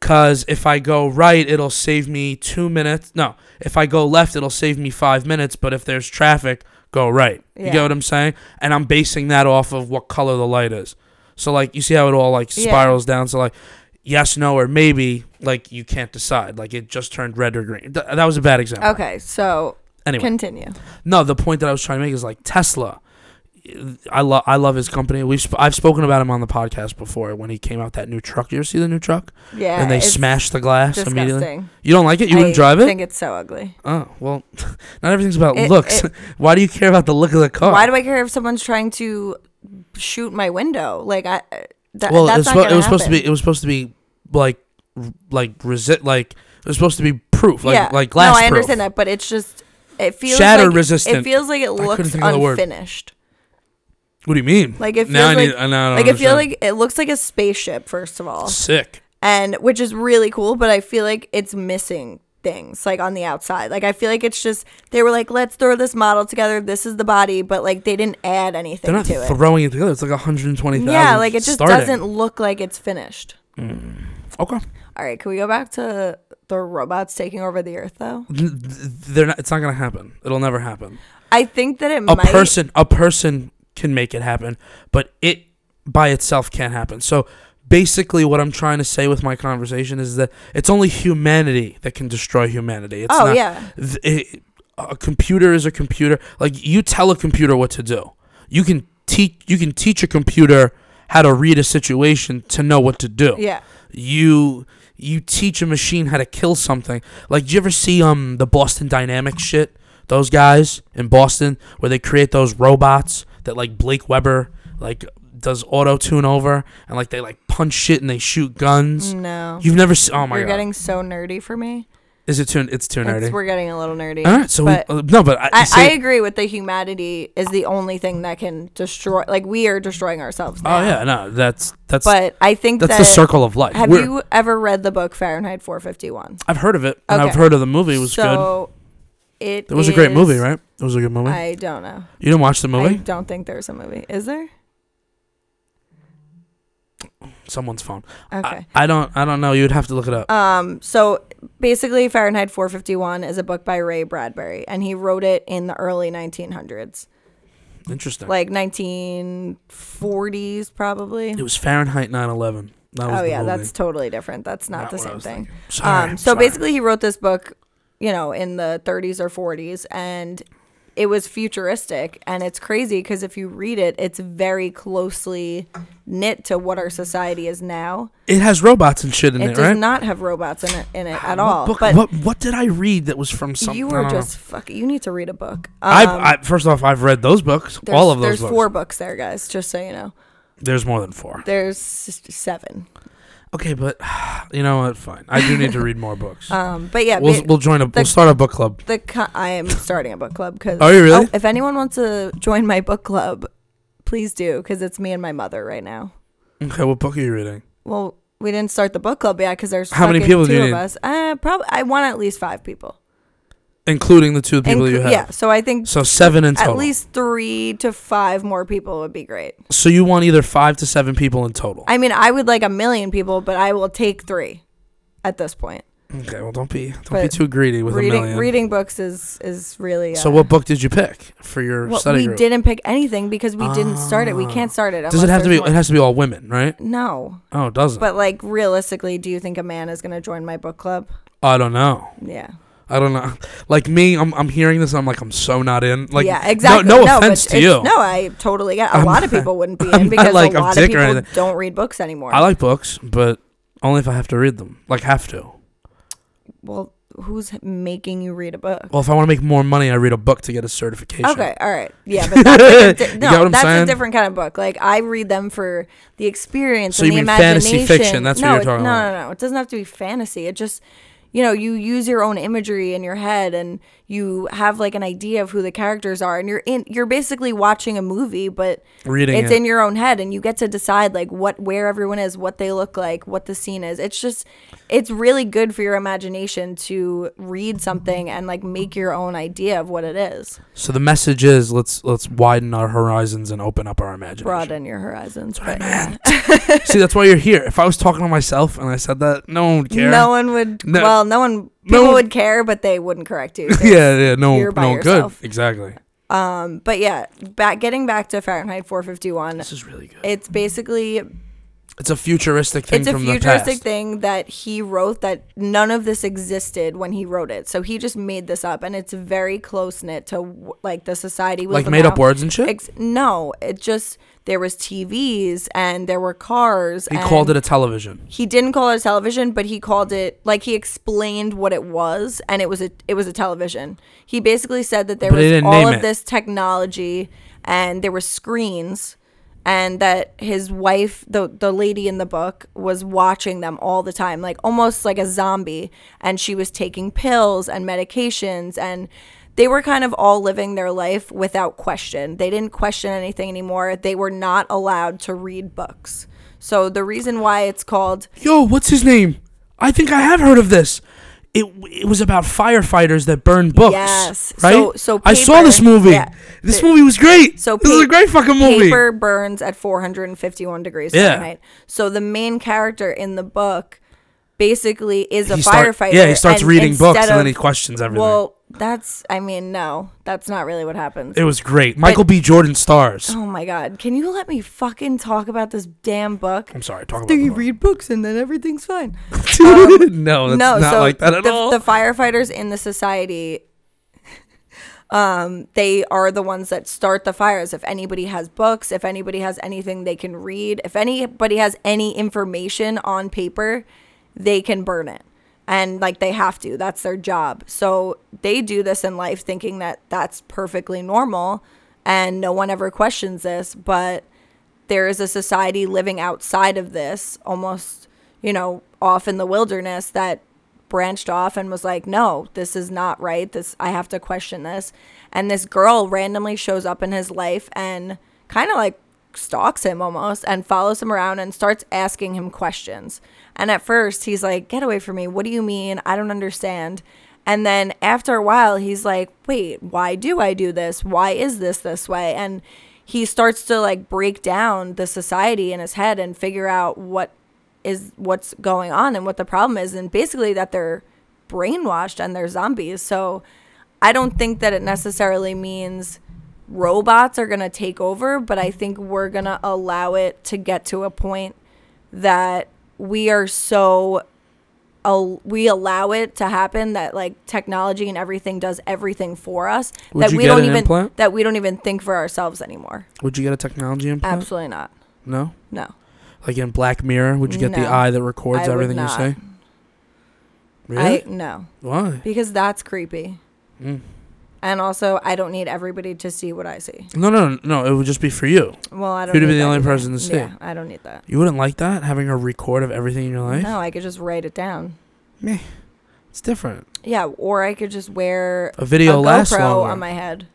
Speaker 1: Because if I go right, it'll save me two minutes. No, if I go left, it'll save me five minutes. But if there's traffic, go right. You
Speaker 2: Yeah.
Speaker 1: get what I'm saying? And I'm basing that off of what color the light is. So, like, you see how it all, like,
Speaker 2: Yeah.
Speaker 1: spirals down. So, like, yes, no, or maybe, like, you can't decide. Like, it just turned red or green. Th- that was a bad example.
Speaker 2: Okay, so
Speaker 1: Anyway.
Speaker 2: continue.
Speaker 1: No, the point that I was trying to make is like Tesla. I love I love his company. We've sp- I've spoken about him on the podcast before when he came out that new truck. You ever see the new truck?
Speaker 2: Yeah,
Speaker 1: and they
Speaker 2: it's
Speaker 1: smashed the glass immediately.
Speaker 2: disgusting.
Speaker 1: You don't like it? You
Speaker 2: I
Speaker 1: wouldn't drive it?
Speaker 2: think it's so ugly.
Speaker 1: oh well, not everything's about
Speaker 2: It-
Speaker 1: looks. Oh.
Speaker 2: it-
Speaker 1: Why do you care about the look of the car?
Speaker 2: Why do I care if someone's trying to shoot my window? Like I, that,
Speaker 1: well,
Speaker 2: that's
Speaker 1: it was,
Speaker 2: not
Speaker 1: suppo-
Speaker 2: gonna
Speaker 1: it was supposed to
Speaker 2: happen.
Speaker 1: be it was supposed to be like r- like resi- like it was supposed to be proof like like glass
Speaker 2: No, I
Speaker 1: proof.
Speaker 2: understand that, but it's just it feels
Speaker 1: Shatter
Speaker 2: like,
Speaker 1: resistant.
Speaker 2: It feels like it
Speaker 1: couldn't
Speaker 2: looks
Speaker 1: think of the word.
Speaker 2: unfinished.
Speaker 1: What do you mean?
Speaker 2: Like it feels
Speaker 1: now I
Speaker 2: like
Speaker 1: need, uh, now I don't
Speaker 2: like it feels
Speaker 1: understand.
Speaker 2: like it looks like a spaceship first of all,
Speaker 1: sick.
Speaker 2: and which is really cool. But I feel like it's missing things like on the outside. Like I feel like it's just they were like let's throw this model together. This is the body, but like they didn't add anything
Speaker 1: They're not
Speaker 2: to it.
Speaker 1: throwing it together. It's like 120,000.
Speaker 2: yeah, like it just
Speaker 1: starting. Mm.
Speaker 2: doesn't look like it's finished.
Speaker 1: Okay.
Speaker 2: All right, can we go back to the robots taking over the earth though?
Speaker 1: Th- they're not it's not gonna happen it'll never happen
Speaker 2: I think that it
Speaker 1: a
Speaker 2: might.
Speaker 1: person a person can make it happen but it by itself can't happen so basically what i'm trying to say with my conversation is that it's only humanity that can destroy humanity it's
Speaker 2: oh
Speaker 1: not
Speaker 2: yeah.
Speaker 1: th- it, a computer is a computer like you tell a computer what to do you can teach you can teach a computer how to read a situation to know what to do
Speaker 2: Yeah.
Speaker 1: you you teach a machine how to kill something. Like, did you ever see um the Boston Dynamics shit? Those guys in Boston where they create those robots that like Blake Weber like does auto tune over and like they like punch shit and they shoot guns.
Speaker 2: No.
Speaker 1: You've never seen? Oh
Speaker 2: Mm-hmm.
Speaker 1: my
Speaker 2: You're
Speaker 1: god!
Speaker 2: getting so nerdy for me.
Speaker 1: Is it too? It's too
Speaker 2: It's-
Speaker 1: nerdy.
Speaker 2: we're getting a little nerdy.
Speaker 1: All right, so
Speaker 2: but
Speaker 1: we, uh, no, but I,
Speaker 2: I,
Speaker 1: see,
Speaker 2: I agree with the humanity is the only thing that can destroy. Like we are destroying ourselves. Now.
Speaker 1: oh yeah, no, that's that's
Speaker 2: But I think
Speaker 1: that's
Speaker 2: that
Speaker 1: the circle of life.
Speaker 2: Have
Speaker 1: We're-
Speaker 2: you ever read the book Fahrenheit 451?
Speaker 1: I've heard of it and I've
Speaker 2: Okay.
Speaker 1: heard of the movie. It was
Speaker 2: so It
Speaker 1: good. It was a great
Speaker 2: is-
Speaker 1: movie, right? It was a good movie.
Speaker 2: I don't know.
Speaker 1: you didn't watch the
Speaker 2: I
Speaker 1: movie?
Speaker 2: don't think there's a movie. Is there?
Speaker 1: Someone's phone.
Speaker 2: Okay.
Speaker 1: I, I don't I don't know. You'd have to look it up.
Speaker 2: Um, so basically, Fahrenheit 451 is a book by Ray Bradbury, and he wrote it in the early 1900s,
Speaker 1: Interesting.
Speaker 2: like 1940s, probably.
Speaker 1: it was Fahrenheit 9/11. That was
Speaker 2: Oh,
Speaker 1: the
Speaker 2: yeah,
Speaker 1: movie.
Speaker 2: that's totally different. That's not,
Speaker 1: Not
Speaker 2: the
Speaker 1: what I
Speaker 2: same
Speaker 1: was
Speaker 2: thing.
Speaker 1: thinking. Sorry,
Speaker 2: Um, so
Speaker 1: sorry.
Speaker 2: basically, he wrote this book, you know, in the 30s or 40s, and it was futuristic. And it's crazy because if you read it, it's very closely knit to what our society is now.
Speaker 1: it has robots and shit in
Speaker 2: It
Speaker 1: it,
Speaker 2: does
Speaker 1: right?
Speaker 2: not have robots in it, in it at
Speaker 1: What
Speaker 2: all.
Speaker 1: book-
Speaker 2: but
Speaker 1: what what did I read that was from something?
Speaker 2: you
Speaker 1: I
Speaker 2: were
Speaker 1: don't know.
Speaker 2: just fuck. You need to read a book. Um,
Speaker 1: I, I first off, I've read those books,
Speaker 2: there's-
Speaker 1: all of those
Speaker 2: There's
Speaker 1: books.
Speaker 2: four books there, guys. Just so you know,
Speaker 1: There's more than four.
Speaker 2: there's s- seven.
Speaker 1: Okay, but you know what? Fine, I do need to read more books.
Speaker 2: Um, but yeah,
Speaker 1: we'll
Speaker 2: ba-
Speaker 1: we'll join a we'll start a book club.
Speaker 2: the co- I am starting a book club because
Speaker 1: Are you really?
Speaker 2: if anyone wants to join my book club, please do because it's me and my mother right now.
Speaker 1: Okay, what book are you reading?
Speaker 2: Well, we didn't start the book club yet because there's
Speaker 1: How many
Speaker 2: fucking
Speaker 1: people do
Speaker 2: two
Speaker 1: you
Speaker 2: of
Speaker 1: need?
Speaker 2: us. Uh, probably I want at least five people.
Speaker 1: Including the two people
Speaker 2: Inclu-
Speaker 1: you have.
Speaker 2: Yeah, so I think
Speaker 1: So seven in total.
Speaker 2: at least three to five more people would be great.
Speaker 1: so you want either five to seven people in total.
Speaker 2: I mean, I would like a million people, but I will take three at this point.
Speaker 1: okay, well don't be don't be
Speaker 2: But
Speaker 1: too greedy with a
Speaker 2: reading
Speaker 1: million.
Speaker 2: reading books is is really. Uh,
Speaker 1: So what book did you pick for your
Speaker 2: well,
Speaker 1: study
Speaker 2: we
Speaker 1: group? Ah.
Speaker 2: didn't pick anything because we didn't start it. We can't start it.
Speaker 1: Does it
Speaker 2: unless
Speaker 1: have to be?
Speaker 2: there's
Speaker 1: It
Speaker 2: more-
Speaker 1: has to be all women, right?
Speaker 2: no,
Speaker 1: Oh, it doesn't.
Speaker 2: but like realistically, do you think a man is going to join my book club?
Speaker 1: I don't know.
Speaker 2: Yeah.
Speaker 1: I don't know. Like me, I'm, I'm hearing this. and I'm like, I'm so not in. Like,
Speaker 2: yeah, exactly.
Speaker 1: No, no,
Speaker 2: but
Speaker 1: offense to
Speaker 2: it's-
Speaker 1: you.
Speaker 2: No, I totally get. A
Speaker 1: I'm
Speaker 2: lot of people wouldn't be
Speaker 1: I'm
Speaker 2: in
Speaker 1: not
Speaker 2: because
Speaker 1: like
Speaker 2: a
Speaker 1: I'm
Speaker 2: lot of
Speaker 1: dick or
Speaker 2: people
Speaker 1: anything.
Speaker 2: don't read books anymore.
Speaker 1: I like books, but only if I have to read them. Like, have to.
Speaker 2: well, who's making you read a book?
Speaker 1: Well, if I want to make more money, I read a book to get a certification.
Speaker 2: Okay, all right, yeah, but that's like a di-
Speaker 1: You
Speaker 2: no,
Speaker 1: get what I'm
Speaker 2: that's
Speaker 1: saying?
Speaker 2: a different kind of book. Like I read them for the experience.
Speaker 1: So
Speaker 2: and
Speaker 1: you
Speaker 2: the
Speaker 1: mean fantasy
Speaker 2: imagination.
Speaker 1: fiction, that's what
Speaker 2: no,
Speaker 1: you're
Speaker 2: it-
Speaker 1: talking
Speaker 2: no,
Speaker 1: about.
Speaker 2: No, no, It doesn't have to be fantasy. It just, you know, you use your own imagery in your head, and you have like an idea of who the characters are and you're in you're basically watching a movie but
Speaker 1: Reading
Speaker 2: it's
Speaker 1: it.
Speaker 2: in your own head and you get to decide like what where everyone is what they look like what the scene is it's just it's really good for your imagination to read something and like make your own idea of what it is
Speaker 1: So the message is let's let's widen our horizons and open up our imagination.
Speaker 2: broaden your horizons but
Speaker 1: See, that's why you're here. If I was talking to myself and I said that, no one would care.
Speaker 2: no one would
Speaker 1: No.
Speaker 2: well no one
Speaker 1: No
Speaker 2: people
Speaker 1: one-
Speaker 2: would care but they wouldn't correct you
Speaker 1: yeah, yeah, no,
Speaker 2: You're by
Speaker 1: no good.
Speaker 2: yourself.
Speaker 1: Exactly.
Speaker 2: um but yeah back getting back to fahrenheit 451
Speaker 1: This is really good.
Speaker 2: it's basically
Speaker 1: It's a futuristic thing
Speaker 2: it's a
Speaker 1: from the
Speaker 2: futuristic
Speaker 1: past.
Speaker 2: thing that he wrote that none of this existed when he wrote it so he just made this up and it's very close knit to w- like the society we
Speaker 1: Like
Speaker 2: live in
Speaker 1: made up
Speaker 2: now.
Speaker 1: words and shit.
Speaker 2: Ex- no it just there was tvs and there were cars
Speaker 1: he
Speaker 2: and
Speaker 1: called it a television.
Speaker 2: he didn't call it a television, but he called it like he explained what it was, and it was a it was a television. He basically said that there
Speaker 1: But he
Speaker 2: was
Speaker 1: didn't
Speaker 2: all
Speaker 1: name
Speaker 2: of
Speaker 1: it.
Speaker 2: this technology, and there were screens, and that his wife, the the lady in the book, was watching them all the time, like almost like a zombie, and she was taking pills and medications and. They were kind of all living their life without question. They didn't question anything anymore. They were not allowed to read books. So the reason why it's called
Speaker 1: Yo, what's his name? I think I have heard of this. It it was about firefighters that burned books.
Speaker 2: Yes.
Speaker 1: Right.
Speaker 2: So- so
Speaker 1: I saw this
Speaker 2: paper-
Speaker 1: movie.
Speaker 2: yeah.
Speaker 1: This movie was great.
Speaker 2: so
Speaker 1: this is a
Speaker 2: pa-
Speaker 1: great fucking movie.
Speaker 2: Paper burns at 451 degrees
Speaker 1: Yeah.
Speaker 2: Fahrenheit. So the main character in the book basically is a
Speaker 1: He start-
Speaker 2: firefighter.
Speaker 1: yeah, he starts
Speaker 2: and
Speaker 1: reading books
Speaker 2: instead
Speaker 1: and then he
Speaker 2: of-
Speaker 1: questions everything.
Speaker 2: Well, that's I mean, no, that's not really what happens.
Speaker 1: it was great. Michael B. Jordan stars.
Speaker 2: oh my god, can you let me fucking talk about this damn book?
Speaker 1: I'm sorry. Talk about
Speaker 2: Do
Speaker 1: the
Speaker 2: you
Speaker 1: movie.
Speaker 2: read books and then everything's fine?
Speaker 1: no, that's
Speaker 2: Um, no,
Speaker 1: not
Speaker 2: so
Speaker 1: like that at
Speaker 2: the,
Speaker 1: all.
Speaker 2: the firefighters in the society, um, they are the ones that start the fires. If anybody has books, if anybody has anything they can read, if anybody has any information on paper, they can burn it. And like they have to, that's their job. So they do this in life thinking that that's perfectly normal and no one ever questions this. But there is a society living outside of this, almost, you know, off in the wilderness that branched off and was like, "No, this is not right. This I have to question this." And this girl randomly shows up in his life and kind of like stalks him almost and follows him around and starts asking him questions. And at first, he's like, "Get away from me. What do you mean? I don't understand." And then after a while, he's like, wait, why do I do this? Why is this this way? And he starts to like break down the society in his head and figure out what is what's going on and what the problem is. And basically, that they're brainwashed and they're zombies. So I don't think that it necessarily means robots are going to take over, but I think we're going to allow it to get to a point that we are so al- we allow it to happen that like technology and everything does everything for us
Speaker 1: Would
Speaker 2: that
Speaker 1: you
Speaker 2: we
Speaker 1: get
Speaker 2: don't
Speaker 1: an
Speaker 2: even
Speaker 1: implant?
Speaker 2: that we don't even think for ourselves anymore.
Speaker 1: Would you get a technology implant?
Speaker 2: Absolutely not.
Speaker 1: No.
Speaker 2: No.
Speaker 1: Like in Black Mirror, would you get the
Speaker 2: No.
Speaker 1: eye that records
Speaker 2: I would
Speaker 1: everything you
Speaker 2: not.
Speaker 1: say? Really?
Speaker 2: I no.
Speaker 1: Why?
Speaker 2: Because that's creepy.
Speaker 1: Mm.
Speaker 2: And also I don't need everybody to see what I see.
Speaker 1: No, no, no. It would just be for you.
Speaker 2: Well, I don't
Speaker 1: You'd
Speaker 2: need
Speaker 1: be the
Speaker 2: that
Speaker 1: only
Speaker 2: either.
Speaker 1: person to see.
Speaker 2: Yeah, I don't need that.
Speaker 1: You wouldn't like that having a record of everything in your life.
Speaker 2: No, I could just write it down.
Speaker 1: It's different.
Speaker 2: Yeah, or I could just wear
Speaker 1: A
Speaker 2: a
Speaker 1: video lasts
Speaker 2: GoPro
Speaker 1: longer.
Speaker 2: on my head.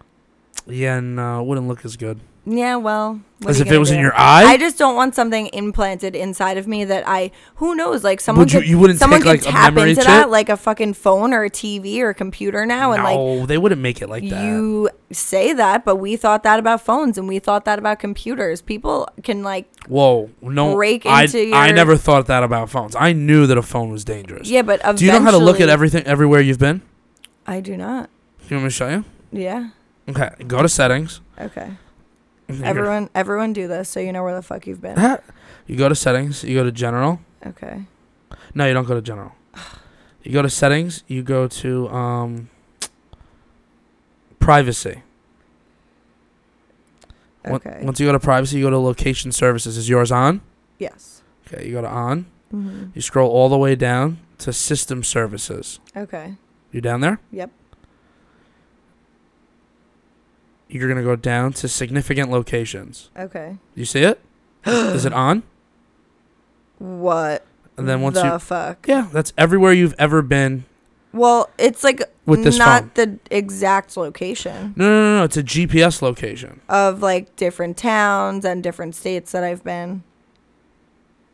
Speaker 1: yeah, and uh, wouldn't look as good
Speaker 2: Yeah, well, what are
Speaker 1: as
Speaker 2: you
Speaker 1: if it
Speaker 2: gonna
Speaker 1: was in
Speaker 2: do?
Speaker 1: your
Speaker 2: I
Speaker 1: eye.
Speaker 2: just don't want something implanted inside of me that I who knows like someone
Speaker 1: Would you?
Speaker 2: could,
Speaker 1: You wouldn't
Speaker 2: someone
Speaker 1: take
Speaker 2: could
Speaker 1: like a
Speaker 2: tap
Speaker 1: memory
Speaker 2: into
Speaker 1: chip.
Speaker 2: that like a fucking phone or a TV or a computer now and like
Speaker 1: no, they wouldn't make it like that.
Speaker 2: you say that but we thought that about phones and we thought that about computers. People can like
Speaker 1: Whoa, no.
Speaker 2: break
Speaker 1: I,
Speaker 2: into
Speaker 1: I
Speaker 2: your-
Speaker 1: never thought that about phones. I knew that a phone was dangerous.
Speaker 2: yeah, but eventually
Speaker 1: Do you know how to look at everything everywhere you've been?
Speaker 2: I do not.
Speaker 1: You want me to show you?
Speaker 2: Yeah.
Speaker 1: Okay, go to settings.
Speaker 2: Okay. Everyone everyone do this so you know where the fuck you've been.
Speaker 1: Huh? You go to settings. You go to general.
Speaker 2: Okay.
Speaker 1: No, you don't go to general. You go to settings. You go to um, privacy. Once-
Speaker 2: Okay.
Speaker 1: Once you go to privacy, you go to location services. Is yours on?
Speaker 2: yes.
Speaker 1: Okay, you go to on.
Speaker 2: hmm
Speaker 1: You scroll all the way down to system services.
Speaker 2: Okay.
Speaker 1: You down there?
Speaker 2: Yep.
Speaker 1: You're gonna go down to significant locations.
Speaker 2: Okay.
Speaker 1: You see it? Is it on?
Speaker 2: What
Speaker 1: And then once
Speaker 2: the
Speaker 1: you
Speaker 2: fuck?
Speaker 1: yeah, that's everywhere you've ever been
Speaker 2: Well, it's like
Speaker 1: With this
Speaker 2: not the exact location
Speaker 1: No, no, no, no. It's a GPS location.
Speaker 2: of like different towns and different states that I've been.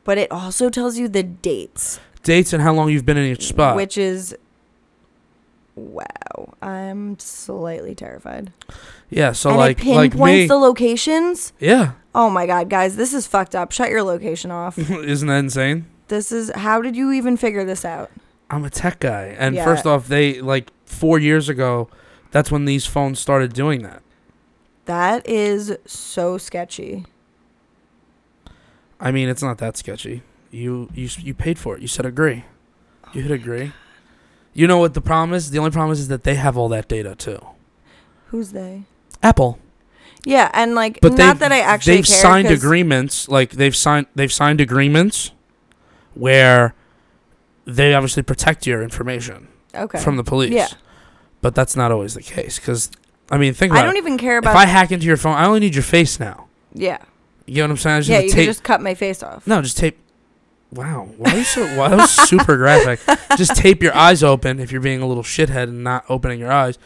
Speaker 2: But it also tells you the dates,
Speaker 1: Dates and how long you've been in each spot.
Speaker 2: which is wow. I'm slightly terrified.
Speaker 1: yeah, so
Speaker 2: and
Speaker 1: like
Speaker 2: it
Speaker 1: like
Speaker 2: pinpoints
Speaker 1: me.
Speaker 2: the locations.
Speaker 1: yeah.
Speaker 2: Oh my god, guys, this is fucked up. Shut your location off.
Speaker 1: Isn't that insane?
Speaker 2: this is how did you even figure this out?
Speaker 1: I'm a tech guy. And
Speaker 2: Yeah.
Speaker 1: first off, they like 4 years ago, that's when these phones started doing that.
Speaker 2: That is so sketchy.
Speaker 1: I mean, it's not that sketchy. You you s- you paid for it. You said agree. You hit agree. You know what the problem is? The only problem is, is that they have all that data too.
Speaker 2: Who's they?
Speaker 1: Apple.
Speaker 2: Yeah, and like
Speaker 1: But
Speaker 2: not
Speaker 1: they've-
Speaker 2: that I actually
Speaker 1: they've
Speaker 2: care,
Speaker 1: signed
Speaker 2: 'cause-
Speaker 1: agreements like they've signed they've signed agreements where they obviously protect your information
Speaker 2: Okay.
Speaker 1: from the police.
Speaker 2: Yeah.
Speaker 1: But that's not always the case cuz I mean, think
Speaker 2: I
Speaker 1: about
Speaker 2: don't
Speaker 1: it.
Speaker 2: even care
Speaker 1: If
Speaker 2: about
Speaker 1: I hack into your phone, I only need your face now.
Speaker 2: Yeah.
Speaker 1: You get what I'm saying? I just
Speaker 2: Yeah,
Speaker 1: need to
Speaker 2: you
Speaker 1: tape
Speaker 2: can just cut my face off.
Speaker 1: No, just tape. Wow, why are you so? Why that was super graphic. Just tape your eyes open if you're being a little shithead and not opening your eyes.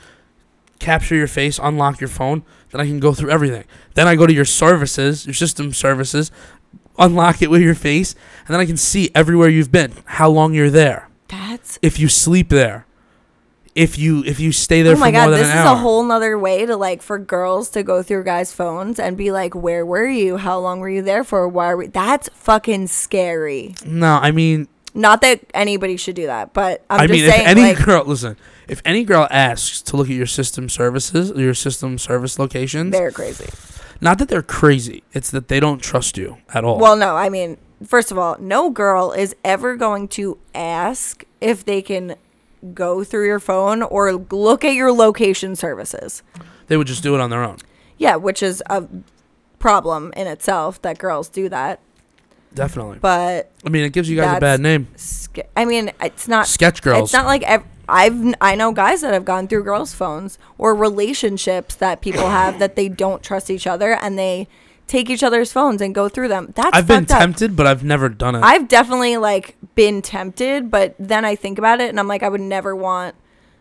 Speaker 1: Capture your face, unlock your phone. Then I can go through everything. Then I go to your services, your system services, unlock it with your face, and then I can see everywhere you've been, how long you're there,
Speaker 2: That's
Speaker 1: if you sleep there, if you if you stay there
Speaker 2: Oh my
Speaker 1: for more
Speaker 2: god,
Speaker 1: than
Speaker 2: this
Speaker 1: an
Speaker 2: is
Speaker 1: hour.
Speaker 2: a whole nother way to like for girls to go through guys' phones and be like, Where were you? How long were you there for? Why are we that's fucking scary.
Speaker 1: no, I mean,
Speaker 2: Not that anybody should do that, but I'm
Speaker 1: i
Speaker 2: just
Speaker 1: mean,
Speaker 2: saying
Speaker 1: if any
Speaker 2: like
Speaker 1: girl listen, if any girl asks to look at your system services, your system service locations,
Speaker 2: they're crazy.
Speaker 1: Not that they're crazy. It's that they don't trust you at all.
Speaker 2: Well, no, I mean, first of all, no girl is ever going to ask if they can go through your phone or look at your location services.
Speaker 1: they would just do it on their own.
Speaker 2: Yeah, which is a problem in itself that girls do that.
Speaker 1: Definitely.
Speaker 2: But
Speaker 1: I mean, it gives you guys a
Speaker 2: That's-
Speaker 1: bad name.
Speaker 2: sk- I mean, it's not
Speaker 1: Sketch girls.
Speaker 2: It's not like ev- I've I know guys that have gone through girls' phones or relationships that people have that they don't trust each other and they take each other's phones and go through them. That's
Speaker 1: I've been
Speaker 2: fucked up.
Speaker 1: tempted, but I've never done it.
Speaker 2: I've definitely like been tempted, but then I think about it and I'm like, I would never want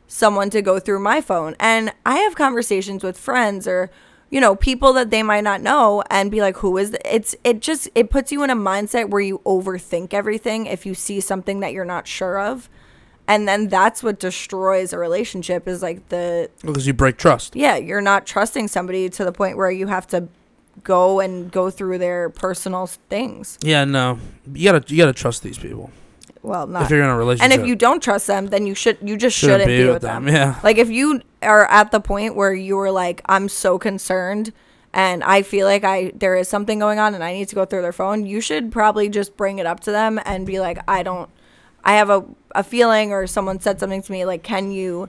Speaker 2: someone to go through my phone. And I have conversations with friends or, you know, people that they might not know and be like, who is th-? it's it just it puts you in a mindset where you overthink everything if you see something that you're not sure of. And then that's what destroys a relationship is like the
Speaker 1: because you break trust.
Speaker 2: yeah, you're not trusting somebody to the point where you have to go and go through their personal things.
Speaker 1: Yeah, no. You gotta you gotta trust these people.
Speaker 2: Well, not
Speaker 1: if you're in a relationship.
Speaker 2: and if you don't trust them, then you should you just shouldn't, be, with them.
Speaker 1: Yeah.
Speaker 2: Like if you are at the point where you are like, I'm so concerned and I feel like I there is something going on and I need to go through their phone, you should probably just bring it up to them and be like, I don't I have a, a feeling or someone said something to me, like, can you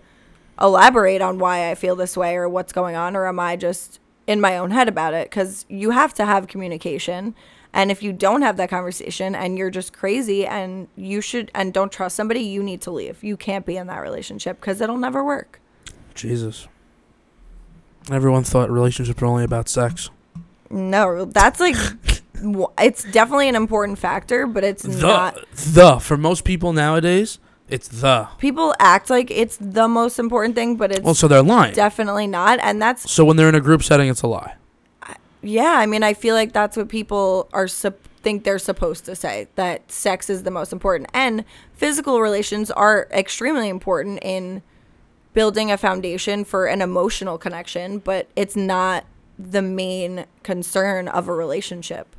Speaker 2: elaborate on why I feel this way or what's going on, or am I just in my own head about it? Because you have to have communication. And if you don't have that conversation and you're just crazy and you should and don't trust somebody, you need to leave. You can't be in that relationship because it'll never work.
Speaker 1: Jesus. Everyone thought relationships were only about sex.
Speaker 2: No, that's like, w- it's definitely an important factor, but it's
Speaker 1: The
Speaker 2: not.
Speaker 1: the for most people nowadays, it's the.
Speaker 2: People act like it's the most important thing, but it's
Speaker 1: Well, so they're lying.
Speaker 2: definitely not. And that's
Speaker 1: so when they're in a group setting, it's a lie.
Speaker 2: Yeah, I mean, I feel like that's what people are sup- think they're supposed to say that sex is the most important, and physical relations are extremely important in building a foundation for an emotional connection, but it's not the main concern of a relationship.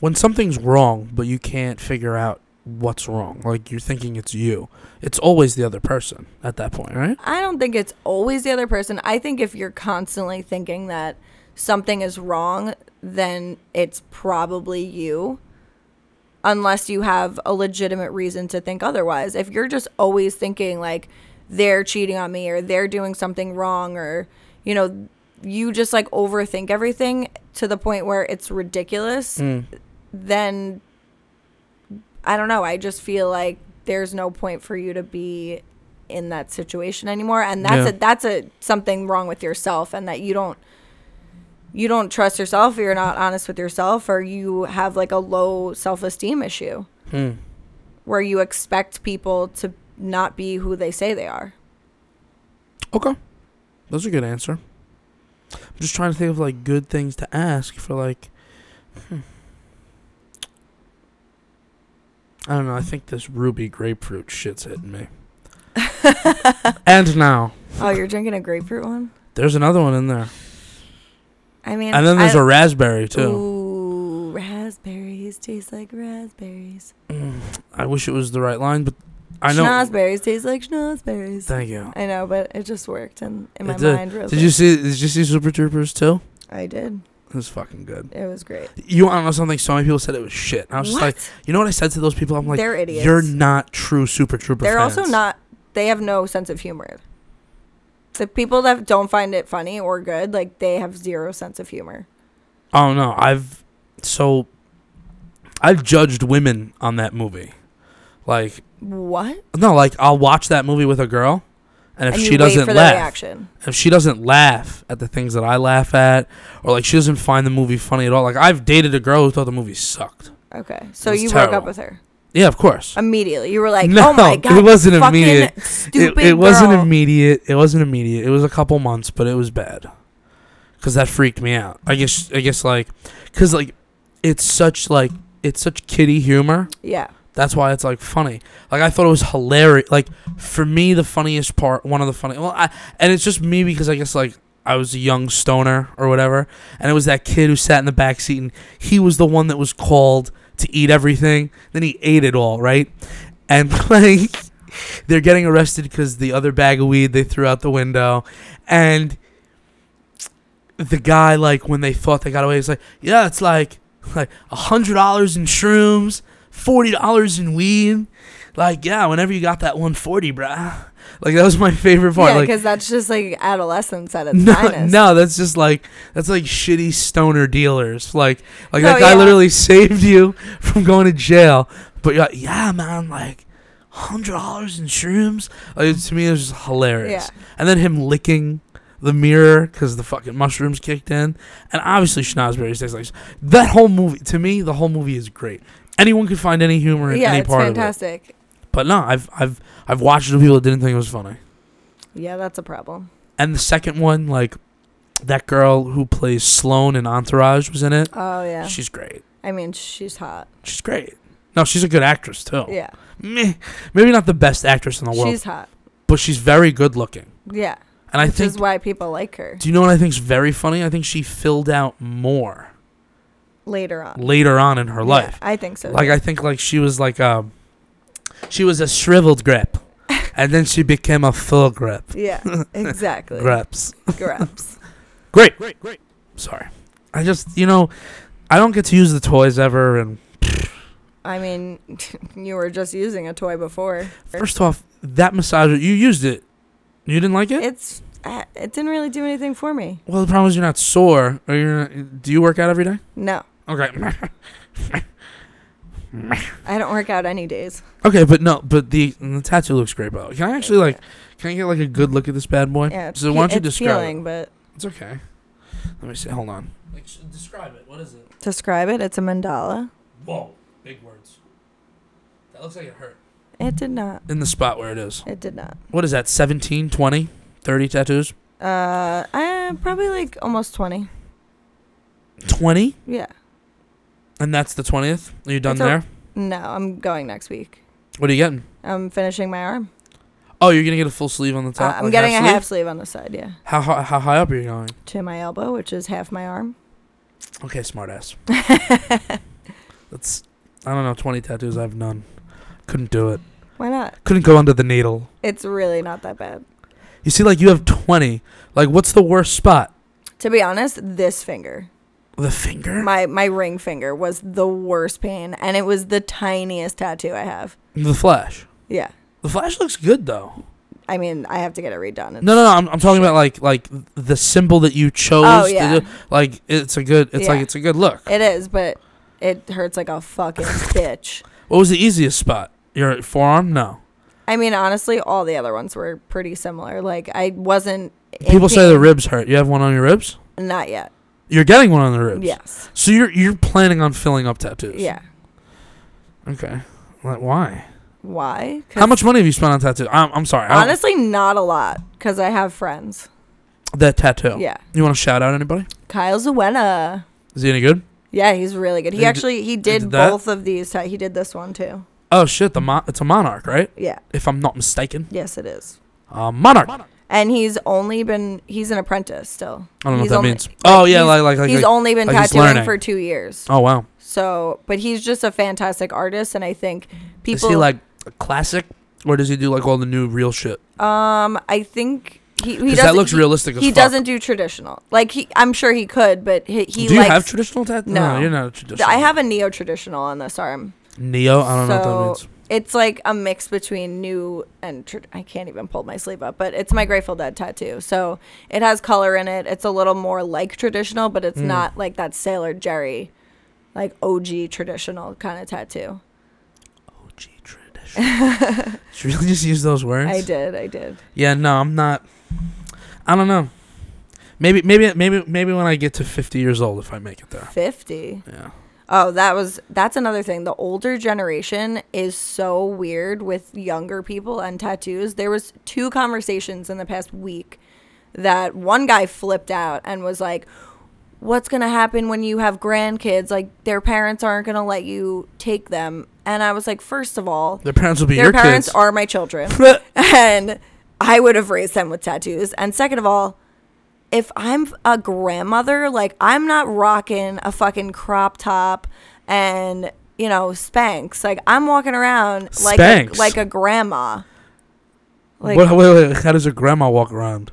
Speaker 1: when something's wrong but you can't figure out what's wrong like you're thinking it's you it's always the other person at that point right
Speaker 2: I don't think it's always the other person. I think if you're constantly thinking that something is wrong, then it's probably you, unless you have a legitimate reason to think otherwise. If you're just always thinking, like, they're cheating on me or they're doing something wrong or, you know, you just like overthink everything to the point where it's ridiculous, then I don't know. I just feel like there's no point for you to be in that situation anymore, and that's
Speaker 1: Yeah.
Speaker 2: a that's a something wrong with yourself, and that you don't you don't trust yourself, or you're not honest with yourself, or you have like a low self esteem issue. where you expect people to not be who they say they are.
Speaker 1: Okay. That's a good answer. I'm just trying to think of like good things to ask for like hmm. I don't know, I think this ruby grapefruit shit's hitting me. and now
Speaker 2: Oh, you're drinking a grapefruit one?
Speaker 1: there's another one in there.
Speaker 2: I mean,
Speaker 1: And then there's
Speaker 2: a
Speaker 1: a raspberry too.
Speaker 2: Ooh, raspberries taste like raspberries.
Speaker 1: Mm, I wish it was the right line, but I know
Speaker 2: Schnozberries taste like schnozberries.
Speaker 1: Thank you.
Speaker 2: I know, but it just worked in, in
Speaker 1: It
Speaker 2: my
Speaker 1: did.
Speaker 2: mind. Really
Speaker 1: Did you see did you see Super Troopers too?
Speaker 2: I did.
Speaker 1: It was fucking good.
Speaker 2: It was great.
Speaker 1: You want to know something? So many people said it was shit. And I was just like, you know what I said to those people? I'm like,
Speaker 2: They're idiots.
Speaker 1: You're not true Super Trooper
Speaker 2: They're also
Speaker 1: fans."
Speaker 2: not. They have no sense of humor. The people that don't find it funny or good, like they have zero sense of humor.
Speaker 1: Oh no, I've so I've judged women on that movie. Like
Speaker 2: What?
Speaker 1: no, like I'll watch that movie with a girl, and if
Speaker 2: and
Speaker 1: she
Speaker 2: you wait
Speaker 1: doesn't
Speaker 2: for
Speaker 1: laugh,
Speaker 2: the reaction.
Speaker 1: if she doesn't laugh at the things that I laugh at, or like she doesn't find the movie funny at all, like I've dated a girl who thought the movie sucked.
Speaker 2: Okay, so
Speaker 1: It's
Speaker 2: you broke up
Speaker 1: terrible.
Speaker 2: with her
Speaker 1: Yeah, of course.
Speaker 2: immediately. You were like,
Speaker 1: No,
Speaker 2: "Oh my
Speaker 1: it
Speaker 2: god!" you
Speaker 1: wasn't
Speaker 2: fucking
Speaker 1: immediate.
Speaker 2: Stupid
Speaker 1: It, it wasn't
Speaker 2: girl."
Speaker 1: immediate. It wasn't immediate. It was a couple months, but it was bad. Cause that freaked me out. I guess. I guess like, cause like, it's such like it's such kitty humor.
Speaker 2: Yeah,
Speaker 1: That's why it's like funny. Like I thought it was hilarious. Like for me, the funniest part, one of the funny. Well, I and it's just me because I guess like I was a young stoner or whatever, and it was that kid who sat in the back seat and he was the one that was called to eat everything. Then he ate it all, right? And like they're getting arrested because the other bag of weed they threw out the window, and the guy like when they thought they got away, he's like, yeah, it's like like a hundred dollars in shrooms forty dollars in weed. Like, yeah, whenever you got that one forty, bruh. Like that was my favorite part.
Speaker 2: yeah,
Speaker 1: like
Speaker 2: because that's just like adolescence at its
Speaker 1: no,
Speaker 2: finest.
Speaker 1: no, that's just like that's like shitty stoner dealers. Like like
Speaker 2: No,
Speaker 1: that guy
Speaker 2: yeah.
Speaker 1: literally saved you from going to jail. But you're like, yeah, man, like hundred dollars in shrooms. Like, it- to me, it was just hilarious. And then him licking the mirror because the fucking mushrooms kicked in, and obviously schnozberries tastes like that whole movie. To me, the whole movie is great. Anyone could find any humor in
Speaker 2: yeah,
Speaker 1: any
Speaker 2: it's
Speaker 1: part of it.
Speaker 2: fantastic.
Speaker 1: But no, I've I've I've watched it with people that didn't think it was funny.
Speaker 2: Yeah, that's a problem.
Speaker 1: And the second one, like that girl who plays Sloane in Entourage was in it.
Speaker 2: Oh yeah,
Speaker 1: She's great.
Speaker 2: I mean she's hot.
Speaker 1: She's great. No, she's a good actress too.
Speaker 2: Yeah,
Speaker 1: Meh. Maybe not the best actress in the world,
Speaker 2: she's hot.
Speaker 1: but she's very good looking.
Speaker 2: Yeah,
Speaker 1: And I
Speaker 2: which
Speaker 1: think
Speaker 2: is why people like her
Speaker 1: do you know what I think's very funny? I think she filled out more
Speaker 2: later on.
Speaker 1: later on in her
Speaker 2: Yeah,
Speaker 1: life.
Speaker 2: I think so.
Speaker 1: Like
Speaker 2: too.
Speaker 1: I think like she was like um she was a shriveled grip. and then she became a full grip.
Speaker 2: yeah, exactly.
Speaker 1: Grips.
Speaker 2: Graps.
Speaker 1: Great. Great, great. Sorry. I just, you know, I don't get to use the toys ever. And
Speaker 2: I mean, you were just using a toy before.
Speaker 1: first off, that massager, you used it. You didn't like it?
Speaker 2: It's uh, it didn't really do anything for me.
Speaker 1: well, the problem is you're not sore. Or you're not, do you work out every day?
Speaker 2: No,
Speaker 1: Okay.
Speaker 2: I don't work out any days.
Speaker 1: okay, but no, but the, the tattoo looks great, bro. Can I actually, like, can I get, like, a good look at this bad boy?
Speaker 2: Yeah, it's
Speaker 1: so
Speaker 2: pe-
Speaker 1: why don't you
Speaker 2: it's
Speaker 1: describe
Speaker 2: peeling, but
Speaker 1: it? It's okay. Let me see. Hold on. Like, s- describe it. What is it?
Speaker 2: describe it. It's a mandala.
Speaker 1: Whoa. Big words. That looks like it hurt.
Speaker 2: It did not.
Speaker 1: In the spot where it is.
Speaker 2: It did not.
Speaker 1: What is that, 17, 20, 30 tattoos?
Speaker 2: Uh, I probably like almost twenty.
Speaker 1: 20?
Speaker 2: Yeah.
Speaker 1: And that's the 20th? Are you done
Speaker 2: It's o-
Speaker 1: there?
Speaker 2: No, I'm going next week.
Speaker 1: What are you getting?
Speaker 2: I'm finishing my arm.
Speaker 1: Oh, you're going to get a full sleeve on the
Speaker 2: Uh,
Speaker 1: top?
Speaker 2: I'm
Speaker 1: like
Speaker 2: getting a
Speaker 1: sleeve?
Speaker 2: half sleeve on the side. Yeah,
Speaker 1: How, how, how high up are you going?
Speaker 2: to my elbow, which is half my arm.
Speaker 1: Okay, smartass. that's, I don't know, 20 tattoos. I have none. Couldn't do it.
Speaker 2: Why not?
Speaker 1: Couldn't go under the needle.
Speaker 2: It's really not that bad.
Speaker 1: You see, like, you have 20. Like, what's the worst spot?
Speaker 2: To be honest, this finger,
Speaker 1: The finger?
Speaker 2: my my ring finger, was the worst pain, and it was the tiniest tattoo I have.
Speaker 1: the flash.
Speaker 2: Yeah,
Speaker 1: The flash looks good, though.
Speaker 2: I mean, I have to get it redone. It's-
Speaker 1: No, no, no. I'm, I'm talking about, like, like the symbol that you chose.
Speaker 2: Oh
Speaker 1: to
Speaker 2: yeah,
Speaker 1: do. Like, it's a good, it's like,
Speaker 2: Yeah.
Speaker 1: it's a good look.
Speaker 2: it is, but it hurts like a fucking bitch.
Speaker 1: What was the easiest spot? Your forearm? No.
Speaker 2: I mean, honestly, all the other ones were pretty similar. Like I wasn't. in
Speaker 1: People say
Speaker 2: pain.
Speaker 1: the ribs hurt. You have one on your ribs?
Speaker 2: Not yet.
Speaker 1: You're getting one on the ribs.
Speaker 2: Yes.
Speaker 1: So you're you're planning on filling up tattoos.
Speaker 2: Yeah.
Speaker 1: Okay. Like why?
Speaker 2: why? 'Cause
Speaker 1: How much money have you spent on tattoo? I'm, I'm sorry. I don't-
Speaker 2: Honestly, not a lot because I have friends.
Speaker 1: the tattoo.
Speaker 2: Yeah,
Speaker 1: You want to shout out anybody?
Speaker 2: Kyle Zuena.
Speaker 1: Is he any good?
Speaker 2: Yeah, he's really good. He
Speaker 1: They d-
Speaker 2: actually he did,
Speaker 1: did that?
Speaker 2: both of these. ti- He did this one too.
Speaker 1: Oh shit, the mon- it's a monarch, right?
Speaker 2: Yeah.
Speaker 1: If I'm not mistaken,
Speaker 2: Yes, it is.
Speaker 1: uh, monarch. I
Speaker 2: And he's only been he's an apprentice still.
Speaker 1: don't know
Speaker 2: He's
Speaker 1: what that
Speaker 2: only-
Speaker 1: means. Oh yeah,
Speaker 2: he's-
Speaker 1: like like like.
Speaker 2: he's
Speaker 1: like-
Speaker 2: only been
Speaker 1: like he's
Speaker 2: tattooing
Speaker 1: learning.
Speaker 2: for two years.
Speaker 1: oh wow.
Speaker 2: So, but he's just a fantastic artist, and I think
Speaker 1: Is
Speaker 2: people
Speaker 1: he like a classic, or does he do like all the new real shit?
Speaker 2: Um, I think he he
Speaker 1: Because
Speaker 2: doesn't.
Speaker 1: that looks
Speaker 2: he,
Speaker 1: realistic. As
Speaker 2: He
Speaker 1: fuck.
Speaker 2: doesn't do traditional. Like he, I'm sure he could, but he, he
Speaker 1: do you
Speaker 2: likes.
Speaker 1: have traditional tattoos?
Speaker 2: No.
Speaker 1: you're not a
Speaker 2: th-
Speaker 1: traditional.
Speaker 2: I have a neo traditional on this arm.
Speaker 1: neo. I don't know what that
Speaker 2: So-
Speaker 1: means.
Speaker 2: It's like a mix between new and tr- I can't even pull my sleeve up, but it's my Grateful Dead tattoo. So it has color in it. It's a little more like traditional, but it's
Speaker 1: Mm.
Speaker 2: not like that Sailor Jerry, like OG traditional kind of tattoo.
Speaker 1: OG traditional. Did you really just use those words?
Speaker 2: I did, I did.
Speaker 1: Yeah, no, I'm not. I don't know. Maybe, maybe, maybe, maybe when I get to 50 years old, if I make it there.
Speaker 2: Fifty.
Speaker 1: Yeah.
Speaker 2: Oh, that was that's another thing. The older generation is so weird with younger people and tattoos. There was two conversations in the past week that one guy flipped out and was like, "What's going to happen when you have grandkids? Like their parents aren't going to let you take them." And I was like, "First of all,
Speaker 1: Their parents will be
Speaker 2: their
Speaker 1: your
Speaker 2: parents
Speaker 1: kids.
Speaker 2: are my children." and I would have raised them with tattoos. And second of all, if I'm a grandmother, like I'm not rocking a fucking crop top and you know Spanx. Like I'm walking around like a,
Speaker 1: Spanx?
Speaker 2: like a grandma. Like
Speaker 1: What- wait, wait, how does a grandma walk around?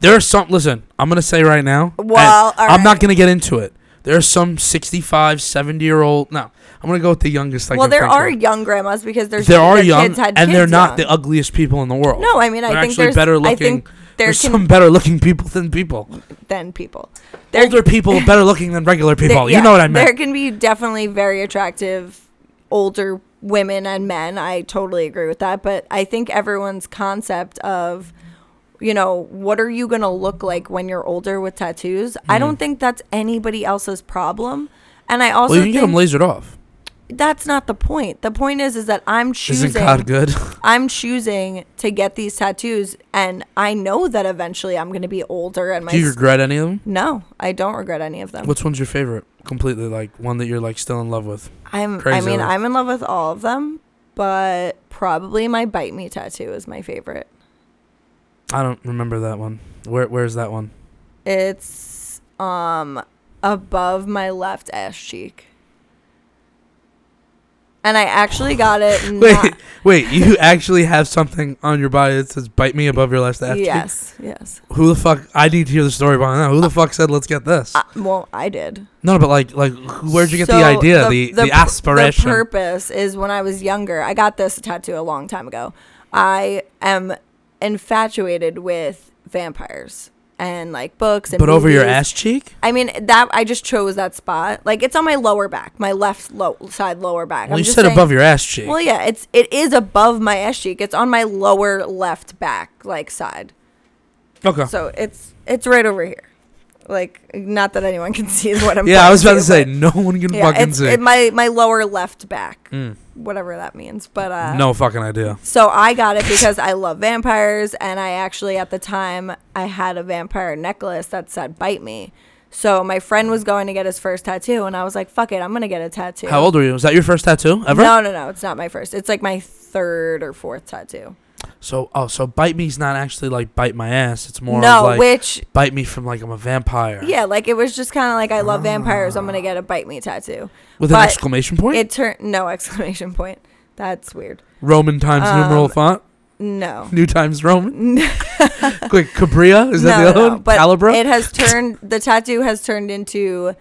Speaker 1: There are some. Listen, I'm gonna say right now. and
Speaker 2: Well, all
Speaker 1: I'm not
Speaker 2: right.
Speaker 1: gonna get into it. There are some 65, 70 year old. No, I'm gonna go with the youngest. I
Speaker 2: well,
Speaker 1: can
Speaker 2: there
Speaker 1: think
Speaker 2: are
Speaker 1: Of.
Speaker 2: young grandmas because there's
Speaker 1: There are
Speaker 2: their
Speaker 1: young,
Speaker 2: kids had
Speaker 1: and they're
Speaker 2: kids
Speaker 1: not
Speaker 2: young.
Speaker 1: the ugliest people in the world.
Speaker 2: no. I mean,
Speaker 1: they're
Speaker 2: I think
Speaker 1: actually
Speaker 2: there's
Speaker 1: better
Speaker 2: I
Speaker 1: looking.
Speaker 2: think there
Speaker 1: There's
Speaker 2: can
Speaker 1: some better looking people than people.
Speaker 2: than people. There
Speaker 1: Older people better looking than regular
Speaker 2: There-
Speaker 1: people.
Speaker 2: yeah,
Speaker 1: you know what I meant.
Speaker 2: There can be definitely very attractive older women and men. I totally agree with that. But I think everyone's concept of, you know, what are you going to look like when you're older with tattoos? I don't think that's anybody else's problem. And I also
Speaker 1: Hmm. Well, you can get them
Speaker 2: think
Speaker 1: lasered off.
Speaker 2: that's not the point. The point is, is that I'm choosing.
Speaker 1: Isn't God good?
Speaker 2: I'm choosing to get these tattoos, and I know that eventually I'm going to be older. And my
Speaker 1: Do you regret any of them?
Speaker 2: no, I don't regret any of them.
Speaker 1: Which one's your favorite? Completely, like one that you're like still in love with.
Speaker 2: I'm I
Speaker 1: Crazy
Speaker 2: mean,
Speaker 1: love.
Speaker 2: I'm in love with all of them, but probably my bite me tattoo is my favorite.
Speaker 1: I don't remember that one. Where where's that one?
Speaker 2: It's um above my left ass cheek. And I actually got it not,
Speaker 1: Wait, wait. You actually have something on your body that says "bite me above your last ass cheek"?
Speaker 2: Yes, yes.
Speaker 1: Who the fuck? I need to hear the story behind that. Who the fuck said let's get this?
Speaker 2: Uh, well, I did.
Speaker 1: no, but like, like, who- where'd you get
Speaker 2: So
Speaker 1: the idea? The the,
Speaker 2: pur-
Speaker 1: aspiration.
Speaker 2: The purpose is when I was younger. I got this tattoo a long time ago. I am infatuated with vampires and like books and
Speaker 1: but over your
Speaker 2: movies.
Speaker 1: ass cheek?
Speaker 2: I mean that I just chose that spot. Like it's on my lower back, my left low side lower back.
Speaker 1: Well,
Speaker 2: I'm
Speaker 1: you
Speaker 2: just
Speaker 1: said
Speaker 2: saying-
Speaker 1: above your ass cheek.
Speaker 2: Well, yeah, it's it is above my ass cheek. It's on my lower left back, like side.
Speaker 1: okay.
Speaker 2: So it's it's right over here. Like not that anyone can see what I'm.
Speaker 1: yeah, I was about to
Speaker 2: pointing
Speaker 1: say
Speaker 2: but-
Speaker 1: no one can
Speaker 2: Yeah,
Speaker 1: fucking
Speaker 2: it's
Speaker 1: see.
Speaker 2: it, my my lower left back,
Speaker 1: Mm.
Speaker 2: whatever that means. But uh,
Speaker 1: no fucking idea.
Speaker 2: So I got it because I love vampires, and I actually at the time I had a vampire necklace that said "bite me." So my friend was going to get his first tattoo, and I was like, "Fuck it, I'm gonna get a tattoo."
Speaker 1: How old were you? Was that your first tattoo ever?
Speaker 2: No, no, no. It's not my first. It's like my third or fourth tattoo.
Speaker 1: So oh, so bite me's not actually like bite my ass. It's more
Speaker 2: no,
Speaker 1: of like
Speaker 2: which
Speaker 1: bite me from like I'm a vampire.
Speaker 2: yeah, like it was just kind of like I love vampires. I'm
Speaker 1: Ah.
Speaker 2: gonna get a bite me tattoo.
Speaker 1: With an
Speaker 2: but
Speaker 1: exclamation point.
Speaker 2: It turned no exclamation point. That's weird.
Speaker 1: Roman times
Speaker 2: um,
Speaker 1: numeral font.
Speaker 2: No.
Speaker 1: New times Roman.
Speaker 2: No,
Speaker 1: Quick, Cabria. Is that the other one?
Speaker 2: But
Speaker 1: Calibra.
Speaker 2: It has turned the tattoo has turned into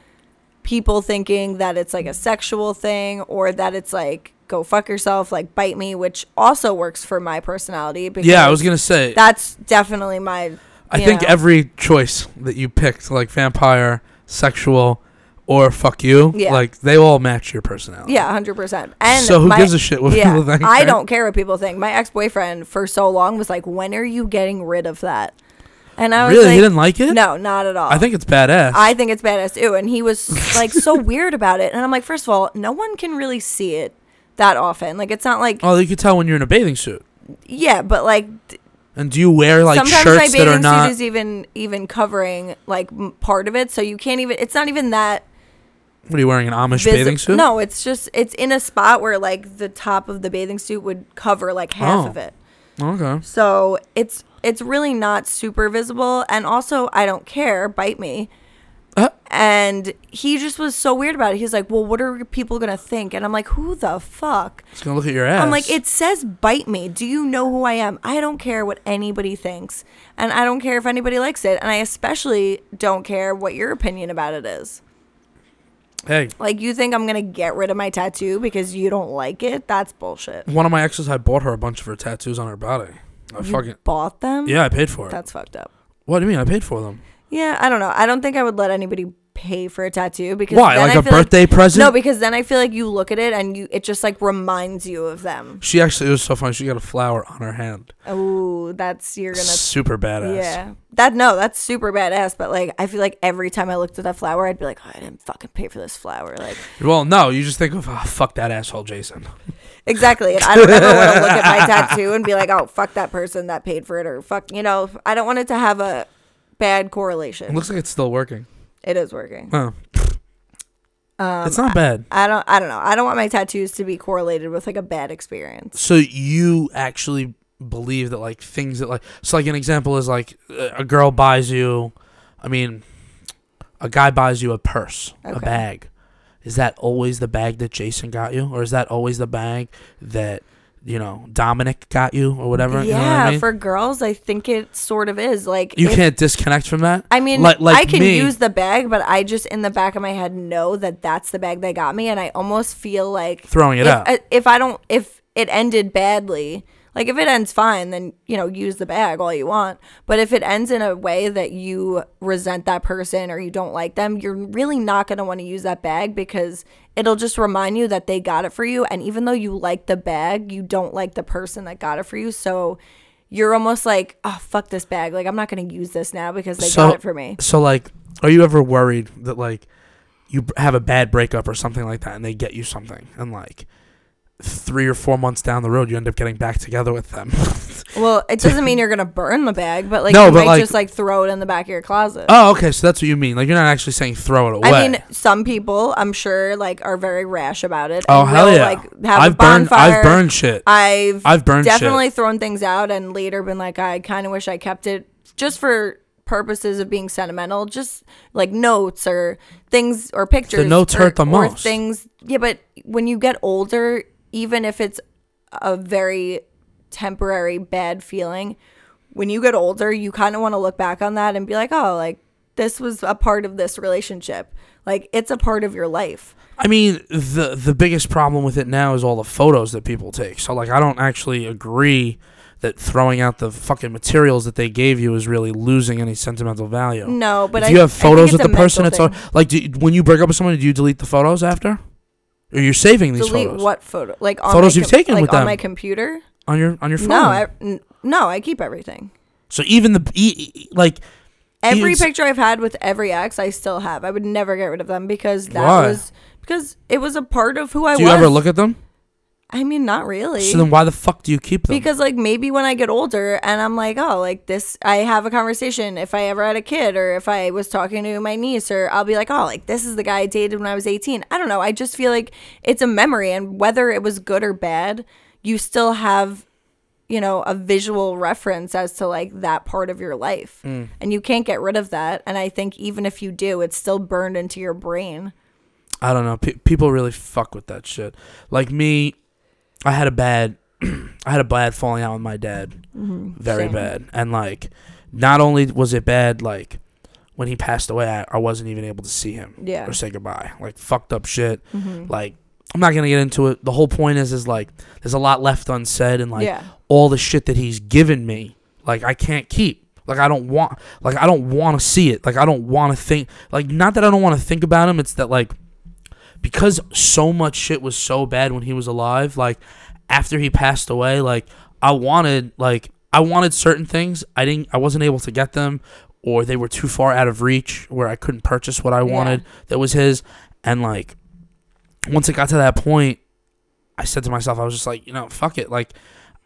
Speaker 2: people thinking that it's like a sexual thing or that it's like go fuck yourself, like bite me, which also works for my personality because
Speaker 1: yeah, I was gonna say.
Speaker 2: that's definitely my
Speaker 1: I
Speaker 2: you
Speaker 1: think
Speaker 2: know.
Speaker 1: every choice that you picked, like vampire, sexual, or fuck you,
Speaker 2: Yeah.
Speaker 1: like they all match your personality.
Speaker 2: Yeah, hundred percent. And
Speaker 1: so who
Speaker 2: my,
Speaker 1: gives a shit what
Speaker 2: yeah,
Speaker 1: people think?
Speaker 2: I
Speaker 1: right?
Speaker 2: don't care what people think. My ex boyfriend for so long was like, "When are you getting rid of that?" And I was
Speaker 1: Really, he
Speaker 2: like,
Speaker 1: didn't like it.
Speaker 2: "No, not at all."
Speaker 1: I think it's badass.
Speaker 2: I think it's badass too. And he was like so weird about it. And I'm like, first of all, no one can really see it. that often. Like it's not like
Speaker 1: Oh, you could tell when you're in a bathing suit.
Speaker 2: yeah, but like th-
Speaker 1: And do you wear like
Speaker 2: sometimes my
Speaker 1: shirts that are
Speaker 2: bathing
Speaker 1: not?
Speaker 2: suit is even even covering like m- part of it, so you can't even. It's not even that
Speaker 1: what are you wearing? An Amish
Speaker 2: visi-
Speaker 1: bathing suit?
Speaker 2: No, it's just it's in a spot where like the top of the bathing suit would cover like half
Speaker 1: Oh.
Speaker 2: of it.
Speaker 1: Okay.
Speaker 2: So it's it's really not super visible, and also I don't care. Bite me.
Speaker 1: Uh,
Speaker 2: And he just was so weird about it. He's like, "Well, what are people gonna think?" And I'm like, "Who the fuck?"
Speaker 1: it's gonna look at your ass.
Speaker 2: I'm like, "It says bite me. Do you know who I am? I don't care what anybody thinks, and I don't care if anybody likes it, and I especially don't care what your opinion about it is.
Speaker 1: hey.
Speaker 2: Like, you think I'm gonna get rid of my tattoo because you don't like it? That's bullshit.
Speaker 1: One of my exes, I bought her a bunch of her tattoos on her body. I fucking
Speaker 2: Bought them?
Speaker 1: yeah, I paid for it.
Speaker 2: That's fucked up.
Speaker 1: what do you mean? I paid for them.
Speaker 2: Yeah, I don't know. I don't think I would let anybody pay for a tattoo because
Speaker 1: Why?
Speaker 2: then
Speaker 1: Like
Speaker 2: I
Speaker 1: a
Speaker 2: feel
Speaker 1: birthday present?
Speaker 2: No, because then I feel like you look at it and you it just like reminds you of them.
Speaker 1: She actually it was so funny. She got a flower on her hand.
Speaker 2: Oh, that's you're gonna
Speaker 1: Super badass.
Speaker 2: yeah. That no, that's super badass. But like, I feel like every time I looked at that flower, I'd be like, oh, I didn't fucking pay for this flower. Like,
Speaker 1: Well, no, you just think of oh, fuck that asshole, Jason.
Speaker 2: exactly. And I don't ever want to look at my tattoo and be like, oh, fuck that person that paid for it, or fuck, you know, I don't want it to have a bad
Speaker 1: It
Speaker 2: correlation.
Speaker 1: looks like it's still working.
Speaker 2: It is working.
Speaker 1: Oh.
Speaker 2: Um,
Speaker 1: it's not bad.
Speaker 2: I don't. I don't know. I don't want my tattoos to be correlated with like a bad experience.
Speaker 1: So you actually believe that like things that like so like an example is like a a girl buys you, I mean, a guy buys you a purse, a
Speaker 2: Okay.
Speaker 1: bag. Is that always the bag that Jason got you, or is that always the bag that you know Dominic got you, or whatever? you know what
Speaker 2: yeah,
Speaker 1: I mean?
Speaker 2: for girls, I think it sort of is like
Speaker 1: you
Speaker 2: if-
Speaker 1: can't disconnect from that.
Speaker 2: I mean,
Speaker 1: like, like
Speaker 2: I can
Speaker 1: me,
Speaker 2: use the bag, but I just in the back of my head know that that's the bag they got me, and I almost feel like
Speaker 1: throwing it
Speaker 2: if,
Speaker 1: out.
Speaker 2: I- if I don't, if it ended badly, like if it ends fine, then you know use the bag all you want. But if it ends in a way that you resent that person or you don't like them, you're really not going to want to use that bag because it'll just remind you that they got it for you, and even though you like the bag, you don't like the person that got it for you, so. You're almost like, oh fuck this bag. Like I'm not gonna use this now because they
Speaker 1: So-
Speaker 2: got it for me.
Speaker 1: So like, are you ever worried that like you b- have a bad breakup or something like that, and they get you something, and like three or four months down the road, you end up getting back together with them?
Speaker 2: Well, it doesn't mean you're gonna burn the bag, but like
Speaker 1: No,
Speaker 2: you
Speaker 1: but,
Speaker 2: might
Speaker 1: like-
Speaker 2: just like throw it in the back of your closet.
Speaker 1: oh, okay. So that's what you mean. Like you're not actually saying throw it away.
Speaker 2: I mean, some people I'm sure like are very rash about it.
Speaker 1: oh
Speaker 2: and
Speaker 1: hell
Speaker 2: will,
Speaker 1: yeah!
Speaker 2: Like have a
Speaker 1: I've burned.
Speaker 2: bonfire.
Speaker 1: I've burned shit.
Speaker 2: I've,
Speaker 1: I've burned shit.
Speaker 2: definitely thrown things out and later been like, I kind of wish I kept it just for purposes of being sentimental, just like notes or things or pictures.
Speaker 1: notes
Speaker 2: or-
Speaker 1: hurt the
Speaker 2: or
Speaker 1: most.
Speaker 2: Things, yeah, but when you get older, even if it's a very temporary bad feeling, when you get older, you kind of want to look back on that and be like, oh, like this was a part of this relationship. Like it's a part of your life.
Speaker 1: I mean, the the biggest problem with it now is all the photos that people take. So like, I don't actually agree that throwing out the fucking materials that they gave you is really losing any sentimental value.
Speaker 2: No, but
Speaker 1: if
Speaker 2: I,
Speaker 1: you have
Speaker 2: I think
Speaker 1: photos
Speaker 2: it's
Speaker 1: with
Speaker 2: a
Speaker 1: the person, it's
Speaker 2: mental
Speaker 1: all,
Speaker 2: thing.
Speaker 1: like do, when you break up with someone, do you delete the photos after, or you're saving these
Speaker 2: delete
Speaker 1: photos
Speaker 2: what photo? Like on
Speaker 1: Photos
Speaker 2: my
Speaker 1: you've
Speaker 2: com-
Speaker 1: taken
Speaker 2: like
Speaker 1: with
Speaker 2: on
Speaker 1: them.
Speaker 2: my computer.
Speaker 1: on your on your phone?
Speaker 2: No, I, n- no, I keep everything.
Speaker 1: so even the e- e- like
Speaker 2: Every
Speaker 1: Even s-
Speaker 2: picture I've had with every ex, I still have. I would never get rid of them because that
Speaker 1: Why?
Speaker 2: was because it was a part of who I
Speaker 1: do
Speaker 2: was.
Speaker 1: you ever look at them?
Speaker 2: I mean, not really.
Speaker 1: So then why the fuck do you keep them?
Speaker 2: because like maybe when I get older and I'm like, oh, like this, I have a conversation. If I ever had a kid or if I was talking to my niece, or I'll be like, oh, like this is the guy I dated when I was 18. I don't know. I just feel like it's a memory, and whether it was good or bad, you still have, you know, a visual reference as to like that part of your life,
Speaker 1: Mm.
Speaker 2: and you can't get rid of that. And I think even if you do, it's still burned into your brain.
Speaker 1: I don't know. Pe- people really fuck with that shit. Like me, I had a bad, I had a bad falling out with my dad,
Speaker 2: Mm-hmm.
Speaker 1: very
Speaker 2: same.
Speaker 1: bad. And like, not only was it bad, like when he passed away, I, I wasn't even able to see him
Speaker 2: Yeah. Mm-hmm.
Speaker 1: or say goodbye. Like fucked up shit. Like I'm not gonna get into it. The whole point is, is like there's a lot left unsaid, and like
Speaker 2: yeah.
Speaker 1: all the shit that he's given me, like I can't keep. Like I don't want like I don't want to see it. Like I don't want to think like not that I don't want to think about him, it's that like because so much shit was so bad when he was alive, like after he passed away, like I wanted like I wanted certain things. I didn't I wasn't able to get them or they were too far out of reach where I couldn't purchase what I
Speaker 2: Yeah.
Speaker 1: wanted that was his and like once it got to that point I said to myself, I was just like, you know, fuck it. Like,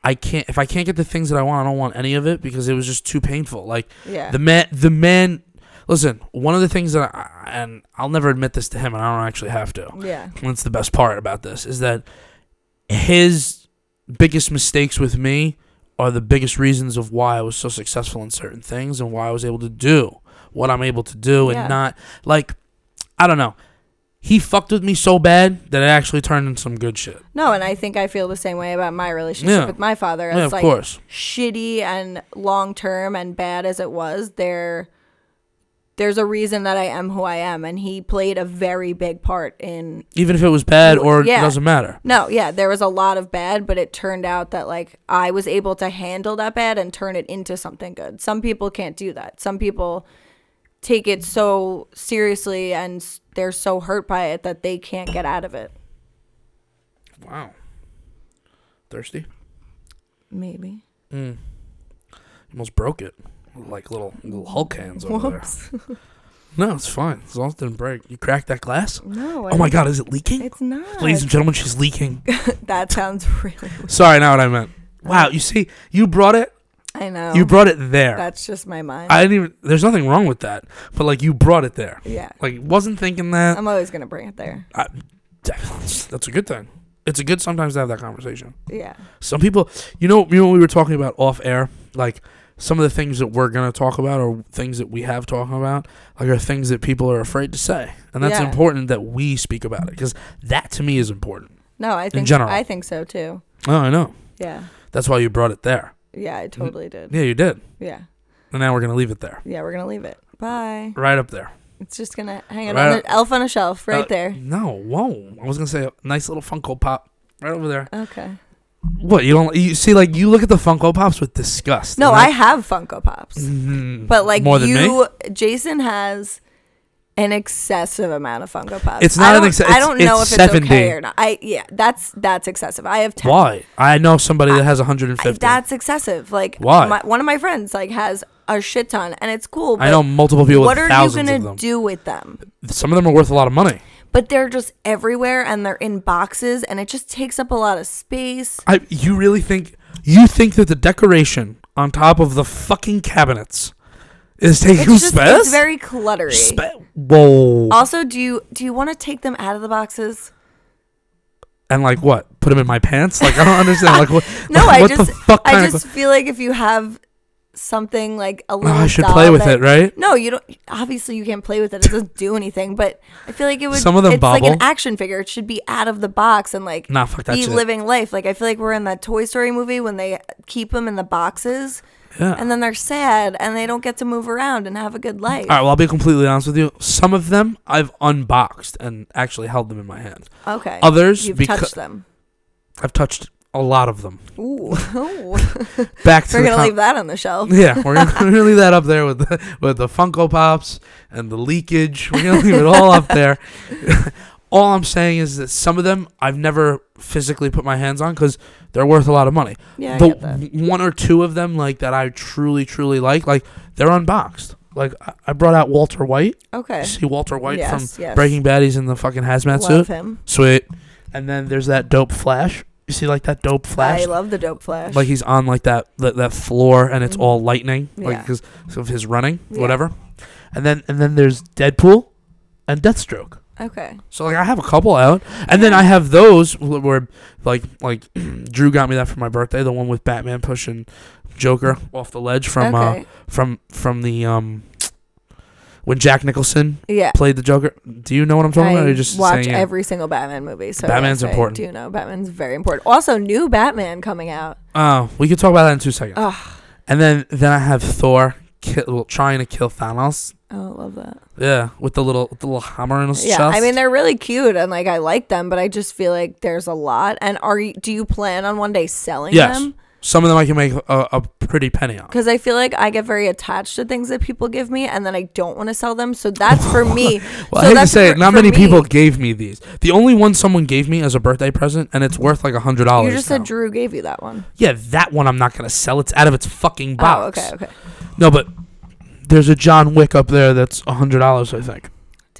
Speaker 1: I can't if I can't get the things that I want, I don't want any of it because it was just too painful. Like
Speaker 2: Yeah.
Speaker 1: the man, the man. Listen, one of the things that I, and I'll never admit this to him, and I don't actually have to.
Speaker 2: yeah.
Speaker 1: That's the best part about this is that his biggest mistakes with me are the biggest reasons of why I was so successful in certain things and why I was able to do what I'm able to do
Speaker 2: Yeah.
Speaker 1: and not like I don't know. He fucked with me so bad that it actually turned into some good shit.
Speaker 2: No, and I think I feel the same way about my relationship
Speaker 1: Yeah.
Speaker 2: with my father. As
Speaker 1: Yeah, of
Speaker 2: like
Speaker 1: course.
Speaker 2: shitty and long term and bad as it was, there there's a reason that I am who I am and he played a very big part in
Speaker 1: Even if it was bad or
Speaker 2: Yeah.
Speaker 1: it doesn't matter.
Speaker 2: No, yeah, there was a lot of bad, but it turned out that like I was able to handle that bad and turn it into something good. Some people can't do that. Some people take it so seriously and s- they're so hurt by it that they can't get out of it.
Speaker 1: Wow. Thirsty?
Speaker 2: Maybe.
Speaker 1: Almost broke it. Like little little Hulk hands over there. No, it's fine. As long as it didn't break. You cracked that glass?
Speaker 2: No.
Speaker 1: Oh my god, is it leaking?
Speaker 2: It's not.
Speaker 1: Ladies and gentlemen, she's leaking.
Speaker 2: that sounds really.
Speaker 1: Sorry, not what I meant. Wow, you see, you brought it.
Speaker 2: I know.
Speaker 1: You brought it there.
Speaker 2: Oh. That's just my mind.
Speaker 1: I didn't even. There's nothing wrong with that, but like you brought it there.
Speaker 2: yeah.
Speaker 1: Like wasn't thinking that.
Speaker 2: I'm always gonna bring it there.
Speaker 1: I, that's a good thing. It's a good sometimes to have that conversation.
Speaker 2: Yeah.
Speaker 1: Some people, you know, you know, what we were talking about off air. Like some of the things that we're gonna talk about, or things that we have talking about, like are things that people are afraid to say, and that's
Speaker 2: Yeah.
Speaker 1: important that we speak about it because that to me is important.
Speaker 2: No, I think
Speaker 1: general.
Speaker 2: I think so too.
Speaker 1: Oh, I know.
Speaker 2: Yeah.
Speaker 1: That's why you brought it there.
Speaker 2: Yeah, I totally did.
Speaker 1: Yeah, you did.
Speaker 2: Yeah.
Speaker 1: And now we're gonna leave it there,
Speaker 2: Yeah, we're gonna leave it. Bye.
Speaker 1: right up there.
Speaker 2: It's just gonna hang out
Speaker 1: Right
Speaker 2: on
Speaker 1: up-
Speaker 2: the elf on a shelf right
Speaker 1: Uh,
Speaker 2: there.
Speaker 1: No, whoa! I was gonna say a nice little Funko Pop right over there.
Speaker 2: Okay.
Speaker 1: What you don't you see? Like you look at the Funko Pops with disgust.
Speaker 2: No,
Speaker 1: and
Speaker 2: I have Funko Pops,
Speaker 1: Mm,
Speaker 2: but like
Speaker 1: more than me.
Speaker 2: you, Jason has an excessive amount of Funko Pops.
Speaker 1: It's
Speaker 2: I
Speaker 1: not an
Speaker 2: don't-
Speaker 1: exce-
Speaker 2: I
Speaker 1: it's-
Speaker 2: don't know
Speaker 1: it's
Speaker 2: if it's
Speaker 1: 70.
Speaker 2: okay or not. I yeah, that's that's excessive. I have ten.
Speaker 1: Why? I know somebody that has
Speaker 2: I-
Speaker 1: 150. I,
Speaker 2: that's excessive. Like
Speaker 1: Why?
Speaker 2: My, one of my friends like has a shit ton, and it's cool. But
Speaker 1: know multiple people
Speaker 2: what
Speaker 1: with
Speaker 2: are you
Speaker 1: thousands of
Speaker 2: gonna
Speaker 1: them.
Speaker 2: do with them?
Speaker 1: Some of them are worth a lot of money.
Speaker 2: But they're just everywhere, and they're in boxes, and it just takes up a lot of space.
Speaker 1: I you really think you think that the decoration on top of the fucking cabinets is taking
Speaker 2: It's just
Speaker 1: space?
Speaker 2: it's very cluttery.
Speaker 1: Spa- whoa!
Speaker 2: Also, do you do you want to take them out of the boxes?
Speaker 1: and like what? Put them in my pants? Like I don't understand. like what?
Speaker 2: No,
Speaker 1: like,
Speaker 2: I
Speaker 1: what
Speaker 2: just
Speaker 1: the fuck kind
Speaker 2: I
Speaker 1: of
Speaker 2: just feel like if you have something like a
Speaker 1: Oh,
Speaker 2: little
Speaker 1: I should
Speaker 2: doll
Speaker 1: play with
Speaker 2: that-
Speaker 1: it, right?
Speaker 2: No, you don't. Obviously, you can't play with it. It doesn't do anything. But I feel like it would.
Speaker 1: Some of them
Speaker 2: it's like an
Speaker 1: bobble.
Speaker 2: action figure. It should be out of the box and like
Speaker 1: Nah, fuck that
Speaker 2: be
Speaker 1: shit.
Speaker 2: living life. Like I feel like we're in that Toy Story movie when they keep them in the boxes
Speaker 1: Yeah.
Speaker 2: and then they're sad and they don't get to move around and have a good life.
Speaker 1: All right, well, I'll be completely honest with you. Some of them I've unboxed and actually held them in my hand.
Speaker 2: Okay.
Speaker 1: Others,
Speaker 2: You've
Speaker 1: because
Speaker 2: touched them.
Speaker 1: I've touched a lot of them.
Speaker 2: Ooh.
Speaker 1: Back to
Speaker 2: we're
Speaker 1: the
Speaker 2: gonna
Speaker 1: com-
Speaker 2: leave that on the shelf.
Speaker 1: Yeah, we're gonna, we're gonna leave that up there with the, with the Funko Pops and the leakage. We're gonna leave it all up there. all I'm saying is that some of them I've never physically put my hands on because they're worth a lot of money.
Speaker 2: Yeah, I get that.
Speaker 1: but one or two of them, like that, I truly, truly like. Like they're unboxed. Like I- I brought out Walter White.
Speaker 2: Okay.
Speaker 1: You see Walter White
Speaker 2: Eh. Yes,
Speaker 1: from
Speaker 2: yes.
Speaker 1: Breaking Bad. He's in the fucking hazmat
Speaker 2: love
Speaker 1: suit.
Speaker 2: him.
Speaker 1: Sweet. And then there's that dope flash. You see, like that dope flash.
Speaker 2: I love the dope flash.
Speaker 1: like he's on like that that, that floor, and it's
Speaker 2: Mhm.
Speaker 1: all lightning, like
Speaker 2: Yeah.
Speaker 1: because of his running,
Speaker 2: Yeah.
Speaker 1: whatever. And then and then there's Deadpool, and Deathstroke.
Speaker 2: okay.
Speaker 1: So like I have a couple out, and then I have those wh- where like like Drew got me that for my birthday, the one with Batman pushing Joker off the ledge from uh,
Speaker 2: okay.
Speaker 1: from from the um when Jack Nicholson
Speaker 2: yeah.
Speaker 1: played the Joker. Do you know what I'm talking about? Or
Speaker 2: I
Speaker 1: you just
Speaker 2: watch
Speaker 1: saying it?
Speaker 2: every single Batman movie. So
Speaker 1: Batman's
Speaker 2: yes,
Speaker 1: important.
Speaker 2: I do know Batman's very important. Also, new Batman coming out.
Speaker 1: Oh, we could talk about that in two seconds.
Speaker 2: Ugh.
Speaker 1: And then then I have Thor kill, well, trying to kill Thanos.
Speaker 2: Oh, I love that.
Speaker 1: Yeah, with the little with the little hammer in his
Speaker 2: Yeah,
Speaker 1: chest.
Speaker 2: I mean they're really cute and like I like them, but I just feel like there's a lot. And are you, do you plan on one day selling
Speaker 1: Yes.
Speaker 2: them?
Speaker 1: some of them I can make a, a pretty penny on.
Speaker 2: Because I feel like I get very attached to things that people give me, and then I don't want to sell them. So that's for me. so
Speaker 1: Well, I hate to
Speaker 2: that's
Speaker 1: say
Speaker 2: for-
Speaker 1: it. Not
Speaker 2: for
Speaker 1: many
Speaker 2: me.
Speaker 1: people gave me these. The only one someone gave me as a birthday present, and it's worth like a hundred
Speaker 2: You
Speaker 1: dollars.
Speaker 2: just
Speaker 1: now.
Speaker 2: said Drew gave you that one.
Speaker 1: yeah, that one I'm not gonna sell. It's out of its fucking box.
Speaker 2: Oh, okay, okay.
Speaker 1: No, but there's a John Wick up there that's a hundred dollars. I think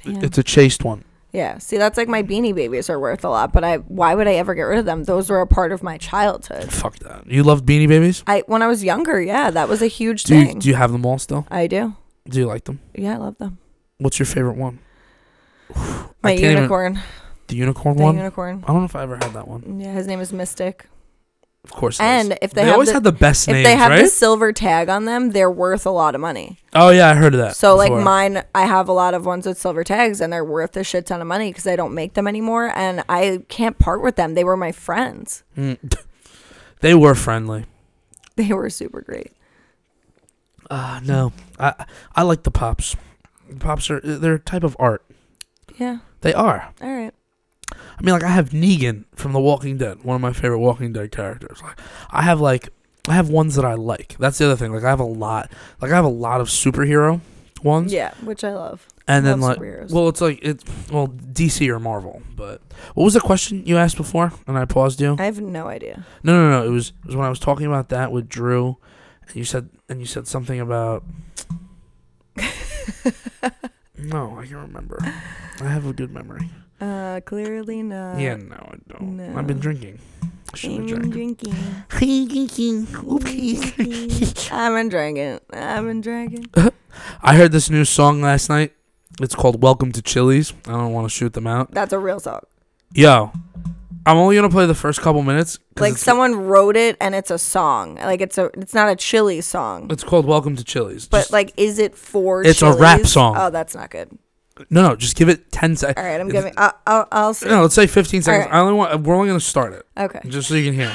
Speaker 2: Damn.
Speaker 1: it's a chased one.
Speaker 2: Yeah. See, that's like my beanie babies are worth a lot, but I why would I ever get rid of them? Those were a part of my childhood.
Speaker 1: Fuck that. You loved Beanie Babies?
Speaker 2: I when I was younger, yeah, that was a huge
Speaker 1: Do you,
Speaker 2: thing.
Speaker 1: do you have them all still?
Speaker 2: I do.
Speaker 1: Do you like them?
Speaker 2: Yeah, I love them.
Speaker 1: What's your favorite one?
Speaker 2: My
Speaker 1: can't even-
Speaker 2: unicorn.
Speaker 1: The unicorn
Speaker 2: The
Speaker 1: one?
Speaker 2: unicorn.
Speaker 1: I don't know if I ever had that one.
Speaker 2: Yeah, his name is Mystic.
Speaker 1: Of course. it
Speaker 2: And
Speaker 1: is.
Speaker 2: if they have
Speaker 1: always
Speaker 2: the-
Speaker 1: had the best
Speaker 2: If
Speaker 1: names,
Speaker 2: they have
Speaker 1: right?
Speaker 2: the silver tag on them, they're worth a lot of money.
Speaker 1: oh yeah, I heard of that.
Speaker 2: So
Speaker 1: before.
Speaker 2: like mine, I have a lot of ones with silver tags, and they're worth a shit ton of money because I don't make them anymore, and I can't part with them. They were my friends.
Speaker 1: Mm. they were friendly.
Speaker 2: They were super great.
Speaker 1: Uh no, I I like the pops. Pops are they're a type of art.
Speaker 2: Yeah.
Speaker 1: They are.
Speaker 2: All right.
Speaker 1: I mean, like I have Negan from The Walking Dead, one of my favorite Walking Dead characters. Like I have like I have ones that I like. That's the other thing. Like I have a lot. Like I have a lot of superhero ones.
Speaker 2: Yeah, which I love.
Speaker 1: And then
Speaker 2: Love
Speaker 1: like
Speaker 2: superheroes.
Speaker 1: well, it's like it well DC or Marvel. But what was the question you asked before? And I paused you.
Speaker 2: I have no idea.
Speaker 1: No, no, no. It was it was when I was talking about that with Drew, and you said and you said something about. no, I can't remember. I have a good memory.
Speaker 2: Uh, clearly not.
Speaker 1: yeah, no, I don't. I've
Speaker 2: no.
Speaker 1: been drinking. I
Speaker 2: I'm
Speaker 1: shouldn't drink.
Speaker 2: drinking.
Speaker 1: drinking.
Speaker 2: I've been drinking. I've been drinking.
Speaker 1: I heard this new song last night. It's called "Welcome to Chili's." I don't want to shoot them out.
Speaker 2: That's a real song.
Speaker 1: Yo, I'm only gonna play the first couple minutes. 'cause
Speaker 2: Like
Speaker 1: it's,
Speaker 2: someone wrote it, and it's a song. Like it's a. It's not a chili song.
Speaker 1: It's called "Welcome to Chili's."
Speaker 2: But
Speaker 1: Just-
Speaker 2: like, is it for?
Speaker 1: It's a rap
Speaker 2: Chili's?
Speaker 1: song.
Speaker 2: Oh, that's not good.
Speaker 1: no, no, just give it ten
Speaker 2: All
Speaker 1: seconds.
Speaker 2: right, I'm
Speaker 1: It's-
Speaker 2: giving. I'll. I'll, I'll see.
Speaker 1: No, let's say 15 seconds.
Speaker 2: Alright.
Speaker 1: I only want. We're only gonna start it.
Speaker 2: Okay.
Speaker 1: Just so you can hear.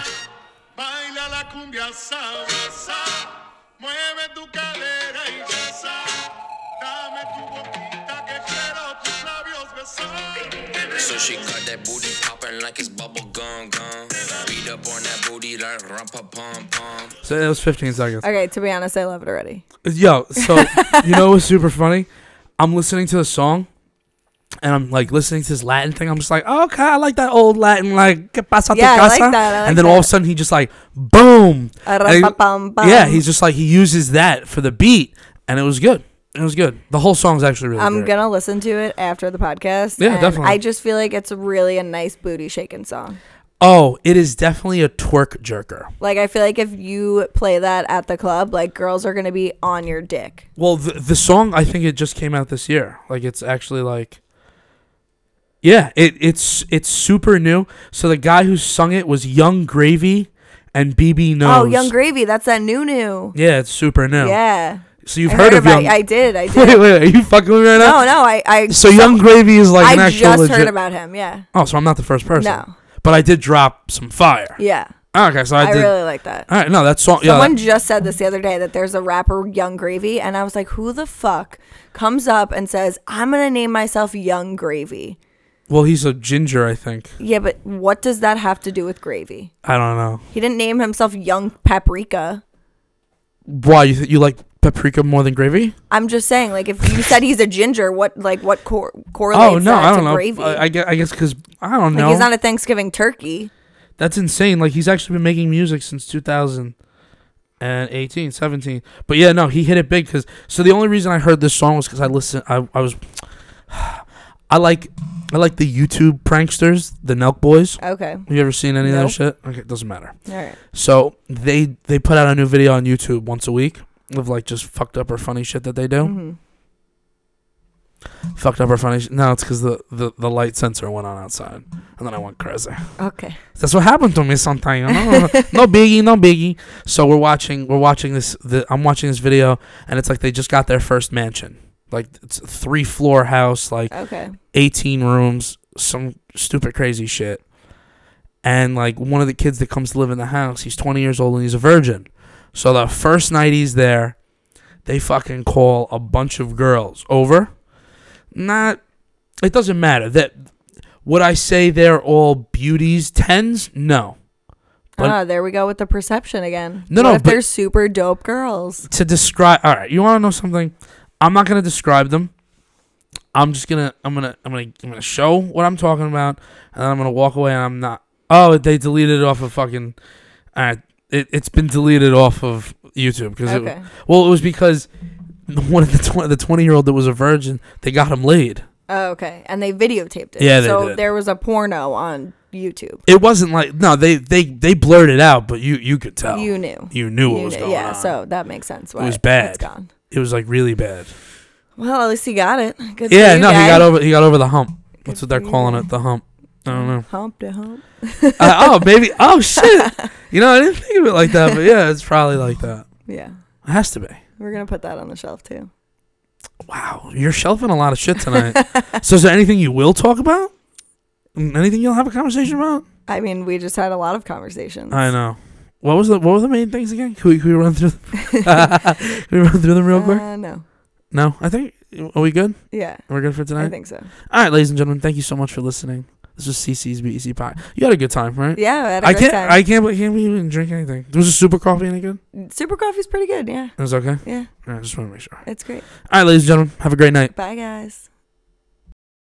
Speaker 3: Baila la cumbia salsa, mueve tu cadera y danza. Dame tu boquita que quiero tus labios besar.
Speaker 4: So she got that booty poppin' like it's bubble gum gum. Beat up on that booty like rumpa pum pum.
Speaker 1: So it was 15 seconds.
Speaker 2: Okay. To be honest, I love it already.
Speaker 1: Yo, so you know what's super funny? I'm listening to the song, and I'm like listening to this Latin thing. I'm just like, "Oh, okay, I like that old Latin, like que pasa
Speaker 2: Yeah, I
Speaker 1: tu
Speaker 2: like
Speaker 1: casa.
Speaker 2: that, I like
Speaker 1: and then all of a
Speaker 2: that.
Speaker 1: sudden he just like boom. And he-
Speaker 2: Arapapam-pam.
Speaker 1: yeah, he's just like he uses that for the beat, and it was good. It was good. The whole song's actually really.
Speaker 2: I'm
Speaker 1: great.
Speaker 2: gonna listen to it after the podcast.
Speaker 1: Yeah,
Speaker 2: and
Speaker 1: definitely.
Speaker 2: I just feel like it's really a nice booty shaking song.
Speaker 1: Oh, it is definitely a twerk jerker.
Speaker 2: Like I feel like if you play that at the club, like girls are gonna be on your dick.
Speaker 1: Well, the, the song I think it just came out this year. Like it's actually like Yeah, it it's it's super new. So the guy who sung it was Young Gravy and BB Knows.
Speaker 2: Oh, Young Gravy, that's that new new.
Speaker 1: Yeah, it's super new.
Speaker 2: Yeah,
Speaker 1: So you've
Speaker 2: I
Speaker 1: heard, of
Speaker 2: about.
Speaker 1: Young
Speaker 2: I did. I
Speaker 1: Wait,
Speaker 2: did.
Speaker 1: wait, are you fucking with me right now?
Speaker 2: no, no. I I
Speaker 1: So Young Gravy is like an
Speaker 2: I
Speaker 1: actual
Speaker 2: just
Speaker 1: legit
Speaker 2: heard about him. Yeah.
Speaker 1: Oh, so I'm not the first person.
Speaker 2: No.
Speaker 1: But I did drop some fire.
Speaker 2: Yeah.
Speaker 1: Okay, so I,
Speaker 2: I,
Speaker 1: did
Speaker 2: really like that.
Speaker 1: All right, no, that song yeah.
Speaker 2: Someone
Speaker 1: that-
Speaker 2: just said this the other day that there's a rapper Young Gravy, and I was like, who the fuck comes up and says, I'm gonna name myself Young Gravy?
Speaker 1: well, he's a ginger, I think.
Speaker 2: Yeah, but what does that have to do with gravy?
Speaker 1: I don't know.
Speaker 2: He didn't name himself Young Paprika.
Speaker 1: Why you th- you like paprika more than gravy?
Speaker 2: I'm just saying, like, if you said he's a ginger, what like what cor- correlates
Speaker 1: Oh no,
Speaker 2: that
Speaker 1: I
Speaker 2: to
Speaker 1: don't know.
Speaker 2: gravy?
Speaker 1: I, I guess I guess because I don't
Speaker 2: like
Speaker 1: know.
Speaker 2: he's not a Thanksgiving turkey.
Speaker 1: That's insane. Like he's actually been making music since 2018, 17. But yeah, no, he hit it big because. So the only reason I heard this song was because I listened. I I was. I like, I like the YouTube pranksters, the Nelk Boys.
Speaker 2: Okay,
Speaker 1: Have you ever seen any
Speaker 2: No.
Speaker 1: of that shit? Okay, it doesn't matter.
Speaker 2: all right.
Speaker 1: So they they put out a new video on YouTube once a week of like just fucked up or funny shit that they do.
Speaker 2: Mhm.
Speaker 1: Fucked up or funny. Sh- no, it's because the, the the light sensor went on outside, and then I went crazy.
Speaker 2: Okay.
Speaker 1: That's what happened to me sometimes. You know? no biggie, no biggie. So we're watching, we're watching this. The, I'm watching this video, and it's like they just got their first mansion. Like it's a three floor house, like
Speaker 2: Okay.
Speaker 1: 18 rooms, some stupid crazy shit. And like one of the kids that comes to live in the house, he's 20 years old and he's a virgin. So the first night he's there, they fucking call a bunch of girls over. Not, it doesn't matter. That would I say they're all beauties tens? No. But-
Speaker 2: ah, there we go with the perception again.
Speaker 1: No,
Speaker 2: What
Speaker 1: no,
Speaker 2: If
Speaker 1: but-
Speaker 2: they're super dope girls.
Speaker 1: To describe, all right. You want to know something? I'm not gonna describe them. I'm just gonna, I'm gonna, I'm gonna, I'm gonna show what I'm talking about, and then I'm gonna walk away. And I'm not. Oh, they deleted it off of fucking. All right, it, it's been deleted off of YouTube because it,
Speaker 2: Okay.
Speaker 1: Well, it was because one of the tw- the twenty year old that was a virgin, they got him laid.
Speaker 2: Oh, okay. And they videotaped it.
Speaker 1: Yeah, they
Speaker 2: so
Speaker 1: did.
Speaker 2: there was a porno on YouTube.
Speaker 1: It wasn't like no, they they they blurred it out, but you you could tell.
Speaker 2: You knew.
Speaker 1: You Oh. knew what
Speaker 2: You
Speaker 1: was
Speaker 2: kn-
Speaker 1: going
Speaker 2: yeah,
Speaker 1: on.
Speaker 2: so that makes sense. Why
Speaker 1: it was bad.
Speaker 2: It's gone.
Speaker 1: It was like really bad.
Speaker 2: Well, at least he got it. Good for
Speaker 1: Yeah,
Speaker 2: you,
Speaker 1: no, he
Speaker 2: guy.
Speaker 1: got over he got over the hump. That's
Speaker 2: Good
Speaker 1: what they're
Speaker 2: for you,
Speaker 1: calling
Speaker 2: guy.
Speaker 1: it, the hump. I don't know.
Speaker 2: Hump to hump.
Speaker 1: uh, oh, maybe. Oh shit. You know, I didn't think of it like that, but yeah, it's probably like that.
Speaker 2: Yeah.
Speaker 1: It has to be.
Speaker 2: We're gonna put that on the shelf too.
Speaker 1: Wow, you're shelving a lot of shit tonight. so, is there anything you will talk about? Mm, Anything you'll have a conversation about?
Speaker 2: I mean, we just had a lot of conversations.
Speaker 1: I know. What was the What were the main things again? Can we, can we run through? can we run through them real quick?
Speaker 2: Uh, no.
Speaker 1: No, I think. Are we good?
Speaker 2: Yeah,
Speaker 1: We're good for
Speaker 2: I
Speaker 1: tonight.
Speaker 2: think so.
Speaker 1: All right, ladies and gentlemen, thank you so much for listening. This was CC's BEC Pie. E You had a good time, right?
Speaker 2: Yeah, I had a
Speaker 1: I
Speaker 2: great
Speaker 1: can't.
Speaker 2: time.
Speaker 1: I can't. I can't believe you didn't drink anything. Was a super coffee any good?
Speaker 2: Super coffee's pretty good. Yeah,
Speaker 1: It was okay.
Speaker 2: yeah,
Speaker 1: All right, just want to make sure.
Speaker 2: it's great.
Speaker 1: All right, ladies and gentlemen, have a great night.
Speaker 2: Bye, guys.